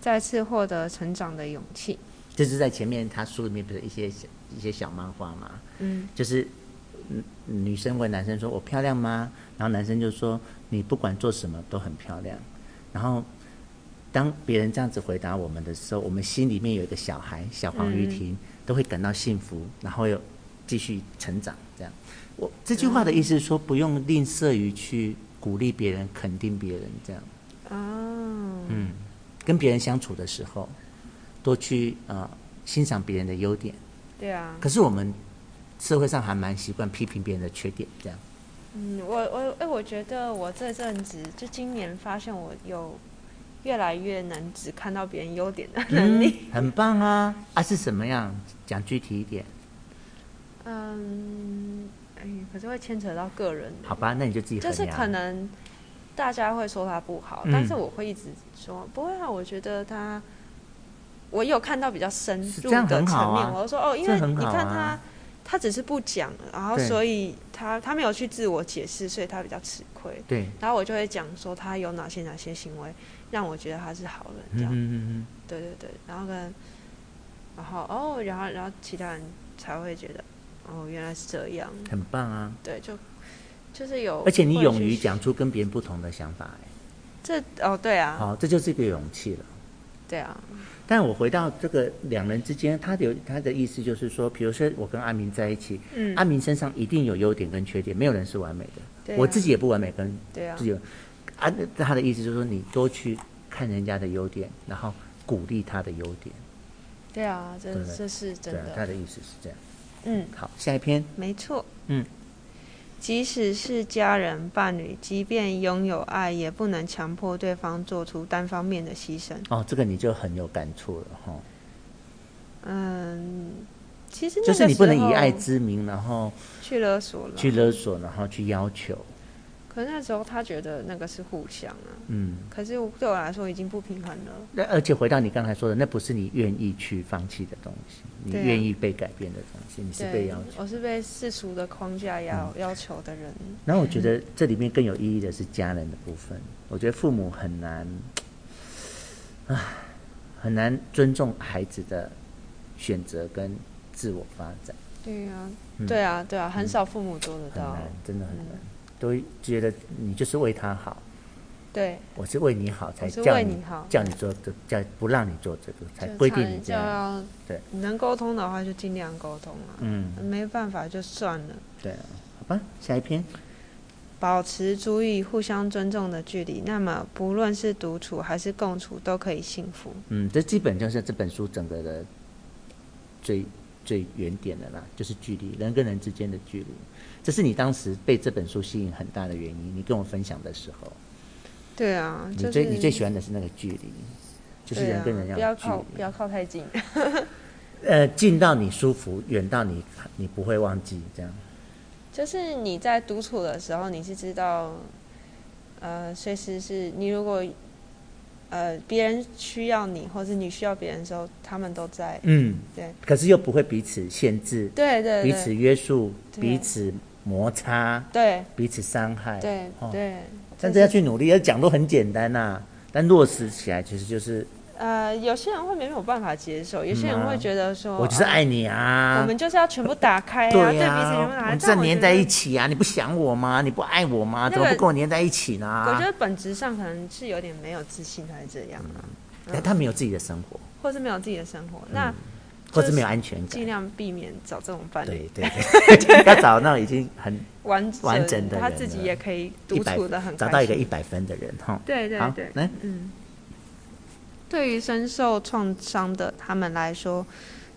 Speaker 2: 再次获得成长的勇气。
Speaker 1: 这是在前面他书里面不是一些小一些小漫画吗？
Speaker 2: 嗯，
Speaker 1: 就是嗯女生问男生说：“我漂亮吗？”然后男生就说：“你不管做什么都很漂亮。”然后当别人这样子回答我们的时候，我们心里面有一个小孩，小黄鱼婷、都会感到幸福，然后又继续成长。这样，我这句话的意思是说，不用吝啬于去鼓励别人、肯定别人，这样
Speaker 2: 哦，
Speaker 1: 嗯跟别人相处的时候，多去呃欣赏别人的优点。
Speaker 2: 对啊，
Speaker 1: 可是我们社会上还蛮习惯批评别人的缺点，这样。
Speaker 2: 嗯，我我哎、我觉得我这阵子就今年发现我有越来越能只看到别人优点的能力。
Speaker 1: 很棒啊！啊，是什么样？讲具体一点，
Speaker 2: 嗯，哎、可是会牵扯到个人，
Speaker 1: 好吧？那你就自己衡
Speaker 2: 就是
Speaker 1: 量
Speaker 2: 可能大家会说他不好，
Speaker 1: 嗯
Speaker 2: 但是我会一直说不会啊，我觉得他。我有看到比较深
Speaker 1: 是
Speaker 2: 入
Speaker 1: 这样
Speaker 2: 的
Speaker 1: 很好
Speaker 2: 层面，
Speaker 1: 啊
Speaker 2: 我就说哦，因
Speaker 1: 这
Speaker 2: 为
Speaker 1: 很
Speaker 2: 你
Speaker 1: 好
Speaker 2: 看
Speaker 1: 啊
Speaker 2: 他，他只是不讲，然后
Speaker 1: 对
Speaker 2: 所以他他没有去自我解释，所以他比较吃亏。
Speaker 1: 对，
Speaker 2: 然后我就会讲说他有哪些哪些行为让我觉得他是好人
Speaker 1: 嗯
Speaker 2: 这样，
Speaker 1: 嗯嗯
Speaker 2: 对对对，然后跟，然后哦，然后然后其他人才会觉得哦原来是这样，
Speaker 1: 嗯，很棒啊！
Speaker 2: 对，就就是有，
Speaker 1: 而且你勇于
Speaker 2: 会去，
Speaker 1: 讲出跟别人不同的想法、哎，
Speaker 2: 这哦对啊，
Speaker 1: 好，这就是一个勇气了。
Speaker 2: 对啊，
Speaker 1: 但我回到这个两人之间，他有他的意思就是说，比如说我跟阿明在一起，
Speaker 2: 嗯，
Speaker 1: 阿明身上一定有优点跟缺点，没有人是完美的，
Speaker 2: 对啊
Speaker 1: 我自己也不完美，跟
Speaker 2: 对啊
Speaker 1: 自，己有啊，他的意思就是说，你多去看人家的优点，然后鼓励他的优点，
Speaker 2: 对啊，这
Speaker 1: 对不对
Speaker 2: 这是真
Speaker 1: 对啊，他
Speaker 2: 的，
Speaker 1: 的意思是这样。
Speaker 2: 嗯，
Speaker 1: 好，下一篇，
Speaker 2: 没错，
Speaker 1: 嗯。
Speaker 2: 即使是家人、伴侣，即便拥有爱，也不能强迫对方做出单方面的牺牲。
Speaker 1: 哦，这个你就很有感触了哈、吼
Speaker 2: 嗯，其实
Speaker 1: 就
Speaker 2: 那个
Speaker 1: 是你不能
Speaker 2: 时候
Speaker 1: 以爱之名，然后
Speaker 2: 去勒索了。
Speaker 1: 去勒索，然后去要求，
Speaker 2: 可是那时候他觉得那个是互相啊，
Speaker 1: 嗯。
Speaker 2: 可是我对我来说已经不平衡了。
Speaker 1: 那而且回到你刚才说的，那不是你愿意去放弃的东西，你
Speaker 2: 对啊
Speaker 1: 愿意被改变的东西，你是被
Speaker 2: 对
Speaker 1: 要求。嗯
Speaker 2: 我是被世俗的框架要、要求的人。
Speaker 1: 然后我觉得这里面更有意义的是家人的部分，我觉得父母很难，唉，很难尊重孩子的选择跟自我发展，
Speaker 2: 对啊，
Speaker 1: 嗯
Speaker 2: 对啊，对啊，很少父母做得
Speaker 1: 很
Speaker 2: 到
Speaker 1: 难。，真的很难
Speaker 2: 嗯，
Speaker 1: 都会觉得你就是为他好。
Speaker 2: 对，
Speaker 1: 我是为你好才
Speaker 2: 我是
Speaker 1: 叫
Speaker 2: 为
Speaker 1: 你
Speaker 2: 你好
Speaker 1: 叫你做这叫不让你做这个，才
Speaker 2: 就
Speaker 1: 规
Speaker 2: 差
Speaker 1: 定
Speaker 2: 点
Speaker 1: 你这
Speaker 2: 就
Speaker 1: 样。
Speaker 2: 要
Speaker 1: 对
Speaker 2: 能沟通的话就尽量沟通啊，
Speaker 1: 嗯，
Speaker 2: 没办法就算了。
Speaker 1: 对啊，好吧，下一篇。
Speaker 2: 保持足以互相尊重的距离，那么不论是独处还是共处，都可以幸福。
Speaker 1: 嗯，这基本就是这本书整个的最最原点的啦，就是距离，人跟人之间的距离。这是你当时被这本书吸引很大的原因。你跟我分享的时候，
Speaker 2: 对啊，就
Speaker 1: 你
Speaker 2: 是
Speaker 1: 最你最喜欢的是那个距离，就是
Speaker 2: 对
Speaker 1: 人跟人要
Speaker 2: 啊、不要
Speaker 1: 有距
Speaker 2: 靠
Speaker 1: 离
Speaker 2: 不。要靠太近。
Speaker 1: 呃，近到你舒服，远到你你不会忘记，这样。
Speaker 2: 就是你在独处的时候，你是知道，呃，随时是你如果，呃，别人需要你，或是你需要别人的时候，他们都在。
Speaker 1: 嗯，
Speaker 2: 对。
Speaker 1: 可是又不会彼此限制，
Speaker 2: 对对
Speaker 1: 彼此
Speaker 2: 对
Speaker 1: 约束，
Speaker 2: 对
Speaker 1: 彼此摩擦，
Speaker 2: 对
Speaker 1: 彼此伤害。
Speaker 2: 对
Speaker 1: 哦
Speaker 2: 对，
Speaker 1: 但
Speaker 2: 就是
Speaker 1: 要去努力，要讲都很简单呐、但落实起来其实就是
Speaker 2: 呃，有些人会没有办法接受，有些人会觉得说，
Speaker 1: 嗯我就是
Speaker 2: 啊
Speaker 1: 爱你啊
Speaker 2: 我，们就是要全部打开啊，
Speaker 1: 对
Speaker 2: 彼此全部
Speaker 1: 啊，
Speaker 2: 打
Speaker 1: 我们
Speaker 2: 开。但
Speaker 1: 正
Speaker 2: 我觉
Speaker 1: 黏在
Speaker 2: 得
Speaker 1: 一起啊，你不想我吗？你不爱我吗？
Speaker 2: 那
Speaker 1: 怎么
Speaker 2: 个
Speaker 1: 不跟我黏在一起呢？
Speaker 2: 我觉得本质上可能是有点没有自信才这样啊，
Speaker 1: 但他没有自己的生活，
Speaker 2: 或是没有自己的生
Speaker 1: 嗯
Speaker 2: 活，那
Speaker 1: 或
Speaker 2: 就是
Speaker 1: 没有安全
Speaker 2: 尽
Speaker 1: 感。
Speaker 2: 量避免找这种伴侣，
Speaker 1: 对对对，要找那种已经很
Speaker 2: 完
Speaker 1: 完整的人
Speaker 2: 他自己
Speaker 1: 了
Speaker 2: 也可以
Speaker 1: 一
Speaker 2: 独
Speaker 1: 百
Speaker 2: 处的很，开
Speaker 1: 找到一个
Speaker 2: 心
Speaker 1: 一百分的人哈。
Speaker 2: 对对
Speaker 1: 好
Speaker 2: 对，，
Speaker 1: 来，
Speaker 2: 嗯，对于深受创伤的他们来说，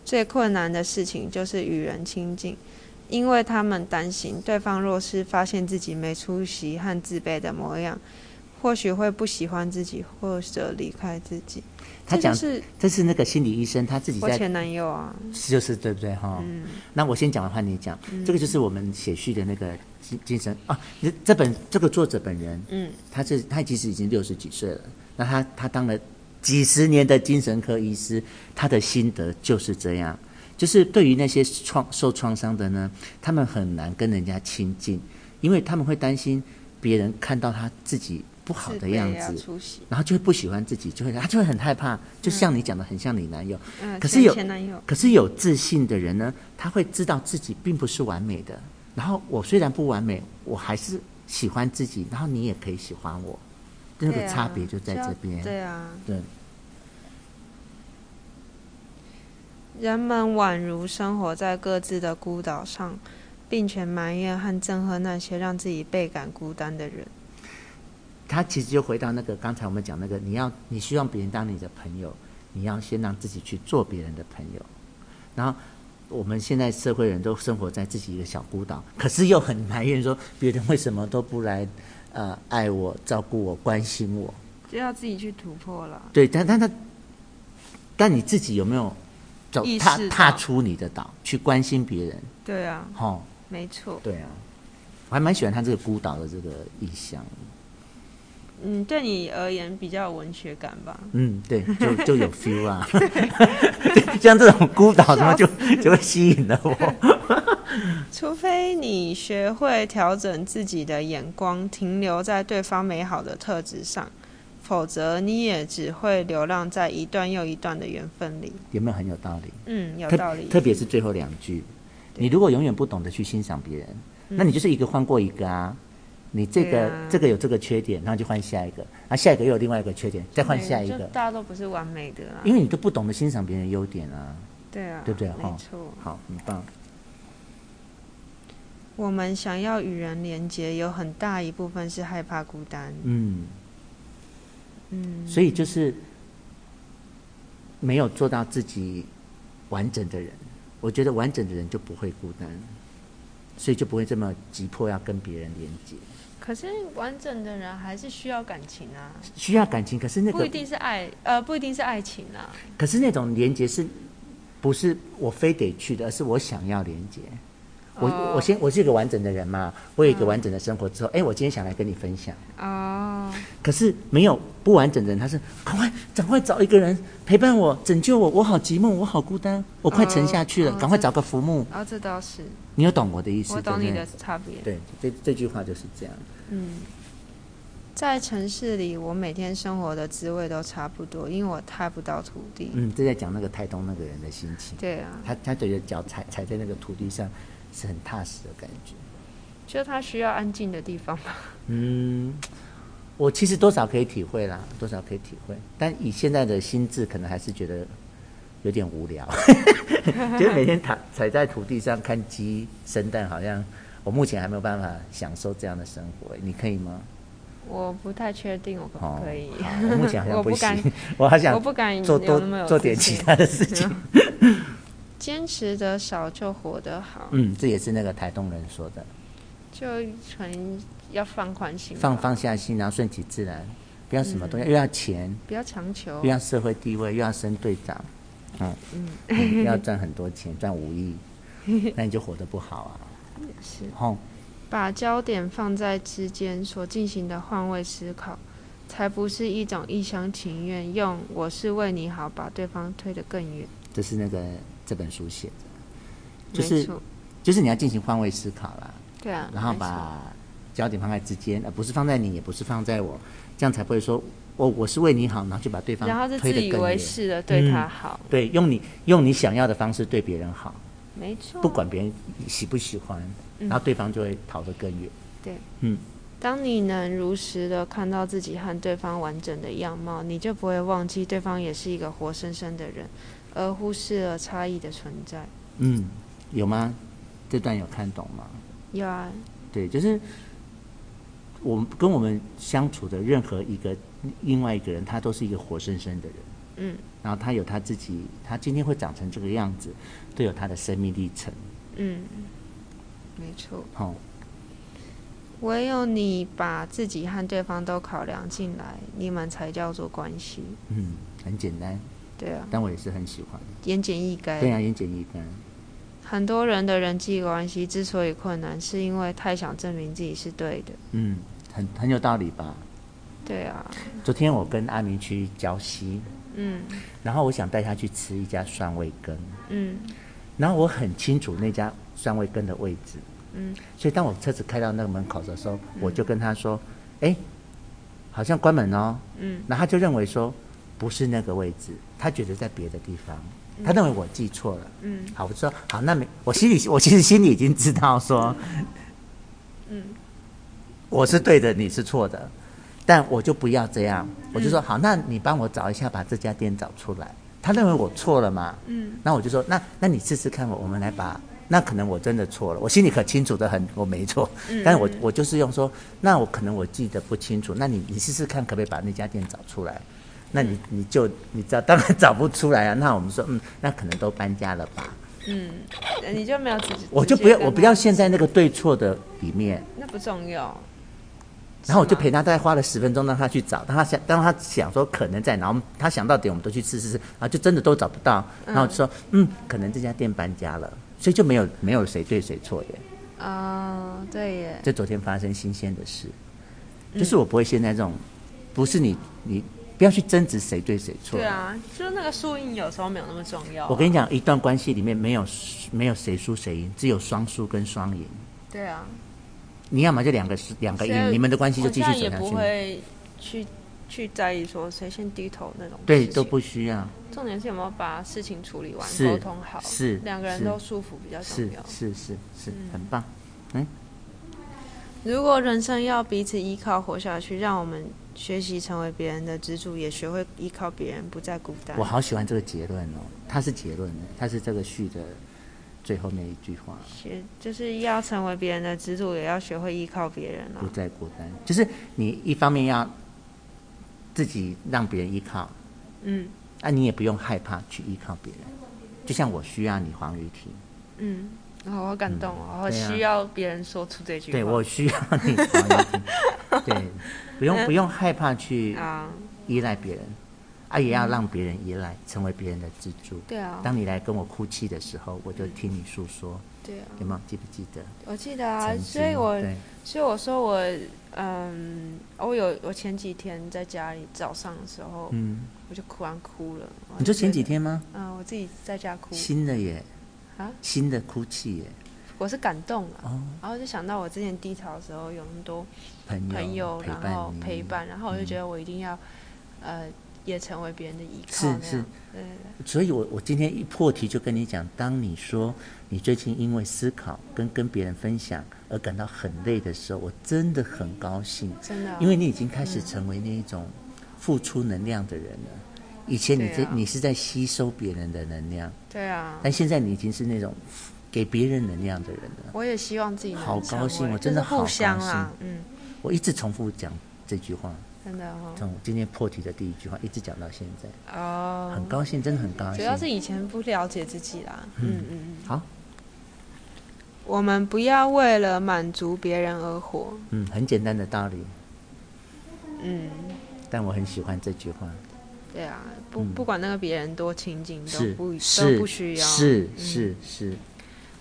Speaker 2: 最困难的事情就是与人亲近，因为他们担心对方若是发现自己没出息和自卑的模样，或许会不喜欢自己，或者离开自己。
Speaker 1: 他
Speaker 2: 这就
Speaker 1: 讲
Speaker 2: 是
Speaker 1: 这是那个心理医生他自己
Speaker 2: 我
Speaker 1: 在
Speaker 2: 前男友啊，
Speaker 1: 是就是对不对哈？
Speaker 2: 嗯
Speaker 1: 那我先讲，换你讲。这个就是我们写序的那个精精神啊。你这本这个作者本人，
Speaker 2: 嗯，
Speaker 1: 他是他其实已经六十几岁了，那他他当了几十年的精神科医师，他的心得就是这样，就是对于那些创受创伤的呢，他们很难跟人家亲近，因为他们会担心别人看到他自己不好
Speaker 2: 自
Speaker 1: 的
Speaker 2: 卑
Speaker 1: 样
Speaker 2: 啊
Speaker 1: 子，
Speaker 2: 出息，
Speaker 1: 然后就会不喜欢自己，就会他就会很害怕，就像你讲的，很像你男友。
Speaker 2: 嗯，
Speaker 1: 可是
Speaker 2: 前
Speaker 1: 有
Speaker 2: 前男友，
Speaker 1: 可是有自信的人呢，他会知道自己并不是完美的。然后我虽然不完美，我还是喜欢自己，然后你也可以喜欢我，那
Speaker 2: 对
Speaker 1: 个
Speaker 2: 啊
Speaker 1: 差别就在这边。
Speaker 2: 对啊，
Speaker 1: 对
Speaker 2: 人们宛如生活在各自的孤岛上，并且埋怨和憎恨那些让自己倍感孤单的人。
Speaker 1: 他其实就回到那个刚才我们讲那个，你要你希望别人当你的朋友，你要先让自己去做别人的朋友。然后我们现在社会人都生活在自己一个小孤岛，可是又很埋怨说别人为什么都不来呃爱我、照顾我、关心我。
Speaker 2: 就要自己去突破了。
Speaker 1: 对，但但他，但你自己有没有走
Speaker 2: 意
Speaker 1: 踏
Speaker 2: 识到
Speaker 1: 踏出你的岛去关心别人？
Speaker 2: 对啊，
Speaker 1: 哦，
Speaker 2: 没错。
Speaker 1: 对啊，我还蛮喜欢他这个孤岛的这个意象。
Speaker 2: 嗯，对你而言比较有文学感吧？
Speaker 1: 嗯，对，就就有 feel 啊， 像这种孤岛什么就就会吸引了我。
Speaker 2: 除非你学会调整自己的眼光，停留在对方美好的特质上，否则你也只会流浪在一段又一段的缘分里。
Speaker 1: 有没有很有道理？
Speaker 2: 嗯，有
Speaker 1: 特
Speaker 2: 道理。
Speaker 1: 特别是最后两句，你如果永远不懂得去欣赏别人，那你就是一个换过一个啊。你这
Speaker 2: 嗯对
Speaker 1: 个、
Speaker 2: 啊
Speaker 1: 这个有这个缺点，然后就换下一个，啊，下一个又有另外一个缺点，再换
Speaker 2: 对啊
Speaker 1: 下一
Speaker 2: 就
Speaker 1: 个，
Speaker 2: 大家都不是完美的啦。
Speaker 1: 因为你都不懂得欣赏别人的优点啊。
Speaker 2: 对啊，
Speaker 1: 对不对哦
Speaker 2: 没
Speaker 1: 哈
Speaker 2: 错。
Speaker 1: 好，很棒。
Speaker 2: 我们想要与人连接，有很大一部分是害怕孤单。
Speaker 1: 嗯，
Speaker 2: 嗯，
Speaker 1: 所以就是没有做到自己完整的人，我觉得完整的人就不会孤单，所以就不会这么急迫要跟别人连接。
Speaker 2: 可是完整的人还是需要感情啊，
Speaker 1: 需要感情，可是那
Speaker 2: 不
Speaker 1: 个
Speaker 2: 一定是爱，呃，不一定是爱情啦。
Speaker 1: 可是那种连接是不是我非得去的，而是我想要连接。我、
Speaker 2: 哦嗯
Speaker 1: 我先我是一个完整的人嘛，我有一个完整的生活之后，哎、我今天想来跟你分享。
Speaker 2: 哦，
Speaker 1: 可是没有不完整的人，他是赶快赶快找一个人陪伴我，拯救我，我好寂寞，我好孤单，我快沉下去了，
Speaker 2: 哦哦
Speaker 1: 赶快
Speaker 2: 这
Speaker 1: 找个浮木。
Speaker 2: 哦，这倒是，
Speaker 1: 你有懂我的意思？
Speaker 2: 我懂
Speaker 1: 对
Speaker 2: 你
Speaker 1: 不
Speaker 2: 的差别。
Speaker 1: 对。对，这这句话就是这样。
Speaker 2: 嗯，在城市里，我每天生活的滋味都差不多，因为我踏不到土地。
Speaker 1: 嗯，这在讲那个台东那个人的心情，
Speaker 2: 对啊，
Speaker 1: 他他觉得脚踩踩在那个土地上是很踏实的感觉。
Speaker 2: 就他需要安静的地方吧。
Speaker 1: 嗯，我其实多少可以体会啦，多少可以体会，但以现在的心智，可能还是觉得有点无聊， 觉得每天踩踩在土地上看鸡生蛋，好像我目前还没有办法享受这样的生活。你可以吗？
Speaker 2: 我不太确定我可
Speaker 1: 哦，
Speaker 2: 不可以，
Speaker 1: 好我目前好 像
Speaker 2: 我不敢
Speaker 1: 行， 我还
Speaker 2: 我
Speaker 1: 想
Speaker 2: 不敢
Speaker 1: 做
Speaker 2: 有
Speaker 1: 多
Speaker 2: 那么有
Speaker 1: 做
Speaker 2: 自
Speaker 1: 点
Speaker 2: 信
Speaker 1: 其他的事情。
Speaker 2: 坚持得少就活得好，
Speaker 1: 嗯，这也是那个台东人说的，
Speaker 2: 就可能要放宽心吧，
Speaker 1: 放放下心，然后顺其自然，不要什么东
Speaker 2: 嗯
Speaker 1: 西，又要钱，
Speaker 2: 不要强求
Speaker 1: 又。要社会地位，又要升队长，嗯， 嗯要赚很多钱，赚五亿，那你就活得不好啊。
Speaker 2: 是
Speaker 1: 吼，
Speaker 2: 把焦点放在之间所进行的换位思考，才不是一种一厢情愿，用“我是为你好”把对方推得更远。
Speaker 1: 这是那个这本书写的，就是
Speaker 2: 没错，
Speaker 1: 就是你要进行换位思考啦，
Speaker 2: 对啊，
Speaker 1: 然后
Speaker 2: 没错
Speaker 1: 把焦点放在之间，呃而不是放在你，也不是放在我，这样才不会说我、我是为你好，然后就把对方
Speaker 4: 然后是
Speaker 1: 推
Speaker 4: 自
Speaker 1: 得
Speaker 4: 以
Speaker 1: 更
Speaker 4: 为
Speaker 1: 远。嗯
Speaker 4: 是的对他好，
Speaker 1: 对，用你用你想要的方式对别人好，
Speaker 4: 没错。
Speaker 1: 不管别人喜不喜欢，
Speaker 4: 嗯
Speaker 1: 然后对方就会逃得更远。
Speaker 4: 当你能如实的看到自己和对方完整的样貌，你就不会忘记对方也是一个活生生的人，而忽视了差异的存在。
Speaker 1: 嗯，有吗？这段有看懂吗？
Speaker 4: 有啊，
Speaker 1: 对，就是我们跟我们相处的任何一个另外一个人，他都是一个活生生的人。
Speaker 4: 嗯
Speaker 1: 然后他有他自己，他今天会长成这个样子，都有他的生命历程。
Speaker 4: 嗯，没错。
Speaker 1: 哦，
Speaker 2: 唯有你把自己和对方都考量进来，你们才叫做关系。
Speaker 1: 嗯，很简单，
Speaker 2: 对啊，
Speaker 1: 但我也是很喜欢。
Speaker 2: 言简意赅。
Speaker 1: 对啊，言简意赅。
Speaker 2: 很多人的人际关系之所以困难，是因为太想证明自己是对的。
Speaker 1: 嗯，很很有道理吧？
Speaker 2: 对啊，
Speaker 1: 昨天我跟阿明去礁溪，
Speaker 2: 嗯
Speaker 1: 然后我想带他去吃一家蒜味羹，
Speaker 2: 嗯
Speaker 1: 然后我很清楚那家蒜味羹的位置，
Speaker 2: 嗯，
Speaker 1: 所以当我车子开到那个门口的时候，我就跟他说：“哎、好像关门哦。”
Speaker 2: 嗯，
Speaker 1: 然后他就认为说不是那个位置，他觉得在别的地方，他认为我记错了。
Speaker 2: 嗯，
Speaker 1: 好，我说好，那没，我心里我其实心里已经知道说，
Speaker 2: 嗯，
Speaker 1: 我是对的，你是错的，但我就不要这样，我就说、好，那你帮我找一下，把这家店找出来。他认为我错了嘛，
Speaker 2: 嗯，
Speaker 1: 那我就说那那你试试看我，我们来把。那可能我真的错了，我心里可清楚的很，我没错，但是我我就是用说，那我可能我记得不清楚，那你你试试看，可不可以把那家店找出来？那你你就你知道，当然找不出来啊。那我们说，嗯，那可能都搬家了吧？
Speaker 2: 嗯，你就没有自己，
Speaker 1: 我就不要，我不要，陷在那个对错的里面。
Speaker 2: 那不重要。
Speaker 1: 然后我
Speaker 2: 是
Speaker 1: 就
Speaker 2: 吗
Speaker 1: 陪他大概花了十分钟，让他去找，让他想，让他想说可能在哪，我们他想到点，我们都去试试试，然后就真的都找不到。然后我就说，嗯，可能这家店搬家了，所以就没有没有谁对谁错耶。
Speaker 2: 啊、对耶，
Speaker 1: 这昨天发生新鲜的事，
Speaker 2: 嗯
Speaker 1: 就是我不会现在这种，不是你你不要去争执谁对谁错。
Speaker 2: 对啊，就是那个树荫有时候没有那么重要、啊
Speaker 1: 我跟你讲，一段关系里面没有没有谁输谁赢，只有双输跟双赢。
Speaker 2: 对啊，
Speaker 1: 你要么就两个输两个赢，你们的关系就继续
Speaker 2: 我
Speaker 1: 走
Speaker 2: 现在
Speaker 1: 下
Speaker 2: 也不
Speaker 1: 去。
Speaker 2: 会去去在意说谁先低头那种事情，
Speaker 1: 对，都不需要。
Speaker 2: 重点是有没有把事情处理完，
Speaker 1: 是
Speaker 2: 沟通好，
Speaker 1: 是
Speaker 2: 两个人
Speaker 1: 是
Speaker 2: 都舒服比较
Speaker 1: 是
Speaker 2: 重要。
Speaker 1: 是是是，
Speaker 2: 嗯
Speaker 1: 很棒。
Speaker 2: 如果人生要彼此依靠活下去，让我们学习成为别人的支柱，也学会依靠别人，不再孤单
Speaker 1: 我。好喜欢这个结论哦，它是结论，它是这个序的最后那一句话，
Speaker 2: 学就是要成为别人的支柱，也要学会依靠别人啊啦
Speaker 1: 不。再孤单。就是你一方面要自己让别人依靠，
Speaker 2: 嗯
Speaker 1: 啊，你也不用害怕去依靠别人。就像我需要你，黄雨婷，
Speaker 2: 嗯，我好感动哦，我好
Speaker 1: 对啊
Speaker 2: 需要别人说出这句话。
Speaker 1: 对我需要你，黄雨婷，对，不用不用害怕去
Speaker 2: 啊，
Speaker 1: 依赖别人，啊，也要让别人依赖，成为别人的支柱。
Speaker 2: 对啊，
Speaker 1: 当你来跟我哭泣的时候，我就听你诉说，
Speaker 2: 对啊，
Speaker 1: 有没有记不记得？
Speaker 2: 我记得啊，
Speaker 1: 曾经哦
Speaker 2: 所以我
Speaker 1: 对，
Speaker 2: 所以我说我嗯，我有我前几天在家里早上的时候，
Speaker 1: 嗯，
Speaker 2: 我就突然哭了。我
Speaker 1: 你说
Speaker 2: 觉
Speaker 1: 前几
Speaker 2: 得？
Speaker 1: 天吗？
Speaker 2: 嗯，我自己在家哭，
Speaker 1: 新的耶，
Speaker 2: 啊
Speaker 1: 新的哭泣耶，
Speaker 2: 我是感动了、
Speaker 1: 哦，
Speaker 2: 然后就想到我之前低潮的时候有那么多
Speaker 1: 朋友
Speaker 2: 朋友，
Speaker 1: 陪
Speaker 2: 然后
Speaker 1: 伴你，嗯
Speaker 2: 陪伴，然后我就觉得我一定要，呃，也成为别人的依靠
Speaker 1: 是
Speaker 2: 那
Speaker 1: 是
Speaker 2: 样。对对对
Speaker 1: 所以我我今天一破题就跟你讲，当你说你最近因为思考跟跟别人分享而感到很累的时候，我真的很高兴，
Speaker 2: 真的啊、嗯
Speaker 1: 因为你已经开始成为那一种付出能量的人了。以前你这、
Speaker 2: 对啊
Speaker 1: 你是在吸收别人的能量，
Speaker 2: 对啊，
Speaker 1: 但现在你已经是那种给别人能量的人了。
Speaker 2: 我也希望自己能
Speaker 1: 好
Speaker 2: 成
Speaker 1: 高兴
Speaker 2: 为
Speaker 1: 我
Speaker 2: 就
Speaker 1: 真
Speaker 2: 是
Speaker 1: 的好
Speaker 2: 互相
Speaker 1: 高
Speaker 2: 啦，嗯，
Speaker 1: 我一直重复讲这句话，
Speaker 2: 真的哦哈、
Speaker 1: 从今天破题的第一句话一直讲到现在。
Speaker 2: 哦，
Speaker 1: 很高兴，真的很高兴。
Speaker 2: 主要是以前不了解自己啦，嗯嗯嗯。
Speaker 1: 好，
Speaker 2: 我们不要为了满足别人而活，
Speaker 1: 嗯，很简单的道理，
Speaker 2: 嗯，
Speaker 1: 但我很喜欢这句话，
Speaker 2: 对啊，不不管那个别人多亲近，
Speaker 1: 嗯
Speaker 2: 都
Speaker 1: 是
Speaker 2: 不都
Speaker 1: 是
Speaker 2: 不需要，嗯
Speaker 1: 是是是，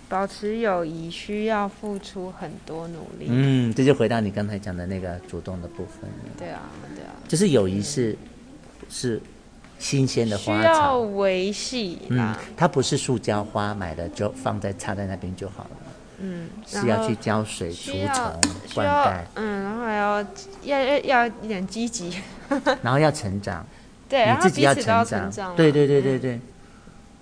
Speaker 2: 保持友谊需要付出很多努力。
Speaker 1: 嗯，这就回到你刚才讲的那个主动的部分了，
Speaker 2: 对啊，对啊，
Speaker 1: 就是友谊是是新鲜的
Speaker 2: 需
Speaker 1: 花
Speaker 2: 要
Speaker 1: 草，
Speaker 2: 维系
Speaker 1: 嗯
Speaker 2: 啦。，
Speaker 1: 它不是塑胶花，买了就放在插在那边就好了，
Speaker 3: 嗯，
Speaker 1: 是
Speaker 3: 然
Speaker 1: 要
Speaker 3: 后
Speaker 1: 去浇水、除
Speaker 2: 需要
Speaker 1: 虫、
Speaker 2: 需
Speaker 1: 灌
Speaker 2: 要
Speaker 1: 溉，
Speaker 2: 嗯，然后还要要要要一点积极，
Speaker 1: 然后要成长，
Speaker 2: 对，然
Speaker 1: 你
Speaker 2: 后
Speaker 1: 自己
Speaker 2: 彼此都
Speaker 1: 成
Speaker 2: 成长嘛，
Speaker 1: 对对对对对，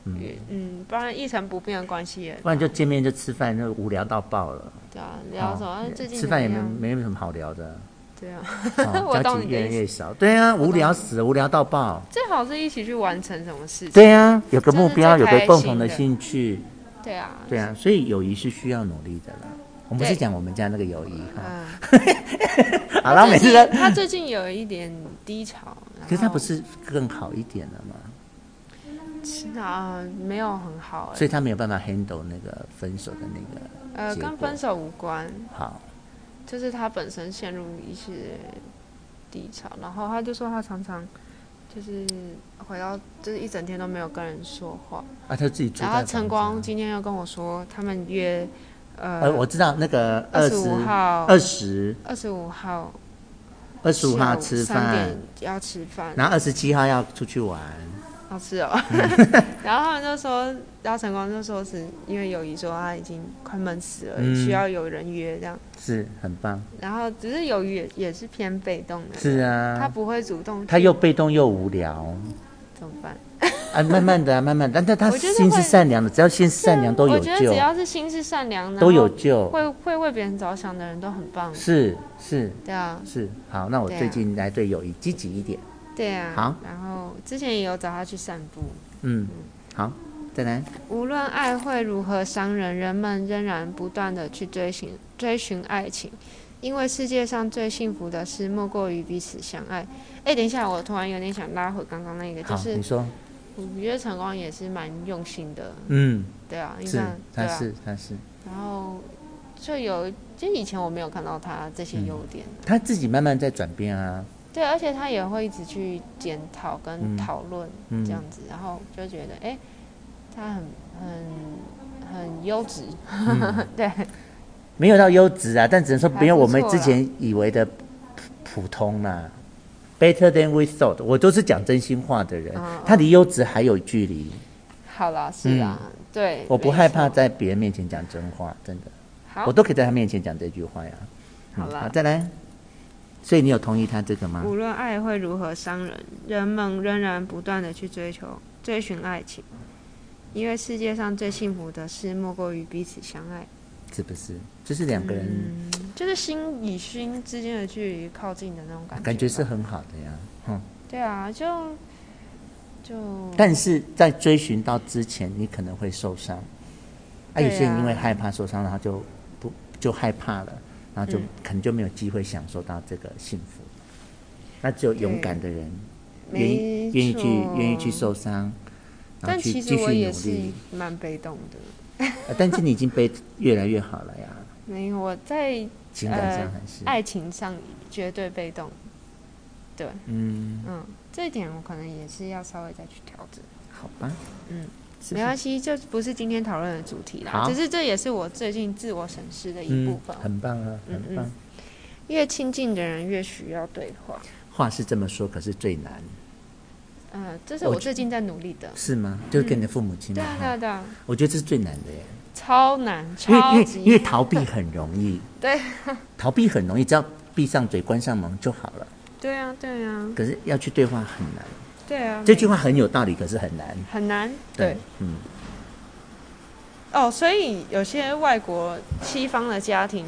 Speaker 2: 嗯，啊嗯，不然一成不变的关系也
Speaker 1: 不然就见面就吃饭，就无聊到爆了。
Speaker 2: 对啊，聊什么？啊
Speaker 1: 哦
Speaker 2: 最近
Speaker 1: 吃饭也
Speaker 2: 怎
Speaker 1: 没
Speaker 2: 么样
Speaker 1: 没什么好聊 的，
Speaker 2: 对啊，
Speaker 1: 哦交
Speaker 2: 我懂
Speaker 1: 集
Speaker 2: 你的
Speaker 1: 越来
Speaker 2: 意思
Speaker 1: 越少。对啊，无聊死了，无聊到爆。
Speaker 2: 最好是一起去完成什么事情。
Speaker 1: 对啊，有个
Speaker 2: 这是
Speaker 1: 目标，
Speaker 2: 最
Speaker 1: 有
Speaker 2: 开
Speaker 1: 个共
Speaker 2: 心
Speaker 1: 同的
Speaker 2: 的
Speaker 1: 兴趣，
Speaker 2: 对啊，
Speaker 1: 对啊，所以友谊是需要努力的啦。我们是
Speaker 2: 对
Speaker 1: 讲我们家那个友谊哈。
Speaker 2: 嗯，
Speaker 1: 好了，每次
Speaker 2: 最近哦
Speaker 1: 都，
Speaker 2: 他最近有一点低潮，
Speaker 1: 可是他不
Speaker 2: 是
Speaker 1: 是更好一点了吗？
Speaker 2: 啊，没有很好哎、
Speaker 1: 所以他没有办法 handle 那个分手的那个
Speaker 2: 呃，
Speaker 1: 结果
Speaker 2: 跟分手无关，
Speaker 1: 好。
Speaker 2: 就是他本身陷入一些低潮，然后他就说他常常就是回到就是一整天都没有跟人说话，
Speaker 1: 啊，他自己住
Speaker 2: 然后
Speaker 1: 在
Speaker 2: 晨光今天又跟我说他们约
Speaker 1: 呃，
Speaker 2: 呃
Speaker 1: 我知道那个
Speaker 2: 二
Speaker 1: 二
Speaker 2: 十
Speaker 1: 十
Speaker 2: 五号
Speaker 1: 二十
Speaker 2: 二十五号
Speaker 1: 二十五
Speaker 2: 下
Speaker 1: 号
Speaker 2: 午
Speaker 1: 吃
Speaker 2: 三
Speaker 1: 饭
Speaker 2: 点，要吃饭，
Speaker 1: 然后二十七号要出去玩。
Speaker 2: 哦，是 哦。然后他们就说，然后晨光就说是因为友谊说他已经快闷死了，
Speaker 1: 嗯
Speaker 2: 需要有人约这样。
Speaker 1: 是很棒，
Speaker 2: 然后只是友谊也也是偏被动的，
Speaker 1: 是
Speaker 2: 他
Speaker 1: 啊，
Speaker 2: 不会主动去，
Speaker 1: 他又被动又无聊
Speaker 2: 怎么办？
Speaker 1: 啊，慢慢 的、啊，慢慢的，但但他
Speaker 2: 我觉得
Speaker 1: 心是
Speaker 2: 会
Speaker 1: 善良的，只要心是善良都有
Speaker 2: 我觉得只
Speaker 1: 救，
Speaker 2: 要是心是善良，
Speaker 1: 都有
Speaker 2: 然后
Speaker 1: 救，
Speaker 2: 会会为别人着想的人都很棒，
Speaker 1: 是是
Speaker 2: 对啊，
Speaker 1: 是，好，那我
Speaker 2: 对啊
Speaker 1: 最近来对友谊积极一点，
Speaker 2: 对啊。
Speaker 1: 好，
Speaker 2: 然后之前也有找他去散步。
Speaker 1: 嗯，好，再来，
Speaker 2: 无论爱会如何伤人，人们仍然不断的去追寻追寻爱情，因为世界上最幸福的事莫过于彼此相爱。哎，等一下，我突然有点想拉回刚刚那个，就
Speaker 1: 好，
Speaker 2: 是
Speaker 1: 你说，
Speaker 2: 我觉得晨光也是蛮用心的，
Speaker 1: 嗯，
Speaker 2: 对啊，你
Speaker 1: 是
Speaker 2: 看，，对
Speaker 1: 他
Speaker 2: 啊，
Speaker 1: 是他是
Speaker 2: 然后就有，就以前我没有看到他这
Speaker 1: 嗯
Speaker 2: 些优点，
Speaker 1: 他自己慢慢在转变啊，
Speaker 2: 对，而且他也会一直去检讨跟
Speaker 1: 嗯
Speaker 2: 讨论
Speaker 1: 嗯
Speaker 2: 这样子，然后就觉得哎，他很很很优质，
Speaker 1: 嗯
Speaker 2: 对。
Speaker 1: 没有到优质啊，但只能说没有我
Speaker 2: 还不
Speaker 1: 们
Speaker 2: 错啦
Speaker 1: 之前以为的普普通啦、Better than we thought，我都是讲真心话的人，
Speaker 2: 嗯
Speaker 1: 他离优质还有距离。
Speaker 2: 好啦，是啦，对，
Speaker 1: 嗯我不害怕
Speaker 2: 没错。
Speaker 1: 在别人面前讲真话，真的，
Speaker 2: 好
Speaker 1: 我，都可以在他面前讲这句话呀。嗯
Speaker 2: 好啦
Speaker 1: 好，再来。所以你有同意他这个吗？
Speaker 3: 无论爱会如何伤人，人们仍然不断的去追求、追寻爱情，因为世界上最幸福的事莫过于彼此相爱。
Speaker 1: 是不是？就是两个人
Speaker 2: 嗯就是心与心之间的距离靠近的那种感觉吧，
Speaker 1: 感觉是很好的呀。
Speaker 2: 嗯对啊，就就
Speaker 1: 但是在追寻到之前，你可能会受伤。啊，
Speaker 2: 对啊
Speaker 1: 有些人因为害怕受伤，然后就不就害怕了，然后就、
Speaker 2: 嗯
Speaker 1: 可能就没有机会享受到这个幸福。那只有勇敢的人，愿意
Speaker 2: 嗯没
Speaker 1: 愿意去
Speaker 2: 错
Speaker 1: 愿意去受伤，然
Speaker 2: 但
Speaker 1: 后去继
Speaker 2: 其实
Speaker 1: 续努
Speaker 2: 我也是
Speaker 1: 力。
Speaker 2: 蛮被动的，
Speaker 1: 呃但是你已经被越来越好了呀，
Speaker 2: 没有我在
Speaker 1: 情感上还是、
Speaker 2: 呃爱情上绝对被动，
Speaker 1: 嗯，
Speaker 2: 嗯，这一点我可能也是要稍微再去调整。
Speaker 1: 好吧，
Speaker 2: 嗯，
Speaker 1: 是不
Speaker 2: 没
Speaker 1: 是
Speaker 2: 关系，这不是今天讨论的主题啦，
Speaker 1: 好
Speaker 2: 只是这也是我最近自我审视的一部
Speaker 1: 嗯
Speaker 2: 分。，
Speaker 1: 很棒啊，
Speaker 2: 嗯
Speaker 1: 很棒。
Speaker 2: 嗯越亲近的人越需要对话，
Speaker 1: 话是这么说，可是最难
Speaker 2: 嗯、这是
Speaker 1: 我
Speaker 2: 我
Speaker 1: 觉嗯
Speaker 2: 最近在努力的。
Speaker 1: 是吗？就是跟你的父母亲嘛
Speaker 2: 对啊，对
Speaker 1: 哈
Speaker 2: 啊，对啊，
Speaker 1: 我觉得这是最难的耶，
Speaker 2: 超难，
Speaker 1: 因为因
Speaker 2: 超
Speaker 1: 为因为
Speaker 2: 级
Speaker 1: 逃避很容易，
Speaker 2: 对，
Speaker 1: 逃避很容易，只要闭上嘴、关上门就好了。
Speaker 2: 对啊，对啊，
Speaker 1: 可是要去对话很难，
Speaker 2: 对啊，
Speaker 1: 这句话很有道理，可是很难。
Speaker 2: 很难，
Speaker 1: 对
Speaker 2: 对，
Speaker 1: 嗯，
Speaker 2: 哦，所以有些外国西方的家庭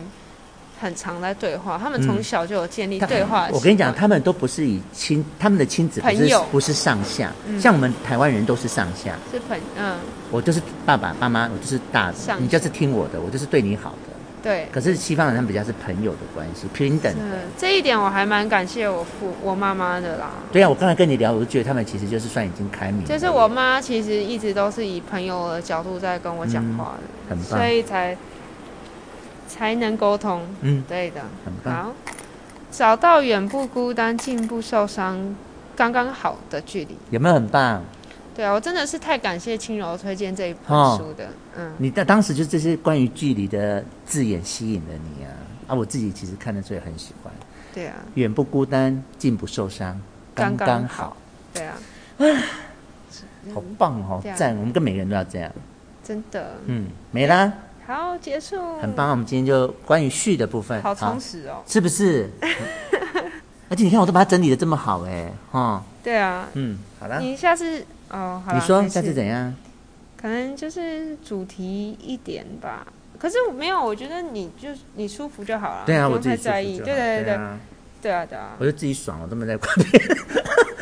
Speaker 2: 很常在对话，他们从
Speaker 1: 嗯
Speaker 2: 小就有建立
Speaker 1: 他
Speaker 2: 对话的习惯、
Speaker 1: 我跟你讲，他们都不是以亲，他们的亲子不
Speaker 2: 朋
Speaker 1: 是
Speaker 2: 友嗯
Speaker 1: 不是上下，像我们台湾人都是上下，
Speaker 2: 是朋，嗯，
Speaker 1: 我就是爸爸妈妈，我就是大
Speaker 2: 上，下
Speaker 1: 你就是听我的，我就是对你好的。
Speaker 2: 对，
Speaker 1: 可是西方人他们比较是朋友的关系，平等的。
Speaker 2: 嗯，这一点我还蛮感谢我父我妈妈的啦。
Speaker 1: 对啊，我刚才跟你聊，我就觉得他们其实就是算已经开明了，
Speaker 2: 就是我妈其实一直都是以朋友的角度在跟我讲话的，
Speaker 1: 嗯很棒
Speaker 2: 所以才才能沟通。
Speaker 1: 嗯，
Speaker 2: 对的，
Speaker 1: 很棒，
Speaker 2: 好，找到远不孤单、近不受伤、刚刚好的距离。
Speaker 1: 有没有很棒？
Speaker 2: 对啊，我真的是太感谢轻柔推荐这一本
Speaker 1: 哦
Speaker 2: 书的，嗯，
Speaker 1: 你当当时就这些关于距离的字眼吸引了你啊啊！我自己其实看的时候也很喜欢，
Speaker 2: 对啊，
Speaker 1: 远不孤单，近不受伤，刚
Speaker 2: 刚刚
Speaker 1: 刚
Speaker 2: 好
Speaker 1: 好，
Speaker 2: 对啊，
Speaker 1: 好棒哦
Speaker 2: 对啊，
Speaker 1: 哦赞！我们跟每个人都要这样，嗯
Speaker 2: 真的。
Speaker 1: 嗯，没啦，
Speaker 2: 好，结束，
Speaker 1: 很棒。我们今天就关于序的部分，
Speaker 2: 好充实哦。
Speaker 1: 是不 是？而且你看，我都把它整理的这么好哎，哈，
Speaker 2: 对啊，
Speaker 1: 嗯，好啦，
Speaker 2: 你下次哦，好啦
Speaker 1: 你说
Speaker 2: 没
Speaker 1: 下次
Speaker 2: 事
Speaker 1: 怎样？
Speaker 2: 可能就是主题一点吧。可是我没有，我觉得你就你舒服就好了，
Speaker 1: 对啊，
Speaker 2: 不
Speaker 1: 我
Speaker 2: 用
Speaker 1: 自
Speaker 2: 太
Speaker 1: 己舒服
Speaker 2: 在意。
Speaker 1: 就好
Speaker 2: 对对
Speaker 1: 对
Speaker 2: 对
Speaker 1: 啊，
Speaker 2: 对啊 对啊
Speaker 1: 我，就自己爽，我都没在管。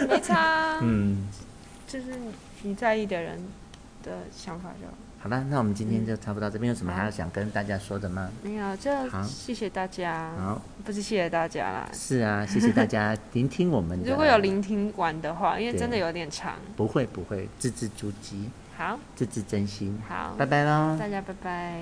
Speaker 2: 没差啊，
Speaker 1: 嗯，
Speaker 2: 就是你在意的人的想法就好
Speaker 1: 好啦，那我们今天就差不多到这边，有什么还要想跟大家说的吗？
Speaker 2: 没有。就
Speaker 1: 好
Speaker 2: 谢谢大家，
Speaker 1: 好，
Speaker 2: 不是谢谢大家啦。
Speaker 1: 是啊，谢谢大家聆听我们的。
Speaker 2: 如果有，聆听完的话，因为真的有点长。
Speaker 1: 不会不会，字字珠玑，
Speaker 2: 好，
Speaker 1: 字字真心。
Speaker 2: 好，
Speaker 1: 拜拜喽。
Speaker 2: 大家拜拜。